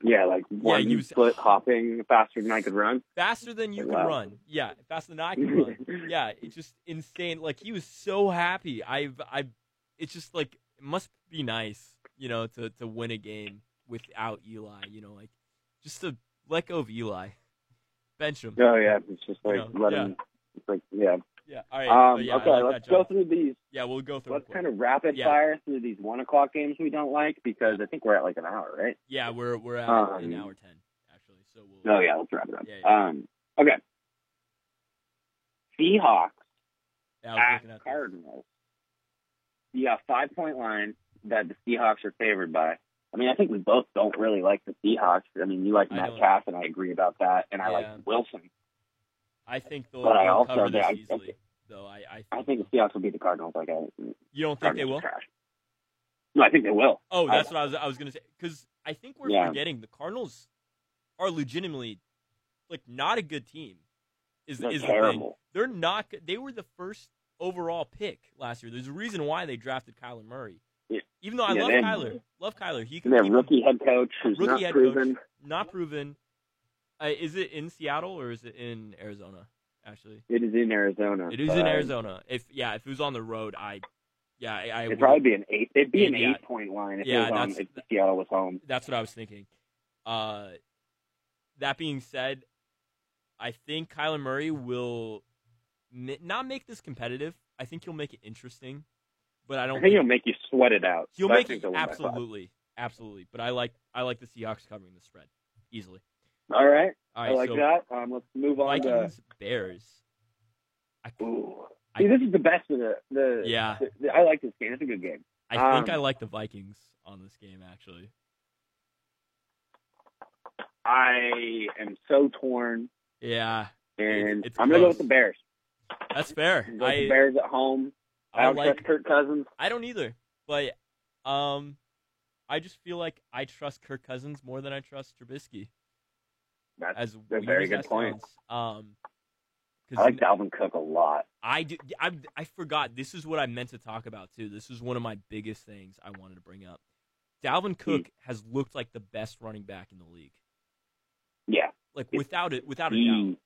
Speaker 2: yeah, like one
Speaker 1: he was-
Speaker 2: foot hopping faster than I could run.
Speaker 1: Faster than you can
Speaker 2: Wow.
Speaker 1: run. Yeah, faster than I can run. yeah, it's just insane. Like he was so happy. I've I've it's just like it must be nice, you know, to to win a game without Eli, you know, like just to let go of Eli. Bench him.
Speaker 2: oh yeah, it's just like
Speaker 1: Yeah,
Speaker 2: let
Speaker 1: yeah.
Speaker 2: him. It's like yeah.
Speaker 1: Yeah. All right.
Speaker 2: Um,
Speaker 1: but yeah, I
Speaker 2: okay,
Speaker 1: like
Speaker 2: let's
Speaker 1: that,
Speaker 2: go
Speaker 1: John.
Speaker 2: through these.
Speaker 1: Yeah, we'll go through.
Speaker 2: Let's
Speaker 1: it quick.
Speaker 2: kind of rapid
Speaker 1: Yeah.
Speaker 2: fire through these one o'clock games we don't like because I think we're at like an hour, right?
Speaker 1: Yeah, we're we're at an
Speaker 2: Um,
Speaker 1: hour 10 actually. So we'll
Speaker 2: Oh Um, yeah, let's wrap it up.
Speaker 1: Yeah, yeah.
Speaker 2: Um, okay. Seahawks
Speaker 1: Yeah, I was
Speaker 2: at
Speaker 1: looking at this.
Speaker 2: Cardinals. You got five point line that the Seahawks are favored by. I mean, I think we both don't really like the Seahawks. I mean, you like
Speaker 1: I don't.
Speaker 2: Metcalf, and I agree about that, and I
Speaker 1: Yeah.
Speaker 2: like Wilson.
Speaker 1: I think they'll,
Speaker 2: But I
Speaker 1: they'll
Speaker 2: also-
Speaker 1: cover this
Speaker 2: I think-
Speaker 1: easily. Though I, I, think,
Speaker 2: I think the Seahawks will beat the Cardinals. Like, I
Speaker 1: you don't think
Speaker 2: Cardinals
Speaker 1: they
Speaker 2: are
Speaker 1: will.
Speaker 2: Trash. No, I think they will.
Speaker 1: Oh,
Speaker 2: I-
Speaker 1: that's what I was I was gonna say because I think we're
Speaker 2: Yeah.
Speaker 1: forgetting the Cardinals are legitimately like not a good team. Is
Speaker 2: They're
Speaker 1: is the thing?
Speaker 2: terrible.
Speaker 1: They're not. good- They were the first overall pick last year. There's a reason why they drafted Kyler Murray.
Speaker 2: Yeah.
Speaker 1: Even though I
Speaker 2: Yeah,
Speaker 1: love
Speaker 2: they-
Speaker 1: Kyler, love Kyler. He
Speaker 2: And
Speaker 1: could
Speaker 2: they have
Speaker 1: keep-
Speaker 2: rookie head coach who's
Speaker 1: Rookie
Speaker 2: not
Speaker 1: head
Speaker 2: proven.
Speaker 1: not proven. Uh, is it in Seattle or is it in Arizona? Actually,
Speaker 2: It is in Arizona.
Speaker 1: it is
Speaker 2: but
Speaker 1: in
Speaker 2: I-
Speaker 1: Arizona. If yeah, if it was on the road, I yeah, I, I
Speaker 2: It'd
Speaker 1: would-
Speaker 2: probably be an eight. It'd be an
Speaker 1: Yeah.
Speaker 2: eight-point line if,
Speaker 1: Yeah,
Speaker 2: it was on,
Speaker 1: that's-
Speaker 2: if Seattle was home.
Speaker 1: that's what I was thinking. Uh, that being said, I think Kyler Murray will mi- not make this competitive. I think he'll make it interesting, but I
Speaker 2: I
Speaker 1: don't.
Speaker 2: think he'll make you sweat it out.
Speaker 1: he'll
Speaker 2: but I
Speaker 1: make
Speaker 2: think
Speaker 1: it
Speaker 2: they'll win by five.
Speaker 1: absolutely, absolutely. But I like I like the Seahawks covering the spread easily.
Speaker 2: All right.
Speaker 1: All
Speaker 2: I
Speaker 1: right,
Speaker 2: like
Speaker 1: so
Speaker 2: that. Um, let's move on to.
Speaker 1: Vikings Bears. I,
Speaker 2: Ooh.
Speaker 1: I-
Speaker 2: See, this is the best of the. the
Speaker 1: Yeah.
Speaker 2: the- the- I like this game. It's a good game.
Speaker 1: I think I
Speaker 2: Um,
Speaker 1: like the Vikings on this game actually.
Speaker 2: I am so torn,
Speaker 1: Yeah,
Speaker 2: and
Speaker 1: It's- it's
Speaker 2: I'm going to go
Speaker 1: close.
Speaker 2: with the Bears.
Speaker 1: that's fair.
Speaker 2: I'm gonna go with the
Speaker 1: I
Speaker 2: Bears at home. I
Speaker 1: I
Speaker 2: don't
Speaker 1: like
Speaker 2: trust Kirk Cousins.
Speaker 1: I don't either. But um, I just feel like I trust Kirk Cousins more than I trust Trubisky.
Speaker 2: That's,
Speaker 1: As
Speaker 2: a
Speaker 1: weird
Speaker 2: very
Speaker 1: as
Speaker 2: good
Speaker 1: that
Speaker 2: point.
Speaker 1: Sounds. Um,
Speaker 2: I
Speaker 1: because
Speaker 2: like Dalvin Cook a lot.
Speaker 1: I, do, I I forgot. This is what I meant to talk about too. This is one of my biggest things I wanted to bring up.
Speaker 2: Hmm.
Speaker 1: Dalvin Cook has looked like the best running back in the league,
Speaker 2: Yeah.
Speaker 1: like
Speaker 2: It-
Speaker 1: without it, without a doubt.
Speaker 2: He,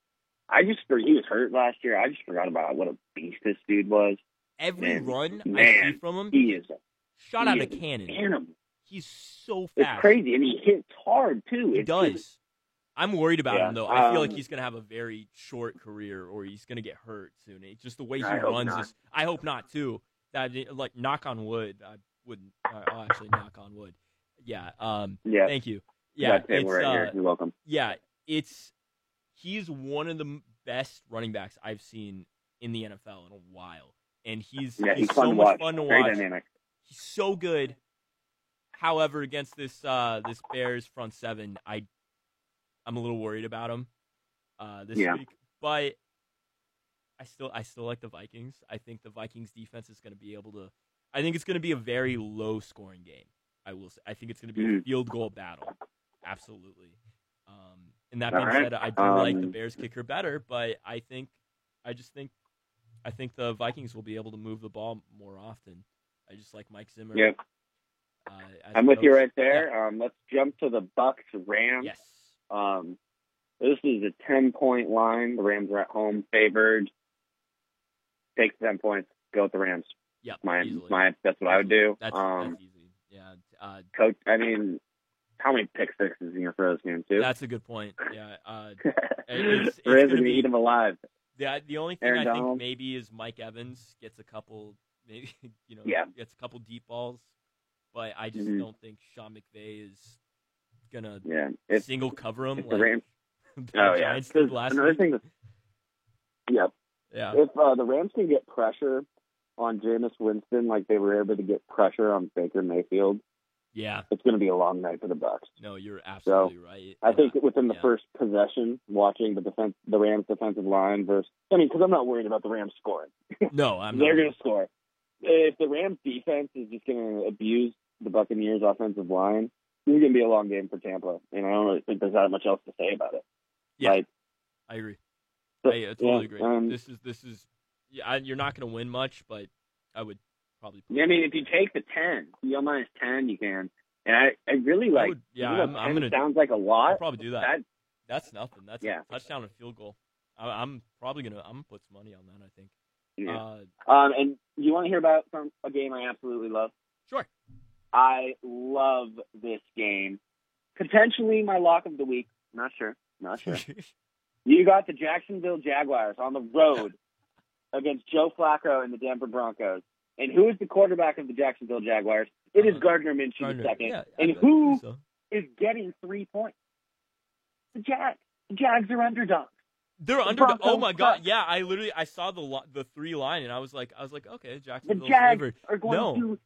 Speaker 2: I just for- he was hurt last year. I just forgot about what a beast this dude was.
Speaker 1: Every
Speaker 2: man,
Speaker 1: run I see
Speaker 2: man.
Speaker 1: from him,
Speaker 2: He is a
Speaker 1: shot out
Speaker 2: he
Speaker 1: a
Speaker 2: is an
Speaker 1: cannon.
Speaker 2: animal.
Speaker 1: He's so
Speaker 2: It's
Speaker 1: fast.
Speaker 2: crazy, and he hits hard too.
Speaker 1: He
Speaker 2: It's just-
Speaker 1: does. I'm worried about
Speaker 2: Yeah,
Speaker 1: him though. I feel like
Speaker 2: um,
Speaker 1: he's gonna have a very short career, or he's gonna get hurt soon. It, just the way he
Speaker 2: I hope
Speaker 1: runs
Speaker 2: not.
Speaker 1: is. I hope not too. That like knock on wood. I wouldn't. I- I'll actually knock on wood. Yeah. Um.
Speaker 2: yeah,
Speaker 1: Thank you. Yeah.
Speaker 2: that's it.
Speaker 1: it's,
Speaker 2: We're right
Speaker 1: uh,
Speaker 2: here. You're welcome.
Speaker 1: Yeah. It's. He's one of the m- best running backs I've seen in the NFL in a while, and he's
Speaker 2: Yeah,
Speaker 1: he's,
Speaker 2: he's
Speaker 1: so
Speaker 2: fun to
Speaker 1: much
Speaker 2: watch.
Speaker 1: fun to
Speaker 2: Very
Speaker 1: watch
Speaker 2: dynamic.
Speaker 1: he's so good. However, against this uh, this Bears front seven, I I'm a little worried about him uh, this
Speaker 2: Yeah.
Speaker 1: week. But I still I still like the Vikings. I think the Vikings defense is going to be able to. I think it's going to be a very low scoring game. I will. Say. I think it's going to be a
Speaker 2: Mhm.
Speaker 1: field goal battle. Absolutely. Um, and that
Speaker 2: All
Speaker 1: being
Speaker 2: right.
Speaker 1: said, I do like the
Speaker 2: Um,
Speaker 1: Bears kicker better, but I think I just think I think the Vikings will be able to move the ball more often. I just like Mike Zimmer.
Speaker 2: Yeah,
Speaker 1: Uh, as
Speaker 2: I'm
Speaker 1: a
Speaker 2: with you
Speaker 1: coach.
Speaker 2: right there. Um, let's jump to the Bucks Rams.
Speaker 1: Yes.
Speaker 2: Um, this is a 10 point line. The Rams are at home favored. Take the 10 points. Go with the Rams.
Speaker 1: Yeah.
Speaker 2: My,
Speaker 1: easily.
Speaker 2: my, that's what I would do.
Speaker 1: That's,
Speaker 2: um,
Speaker 1: that's easy. Yeah. Uh,
Speaker 2: coach. I mean, how many pick sixes you gonna throw this game too?
Speaker 1: that's a good point. Yeah. Uh, it's- it's
Speaker 2: Rams
Speaker 1: gonna
Speaker 2: are gonna
Speaker 1: be-
Speaker 2: eat them alive.
Speaker 1: the the only thing
Speaker 2: Aaron
Speaker 1: I think
Speaker 2: Donald.
Speaker 1: maybe is Mike Evans gets a couple maybe you know
Speaker 2: Yeah.
Speaker 1: gets a couple deep balls, but I just
Speaker 2: Mhm.
Speaker 1: don't think Sean McVay is gonna
Speaker 2: Yeah, it's
Speaker 1: single cover him
Speaker 2: if the
Speaker 1: like
Speaker 2: Rams.
Speaker 1: the
Speaker 2: Oh yeah,
Speaker 1: Giants did
Speaker 2: 'Cause
Speaker 1: last
Speaker 2: another
Speaker 1: week.
Speaker 2: thing. That, yeah,
Speaker 1: yeah.
Speaker 2: if uh, the Rams can get pressure on Jameis Winston like they were able to get pressure on Baker Mayfield,
Speaker 1: Yeah.
Speaker 2: it's gonna be a long night for the Bucks.
Speaker 1: No, you're absolutely right.
Speaker 2: I
Speaker 1: Yeah.
Speaker 2: think that within the
Speaker 1: yeah.
Speaker 2: first possession, watching the defense, the Rams defensive line versus. I mean, because I'm not worried about the Rams scoring.
Speaker 1: no, I'm
Speaker 2: They're
Speaker 1: not.
Speaker 2: going to score. If the Rams defense is just going to abuse the Buccaneers offensive line, it's going to be a long game for Tampa, and I don't really think there's that much else to say about it.
Speaker 1: Yeah.
Speaker 2: Like,
Speaker 1: I agree.
Speaker 2: so-
Speaker 1: I, I totally
Speaker 2: yeah,
Speaker 1: agree.
Speaker 2: Um,
Speaker 1: this is this is yeah, I, you're not going to win much, but I would probably.
Speaker 2: I mean, if you take the ten, EL minus ten, you can. And I, I really like.
Speaker 1: would- yeah,
Speaker 2: even though
Speaker 1: I'm- I'm
Speaker 2: 10
Speaker 1: gonna-
Speaker 2: Sounds like a
Speaker 1: I'll
Speaker 2: lot.
Speaker 1: probably do that.
Speaker 2: That
Speaker 1: That's nothing. That's
Speaker 2: Yeah.
Speaker 1: a touchdown and field goal. I, I'm probably gonna. I'm gonna put some money on that. I think.
Speaker 2: yeah.
Speaker 1: Uh,
Speaker 2: Um, and you want to hear about some a game I absolutely love?
Speaker 1: sure.
Speaker 2: I love this game. Potentially my lock of the week. Not sure. Not sure. You got the Jacksonville Jaguars on the road against Joe Flacco and the Denver Broncos. And who is the quarterback of the Jacksonville Jaguars? It is
Speaker 1: Uh,
Speaker 2: Gardner Minshew
Speaker 1: Gardner,
Speaker 2: II.
Speaker 1: yeah,
Speaker 2: and
Speaker 1: I- I
Speaker 2: who
Speaker 1: think so.
Speaker 2: is getting three points? The Jags. The Jags are underdogs.
Speaker 1: They're
Speaker 2: The
Speaker 1: under.
Speaker 2: Broncos
Speaker 1: Oh my god!
Speaker 2: suck.
Speaker 1: Yeah, I literally I saw the lo- the three line and I was like I was like okay,
Speaker 2: The
Speaker 1: Jacksonville's
Speaker 2: Jags
Speaker 1: favored.
Speaker 2: are going
Speaker 1: No.
Speaker 2: to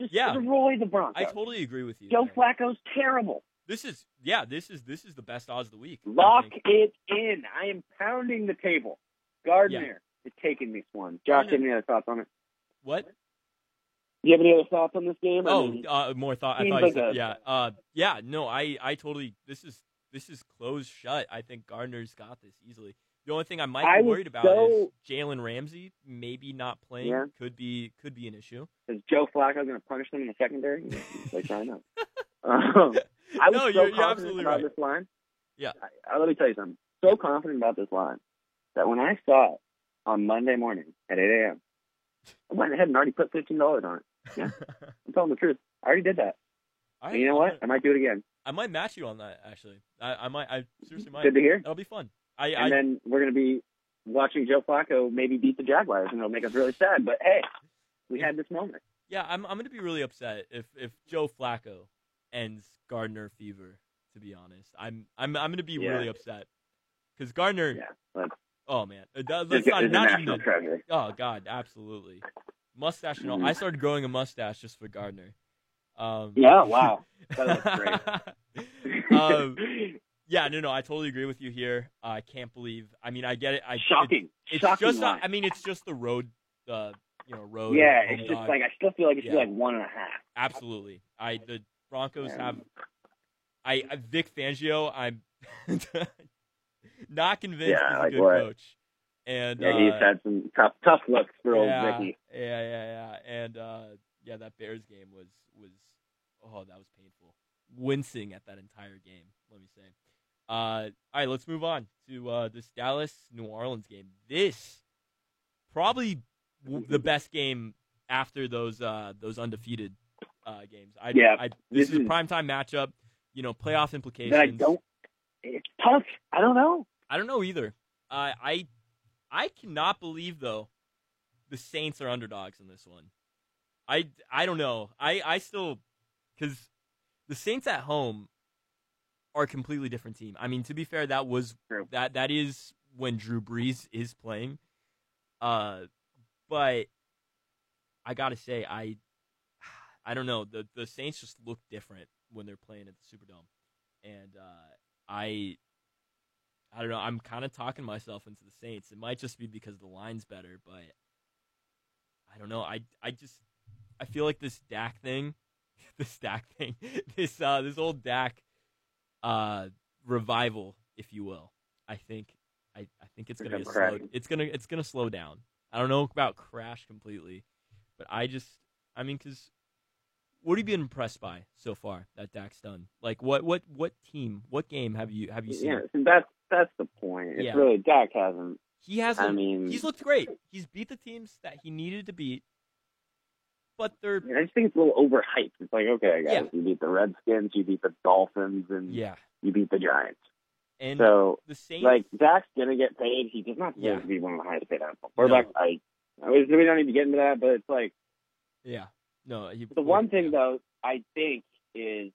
Speaker 2: just
Speaker 1: Yeah.
Speaker 2: destroy the Broncos.
Speaker 1: I totally agree with you.
Speaker 2: Joe
Speaker 1: there.
Speaker 2: Flacco's terrible.
Speaker 1: This is yeah. This is this is the best odds of the week. I
Speaker 2: Lock
Speaker 1: think.
Speaker 2: it in. I am pounding the table. Gardner is taking this one. Josh,
Speaker 1: Gardner-
Speaker 2: any other thoughts on it?
Speaker 1: What?
Speaker 2: Do you have any other thoughts on this game? I
Speaker 1: Oh,
Speaker 2: mean,
Speaker 1: uh, more thought. I
Speaker 2: Seems
Speaker 1: thought. You
Speaker 2: like
Speaker 1: said,
Speaker 2: a-
Speaker 1: yeah. Uh, yeah. No, I I totally. This is this is closed shut. I think Gardner's got this easily. The only thing I might
Speaker 2: I
Speaker 1: be
Speaker 2: was
Speaker 1: worried about is
Speaker 2: so-
Speaker 1: Jalen Ramsey maybe not playing.
Speaker 2: Yeah.
Speaker 1: Could be could be an issue.
Speaker 2: is Joe Flacco going to punish them in the secondary? like, I know. Um, I was
Speaker 1: no,
Speaker 2: so
Speaker 1: you're, you're
Speaker 2: confident
Speaker 1: absolutely
Speaker 2: about
Speaker 1: right.
Speaker 2: this line.
Speaker 1: Yeah.
Speaker 2: I, I, let me tell you something. So confident about this line that when I saw it on Monday morning at 8 a.m., I went ahead and already put fifteen dollars on it. Yeah. I'm telling the truth. I already did that.
Speaker 1: All
Speaker 2: And
Speaker 1: right,
Speaker 2: you know
Speaker 1: I'm
Speaker 2: what?
Speaker 1: gonna-
Speaker 2: I might do it again.
Speaker 1: I might match you on that actually. I, I might. I seriously might.
Speaker 2: Good to hear.
Speaker 1: That'll be fun. I, I
Speaker 2: And then we're going to be watching Joe Flacco maybe beat the Jaguars, and it'll make us really sad. But hey, we had this moment.
Speaker 1: yeah. I'm I'm gonna be really upset if if Joe Flacco ends Gardner fever. To be honest, I'm I'm I'm gonna be
Speaker 2: Yeah.
Speaker 1: really upset because Gardner.
Speaker 2: Yeah, like-
Speaker 1: oh man, Uh, that- let's
Speaker 2: It's,
Speaker 1: not,
Speaker 2: it's a
Speaker 1: not
Speaker 2: national
Speaker 1: even.
Speaker 2: treasure.
Speaker 1: Oh god, absolutely. Mustache and all.
Speaker 2: Mhm.
Speaker 1: I started growing a mustache just for Gardner. Um,
Speaker 2: Yeah, wow. That
Speaker 1: um, yeah, no, no, I totally agree with you here. I can't believe. I mean, I get it. I, it-
Speaker 2: shocking.
Speaker 1: it's
Speaker 2: shocking.
Speaker 1: just.
Speaker 2: line.
Speaker 1: I mean, it's just the road. Uh, you know, road.
Speaker 2: yeah,
Speaker 1: home
Speaker 2: it's just
Speaker 1: dog.
Speaker 2: like I still feel like it should
Speaker 1: Yeah.
Speaker 2: be like one and a half.
Speaker 1: absolutely. I the Broncos
Speaker 2: Yeah.
Speaker 1: have. I, I Vic Fangio. I'm not convinced
Speaker 2: Yeah,
Speaker 1: he's a
Speaker 2: like
Speaker 1: good
Speaker 2: what?
Speaker 1: coach. And
Speaker 2: Yeah,
Speaker 1: uh,
Speaker 2: he's had some tough tough looks for old
Speaker 1: yeah,
Speaker 2: Ricky.
Speaker 1: Yeah, yeah, yeah. And uh, yeah, that Bears game was was oh, that was painful. Wincing at that entire game, let me say. Uh, all right, let's move on to uh, this Dallas New Orleans game. This probably w- the best game after those uh, those undefeated uh, games. I,
Speaker 2: Yeah,
Speaker 1: I, this,
Speaker 2: this
Speaker 1: is a
Speaker 2: is-
Speaker 1: prime time matchup. You know, playoff implications.
Speaker 2: That I don't. It's tough. I don't know.
Speaker 1: I don't know either. Uh, I I cannot believe though the Saints are underdogs in this one. I I don't know. I I still because the Saints at home are a completely different team. I mean, to be fair, that was
Speaker 2: True.
Speaker 1: that that is when Drew Brees is playing. Uh, but I gotta say, I I don't know. The the Saints just look different when they're playing at the Superdome, and uh, I I don't know. I'm kind of talking myself into the Saints. It might just be because the line's better, but I don't know. I I just I feel like this Dak thing, this Dak thing, this uh this old Dak uh revival, if you will. I think I, I think it's
Speaker 2: It's
Speaker 1: gonna be a
Speaker 2: gonna
Speaker 1: slow,
Speaker 2: crash.
Speaker 1: it's gonna it's gonna slow down. I don't know about crash completely, but I just I mean because what have you been impressed by so far that Dak's done? Like what what what team what game have you have you seen?
Speaker 2: Yeah, and that's that's the point. It's
Speaker 1: Yeah.
Speaker 2: really Dak hasn't.
Speaker 1: He hasn't.
Speaker 2: I mean,
Speaker 1: he's looked great. He's beat the teams that he needed to beat, but they're
Speaker 2: I just think it's a little overhyped. It's like, okay, guys,
Speaker 1: Yeah.
Speaker 2: you beat the Redskins, you beat the Dolphins, and
Speaker 1: yeah,
Speaker 2: you beat the Giants.
Speaker 1: and
Speaker 2: So
Speaker 1: the Saints.
Speaker 2: Like Dak's gonna get paid. He does not deserve
Speaker 1: Yeah.
Speaker 2: to be one of the highest paid NFL
Speaker 1: No.
Speaker 2: quarterbacks. I, I was, we don't need to get into that, but it's like
Speaker 1: yeah, no. He,
Speaker 2: the one thing
Speaker 1: yeah.
Speaker 2: though I think is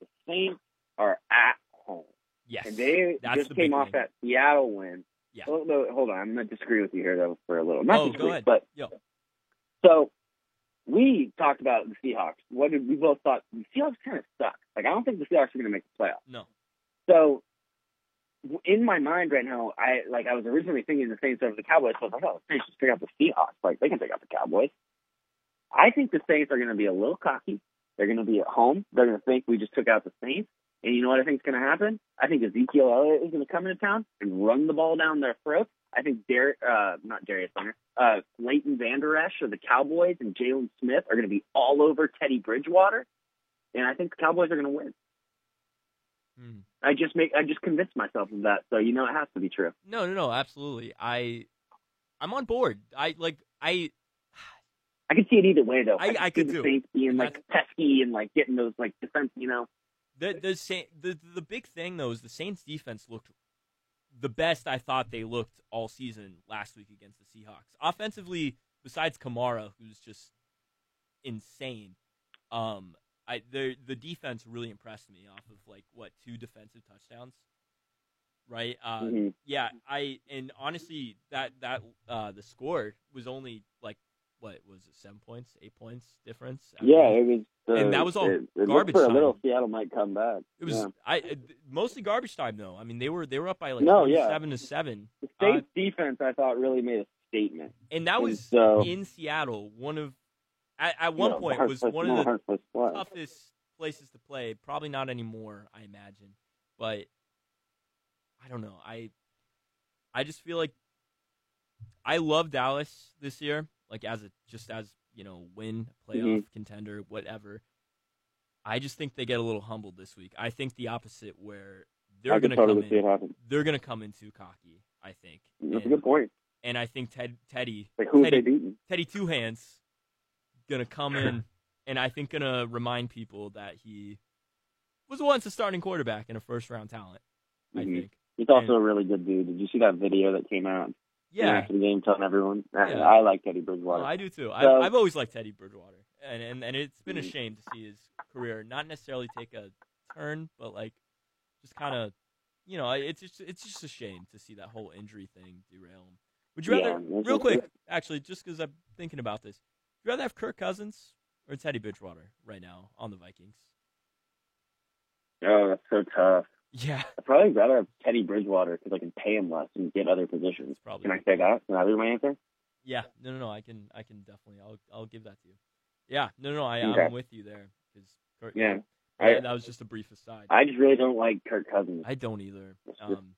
Speaker 2: the Saints are at home,
Speaker 1: yes,
Speaker 2: and they
Speaker 1: That's
Speaker 2: just
Speaker 1: the big
Speaker 2: came off
Speaker 1: thing.
Speaker 2: that Seattle win.
Speaker 1: Yeah.
Speaker 2: Hold, no, hold on, I'm gonna disagree with you here though for a little. Not
Speaker 1: Oh, go
Speaker 2: disagree,
Speaker 1: ahead.
Speaker 2: but
Speaker 1: Yo.
Speaker 2: so we talked about the Seahawks. What did we both thought? The Seahawks kind of suck. Like I don't think the Seahawks are gonna make the playoffs.
Speaker 1: no,
Speaker 2: So w- in my mind right now, I like I was originally thinking the Saints over the Cowboys, but I was like, oh, the Saints just pick out the Seahawks. Like they can pick out the Cowboys. I think the Saints are going to be a little cocky. They're going to be at home. They're going to think we just took out the Saints. And you know what I think's going to happen? I think Ezekiel Elliott is going to come into town and run the ball down their throats. I think Dar- uh not Darius Leonard, uh, Leighton Vander Esch of the Cowboys and Jalen Smith are going to be all over Teddy Bridgewater. And I think the Cowboys are going to win.
Speaker 1: Hmm.
Speaker 2: I just make I just convinced myself of that, so you know it has to be true.
Speaker 1: no, no, no. Absolutely, I, I'm on board. I like I.
Speaker 2: I could see it either way though.
Speaker 1: I- I
Speaker 2: see
Speaker 1: could
Speaker 2: the
Speaker 1: too.
Speaker 2: Saints being
Speaker 1: And
Speaker 2: like pesky and like getting those like defense, you know.
Speaker 1: The the Saint, the the big thing though is the Saints defense looked the best I thought they looked all season last week against the Seahawks. Offensively, besides Kamara, who's just insane, um, I the the defense really impressed me off of like what two defensive touchdowns right? Uh,
Speaker 2: hmm
Speaker 1: Yeah, I and honestly, that that uh, the score was only like what was it, seven points, eight points difference. I
Speaker 2: Yeah,
Speaker 1: mean,
Speaker 2: it was. Uh,
Speaker 1: And that was all
Speaker 2: it, it looked
Speaker 1: garbage
Speaker 2: For a
Speaker 1: time.
Speaker 2: little, Seattle might come back.
Speaker 1: it was
Speaker 2: Yeah.
Speaker 1: I uh, th- mostly garbage time though. I mean, they were they were up by like
Speaker 2: No, yeah.
Speaker 1: seven to seven,
Speaker 2: The state's defense, I thought, really made a statement.
Speaker 1: and that
Speaker 2: And
Speaker 1: was
Speaker 2: so,
Speaker 1: in Seattle. One of at, at one
Speaker 2: you know,
Speaker 1: point was
Speaker 2: heartless-
Speaker 1: one of the
Speaker 2: heartless play.
Speaker 1: toughest places to play. Probably not anymore, I imagine. But I don't know. I I just feel like I love Dallas this year, like as a just as you know, win
Speaker 2: Mm-hmm.
Speaker 1: playoff contender, whatever. I just think they get a little humbled this week. I think the opposite, where
Speaker 2: I
Speaker 1: they're going
Speaker 2: could
Speaker 1: to
Speaker 2: totally
Speaker 1: come
Speaker 2: see
Speaker 1: in,
Speaker 2: it happen.
Speaker 1: they're going to come in too cocky. I think,
Speaker 2: That's a
Speaker 1: and,
Speaker 2: good point.
Speaker 1: and I think Ted Teddy
Speaker 2: Like who have they
Speaker 1: Teddy-
Speaker 2: beaten?
Speaker 1: Teddy Two Hands gonna come in and I think gonna remind people that he was once a starting quarterback and a first round talent. I
Speaker 2: Mhm.
Speaker 1: think.
Speaker 2: He's also a really good dude. Did you see that video that came out
Speaker 1: Yeah,
Speaker 2: after the game telling everyone? I-
Speaker 1: Yeah.
Speaker 2: I like Teddy
Speaker 1: well,
Speaker 2: Bridgewater.
Speaker 1: I do too.
Speaker 2: So-
Speaker 1: I, I've always liked Teddy Bridgewater, and, and and it's been a
Speaker 2: Mhm.
Speaker 1: shame to see his career not necessarily take a turn, but like just kind of, you know, it's just it's just a shame to see that whole injury thing derail him. Would you
Speaker 2: Yeah,
Speaker 1: rather,
Speaker 2: that's
Speaker 1: real
Speaker 2: just-
Speaker 1: quick, actually, just because I'm thinking about this, would you rather have Kirk Cousins or Teddy Bridgewater right now on the Vikings?
Speaker 2: Oh, that's so tough.
Speaker 1: Yeah,
Speaker 2: I'd probably rather have Teddy Bridgewater because I can pay him less and get other positions.
Speaker 1: it's probably
Speaker 2: Can I say that? Can that be my answer?
Speaker 1: Yeah, no, no, no. I can, I can definitely. I'll, I'll give that to you. Yeah, no, no. I,
Speaker 2: Okay.
Speaker 1: I'm with you there because
Speaker 2: Yeah. I-
Speaker 1: that was just a brief aside. I,
Speaker 2: I just really don't like Kirk Cousins.
Speaker 1: don't either.
Speaker 2: It's just-
Speaker 1: Um,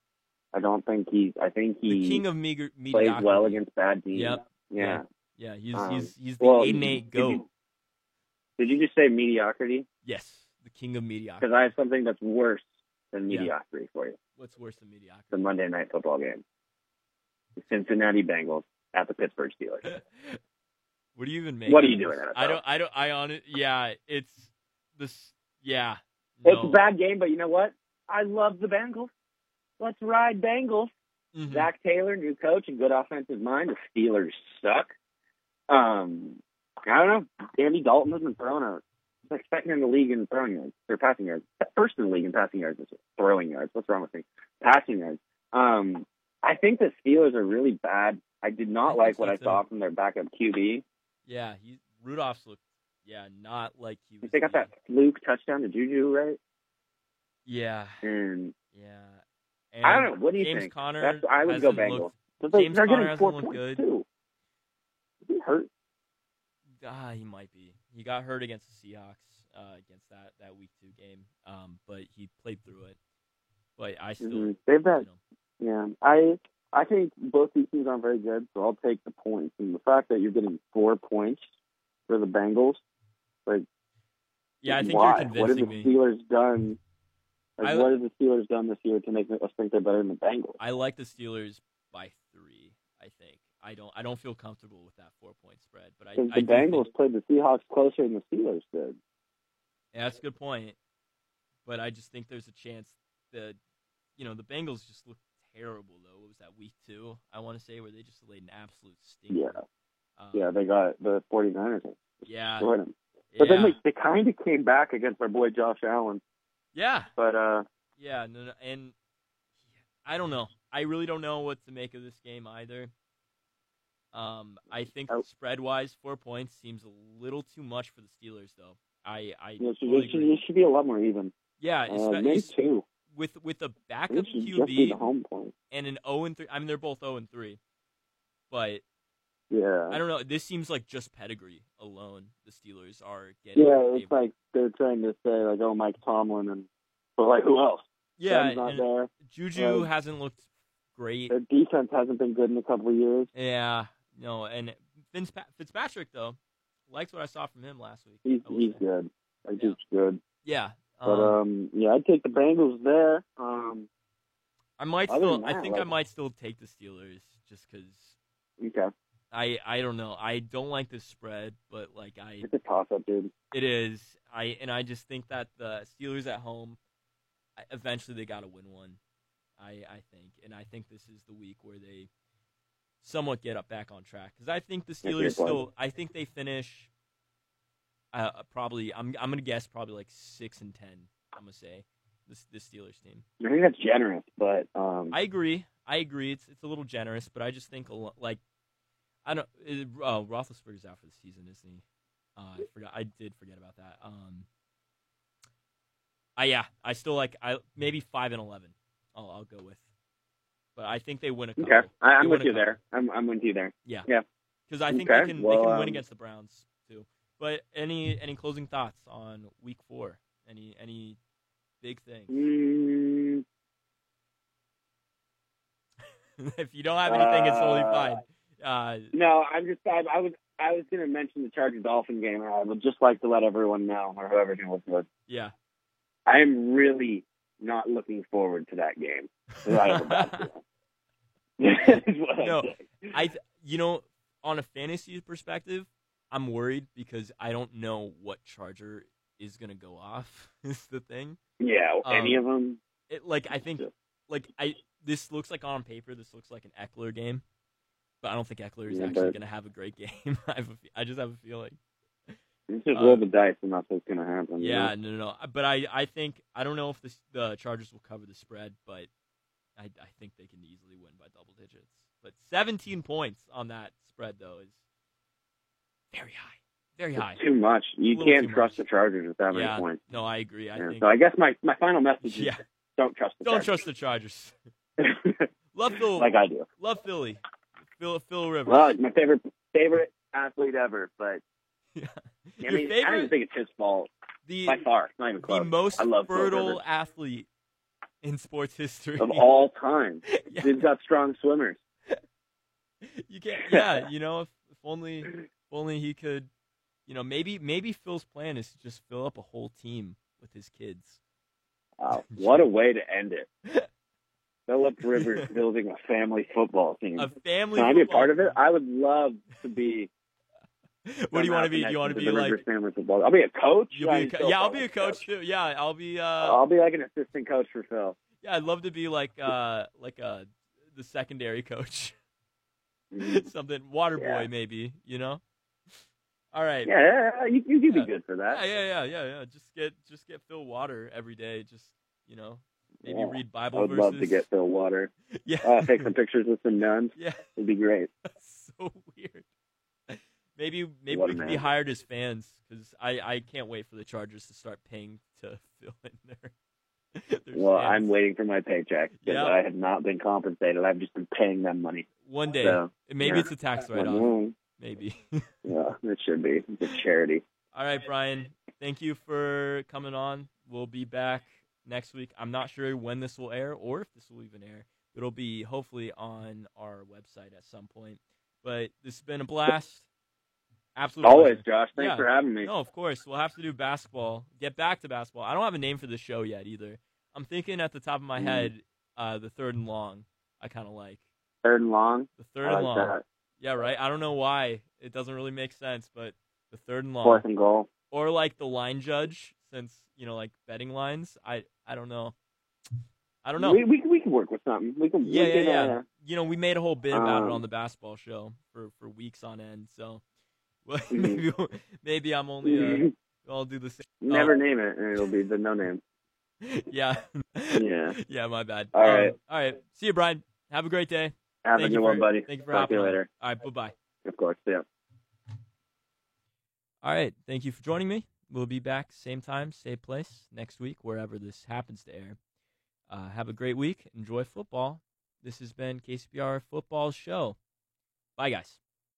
Speaker 2: I don't think he's. I think
Speaker 1: the king
Speaker 2: he
Speaker 1: of meager, mediocrity.
Speaker 2: plays well against bad teams.
Speaker 1: Yep.
Speaker 2: Yeah.
Speaker 1: Yeah. Yeah, he's
Speaker 2: um,
Speaker 1: he's he's the
Speaker 2: Well,
Speaker 1: eight and eight
Speaker 2: did you-
Speaker 1: goat.
Speaker 2: Did you just say mediocrity?
Speaker 1: Yes, the king of mediocrity.
Speaker 2: Because I have something that's worse than
Speaker 1: Yeah.
Speaker 2: mediocrity for you.
Speaker 1: What's worse than mediocrity?
Speaker 2: The Monday night football game. The Cincinnati Bengals at the Pittsburgh Steelers.
Speaker 1: what do you even make?
Speaker 2: What are
Speaker 1: of
Speaker 2: you doing,
Speaker 1: this?
Speaker 2: NFL?
Speaker 1: I don't. I don't. I on Yeah, it's this. Yeah.
Speaker 2: It's
Speaker 1: no.
Speaker 2: a bad game, but you know what? I love the Bengals. Let's ride Bengals.
Speaker 1: Mhm.
Speaker 2: Zach Taylor, new coach and good offensive mind. The Steelers suck. Um, I don't know. Andy Dalton has been throwing out. He's like second in the league in throwing yards or passing yards. First in the league in passing yards this year. Throwing yards. What's wrong with me? Passing yards. Um, I think the Steelers are really bad. I did
Speaker 1: I
Speaker 2: not
Speaker 1: think
Speaker 2: like
Speaker 1: so,
Speaker 2: what I
Speaker 1: too.
Speaker 2: saw from their backup QB.
Speaker 1: Yeah, he Rudolph's looked. Yeah, not like he was.
Speaker 2: They got
Speaker 1: the-
Speaker 2: that fluke touchdown to Juju, right?
Speaker 1: Yeah,
Speaker 2: And
Speaker 1: yeah.
Speaker 2: I
Speaker 1: And
Speaker 2: don't know. What do you
Speaker 1: James
Speaker 2: think?
Speaker 1: Conner.
Speaker 2: That's- I would go
Speaker 1: hasn't
Speaker 2: Bengals.
Speaker 1: looked-
Speaker 2: but they,
Speaker 1: James
Speaker 2: they're
Speaker 1: Conner
Speaker 2: getting
Speaker 1: hasn't
Speaker 2: four
Speaker 1: looked
Speaker 2: points
Speaker 1: good.
Speaker 2: too. Is he hurt?
Speaker 1: Ah, he might be. He got hurt against the Seahawks uh, against that that week two game. Um, but he played through it. But I still,
Speaker 2: Mhm.
Speaker 1: you
Speaker 2: They've got
Speaker 1: know,
Speaker 2: Yeah, I I think both these teams aren't very good, so I'll take the points. And the fact that you're getting four points for the Bengals,
Speaker 1: yeah, I think
Speaker 2: why?
Speaker 1: you're
Speaker 2: What have the
Speaker 1: convincing me.
Speaker 2: Steelers done? Like,
Speaker 1: I-
Speaker 2: what have the Steelers done this year to make us think they're better than the Bengals?
Speaker 1: I like the Steelers by three. I think I don't. I don't feel comfortable with that four point spread. But I,
Speaker 2: Because
Speaker 1: I
Speaker 2: the
Speaker 1: do
Speaker 2: Bengals
Speaker 1: Think,
Speaker 2: played the Seahawks closer than the Steelers did.
Speaker 1: yeah, that's a good point. But I just think there's a chance that you know the Bengals just looked terrible though. What was that week two? I want to say where they just laid an absolute stinker.
Speaker 2: Yeah.
Speaker 1: Um,
Speaker 2: Yeah, they got the 49ers. and
Speaker 1: Yeah.
Speaker 2: destroyed 'em.
Speaker 1: uh, Yeah.
Speaker 2: But then they, they kind of came back against our boy Josh Allen.
Speaker 1: yeah.
Speaker 2: But uh,
Speaker 1: Yeah. No, no, and I don't know. I really don't know what to make of this game either. Um, I think
Speaker 2: Oh.
Speaker 1: spread wise, four points seems a little too much for the Steelers, though. I, I
Speaker 2: you know, it should,
Speaker 1: totally
Speaker 2: it should,
Speaker 1: agree.
Speaker 2: it should be a lot more even.
Speaker 1: Yeah,
Speaker 2: Uh,
Speaker 1: espe-
Speaker 2: maybe
Speaker 1: es-
Speaker 2: two.
Speaker 1: with with a
Speaker 2: I
Speaker 1: backup
Speaker 2: think it should just be the
Speaker 1: QB
Speaker 2: home point.
Speaker 1: and an zero and three. I mean, they're both zero and three, but
Speaker 2: Yeah.
Speaker 1: I don't know. This seems like just pedigree alone. The Steelers are getting
Speaker 2: Yeah,
Speaker 1: a-
Speaker 2: it's like they're trying to say like, oh, Mike Tomlin, and but like who else?
Speaker 1: yeah.
Speaker 2: Ben's not Um,
Speaker 1: and
Speaker 2: there.
Speaker 1: Juju
Speaker 2: Like-
Speaker 1: hasn't looked great.
Speaker 2: Their defense hasn't been good in a couple of years.
Speaker 1: Yeah, no, and Fitzpa- Fitzpatrick though likes what I saw from him last week.
Speaker 2: He's
Speaker 1: I will
Speaker 2: he's
Speaker 1: say.
Speaker 2: good. I think
Speaker 1: Yeah.
Speaker 2: he's good.
Speaker 1: Yeah,
Speaker 2: But
Speaker 1: um,
Speaker 2: um, yeah, I'd take the Bengals there. Um,
Speaker 1: I might
Speaker 2: other
Speaker 1: still.
Speaker 2: than
Speaker 1: I
Speaker 2: that,
Speaker 1: think I
Speaker 2: like-
Speaker 1: might still take the Steelers just because
Speaker 2: okay,
Speaker 1: I I don't know. I don't like this spread, but like I
Speaker 2: it's a toss up, dude.
Speaker 1: it is I and I just think that the Steelers at home I- eventually they got to win one. I I think, and I think this is the week where they somewhat get up back on track because I think the
Speaker 2: your
Speaker 1: Steelers
Speaker 2: point.
Speaker 1: still. I think they finish. Uh, probably I'm I'm gonna guess probably like six and ten. I'm gonna say This this Steelers team.
Speaker 2: I think that's generous, but um,
Speaker 1: I agree. I agree. It's it's a little generous, but I just think a lo- like I don't. It, uh, Roethlisberger's out for the season, isn't he? Uh, I forgot. I did forget about that. Um, I yeah. I still like I maybe five and eleven. I'll I'll go with, but I think they win a couple.
Speaker 2: okay, I,
Speaker 1: They
Speaker 2: I'm
Speaker 1: win
Speaker 2: with
Speaker 1: a
Speaker 2: you
Speaker 1: couple.
Speaker 2: there. I'm I'm with you there.
Speaker 1: because I think
Speaker 2: Okay,
Speaker 1: they can
Speaker 2: well,
Speaker 1: they can win
Speaker 2: um,
Speaker 1: against the Browns too. But any any closing thoughts on Week Four? Any any big thing?
Speaker 2: Mm,
Speaker 1: if you don't have anything, it's totally
Speaker 2: Mm. Uh,
Speaker 1: fine. Uh,
Speaker 2: no, I'm just I, I was I was going to mention the Chargers Dolphin game. and I would just like to let everyone know, or whoever can listen to it,
Speaker 1: yeah.
Speaker 2: I am really not looking forward to that game. I have a bad feeling. Is what I'm
Speaker 1: No,
Speaker 2: saying.
Speaker 1: I th- you know on a fantasy perspective, I'm worried because I don't know what charger is gonna go off. Is the thing.
Speaker 2: yeah, any of them.
Speaker 1: It, like um, I think like I this looks like on paper this looks like an Eckler game, but I don't think Eckler is
Speaker 2: Yeah,
Speaker 1: actually
Speaker 2: but-
Speaker 1: gonna have a great game. I have a fe- I just have a feeling.
Speaker 2: Let's just
Speaker 1: Uh,
Speaker 2: roll the dice and that's what's going to happen. you
Speaker 1: Yeah,
Speaker 2: know?
Speaker 1: no, no, no. But I, I think I don't know if this, the Chargers will cover the spread, but I, I think they can easily win by double digits. But 17 points on that spread though is very high, very high.
Speaker 2: It's too much. You
Speaker 1: Little
Speaker 2: can't
Speaker 1: too
Speaker 2: trust
Speaker 1: much.
Speaker 2: the Chargers at that
Speaker 1: Yeah,
Speaker 2: many points.
Speaker 1: No, I agree. I
Speaker 2: Yeah,
Speaker 1: think
Speaker 2: So I guess my, my final message is
Speaker 1: yeah.
Speaker 2: don't trust the
Speaker 1: Don't
Speaker 2: Chargers.
Speaker 1: trust the Chargers. Love
Speaker 2: Trust.
Speaker 1: Phil.
Speaker 2: like I do.
Speaker 1: love Philly. Phil Phil Rivers.
Speaker 2: Well, he's my favorite favorite athlete ever, but I
Speaker 1: Your
Speaker 2: mean, I don't even
Speaker 1: favorite,
Speaker 2: think it's his fault
Speaker 1: the
Speaker 2: by far. It's not even
Speaker 1: the
Speaker 2: close.
Speaker 1: most
Speaker 2: I love Phil
Speaker 1: fertile
Speaker 2: Rivers.
Speaker 1: athlete in sports history
Speaker 2: of all time,
Speaker 1: Yeah.
Speaker 2: he's got strong swimmers.
Speaker 1: you can't yeah you know if, if only if only he could you know maybe maybe phil's plan is to just fill up a whole team with his kids
Speaker 2: Wow, Uh, what a way to end it. Philip Rivers building a family football team.
Speaker 1: a family
Speaker 2: Can I be a
Speaker 1: football
Speaker 2: part of it?
Speaker 1: team.
Speaker 2: I would love to be.
Speaker 1: what do you want
Speaker 2: somehow
Speaker 1: to be do you want to
Speaker 2: connected
Speaker 1: be
Speaker 2: the
Speaker 1: like
Speaker 2: Rivers family football? I'll be a coach.
Speaker 1: you'll be a
Speaker 2: I'm
Speaker 1: co-
Speaker 2: so Oh.
Speaker 1: yeah i'll
Speaker 2: far
Speaker 1: be a
Speaker 2: with
Speaker 1: coach too yeah i'll be uh
Speaker 2: I'll be like an assistant coach for Phil.
Speaker 1: yeah i'd love to be like uh like uh the secondary coach Mm-hmm.
Speaker 2: Mm.
Speaker 1: something water
Speaker 2: Yeah.
Speaker 1: boy maybe you know all right
Speaker 2: Yeah, you, you could
Speaker 1: Yeah.
Speaker 2: be good for that.
Speaker 1: Yeah, yeah, yeah, yeah, yeah. Just get just get Phil Water every day. Just you know, maybe
Speaker 2: Yeah.
Speaker 1: read
Speaker 2: I
Speaker 1: Bible
Speaker 2: would
Speaker 1: verses.
Speaker 2: love to get Phil water.
Speaker 1: yeah,
Speaker 2: Uh, take some pictures with some nuns.
Speaker 1: yeah.
Speaker 2: It'd be great.
Speaker 1: That's so weird. Maybe maybe
Speaker 2: What
Speaker 1: we
Speaker 2: a
Speaker 1: could be
Speaker 2: man.
Speaker 1: hired as fans because I I can't wait for the Chargers to start paying to fill in their. their
Speaker 2: Well,
Speaker 1: fans.
Speaker 2: I'm waiting for my paycheck because
Speaker 1: Yeah.
Speaker 2: I have not been compensated. I've just been paying them money.
Speaker 1: One day,
Speaker 2: So,
Speaker 1: maybe
Speaker 2: yeah.
Speaker 1: it's a tax
Speaker 2: I
Speaker 1: write
Speaker 2: don't
Speaker 1: off.
Speaker 2: know.
Speaker 1: Maybe.
Speaker 2: yeah, it should be. It's a charity.
Speaker 1: All right, Brian. Thank you for coming on. We'll be back next week. I'm not sure when this will air or if this will even air. It'll be hopefully on our website at some point. But this has been a blast. Absolutely.
Speaker 2: Always, Josh. Thanks
Speaker 1: Yeah.
Speaker 2: for having me.
Speaker 1: No, of course. We'll have to do basketball. Get back to basketball. I don't have a name for the show yet either. I'm thinking at the top of my
Speaker 2: Mm.
Speaker 1: head, uh, the third and long. I kind of like
Speaker 2: Third and long.
Speaker 1: the third and
Speaker 2: I like
Speaker 1: long.
Speaker 2: that.
Speaker 1: Yeah, right. I don't know why it doesn't really make sense, but the third and long
Speaker 2: Fourth and goal.
Speaker 1: or like the line judge since you know like betting lines i i don't know i don't know
Speaker 2: We, we we can work with something. We can.
Speaker 1: yeah
Speaker 2: we
Speaker 1: yeah
Speaker 2: can,
Speaker 1: yeah
Speaker 2: Uh,
Speaker 1: you know we made a whole bit about
Speaker 2: Um,
Speaker 1: it on the basketball show for for weeks on end so well,
Speaker 2: Mhm.
Speaker 1: maybe we'll- maybe i'm
Speaker 2: Mm-hmm.
Speaker 1: only uh, oh. i'll do the same
Speaker 2: Never name it, and it'll be the no name.
Speaker 1: yeah
Speaker 2: Yeah.
Speaker 1: yeah my bad Um,
Speaker 2: All right.
Speaker 1: all right see you brian have a great day Thank
Speaker 2: Have a
Speaker 1: you
Speaker 2: good
Speaker 1: for-
Speaker 2: one, buddy.
Speaker 1: thank you for
Speaker 2: Talk
Speaker 1: hopping
Speaker 2: to you
Speaker 1: on.
Speaker 2: later.
Speaker 1: all right bye-bye
Speaker 2: Of course. Yeah.
Speaker 1: All right. Thank you for joining me. We'll be back same time, same place next week, wherever this happens to air. Uh, have a great week. Enjoy football. This has been KCPR Football Show. Bye, guys.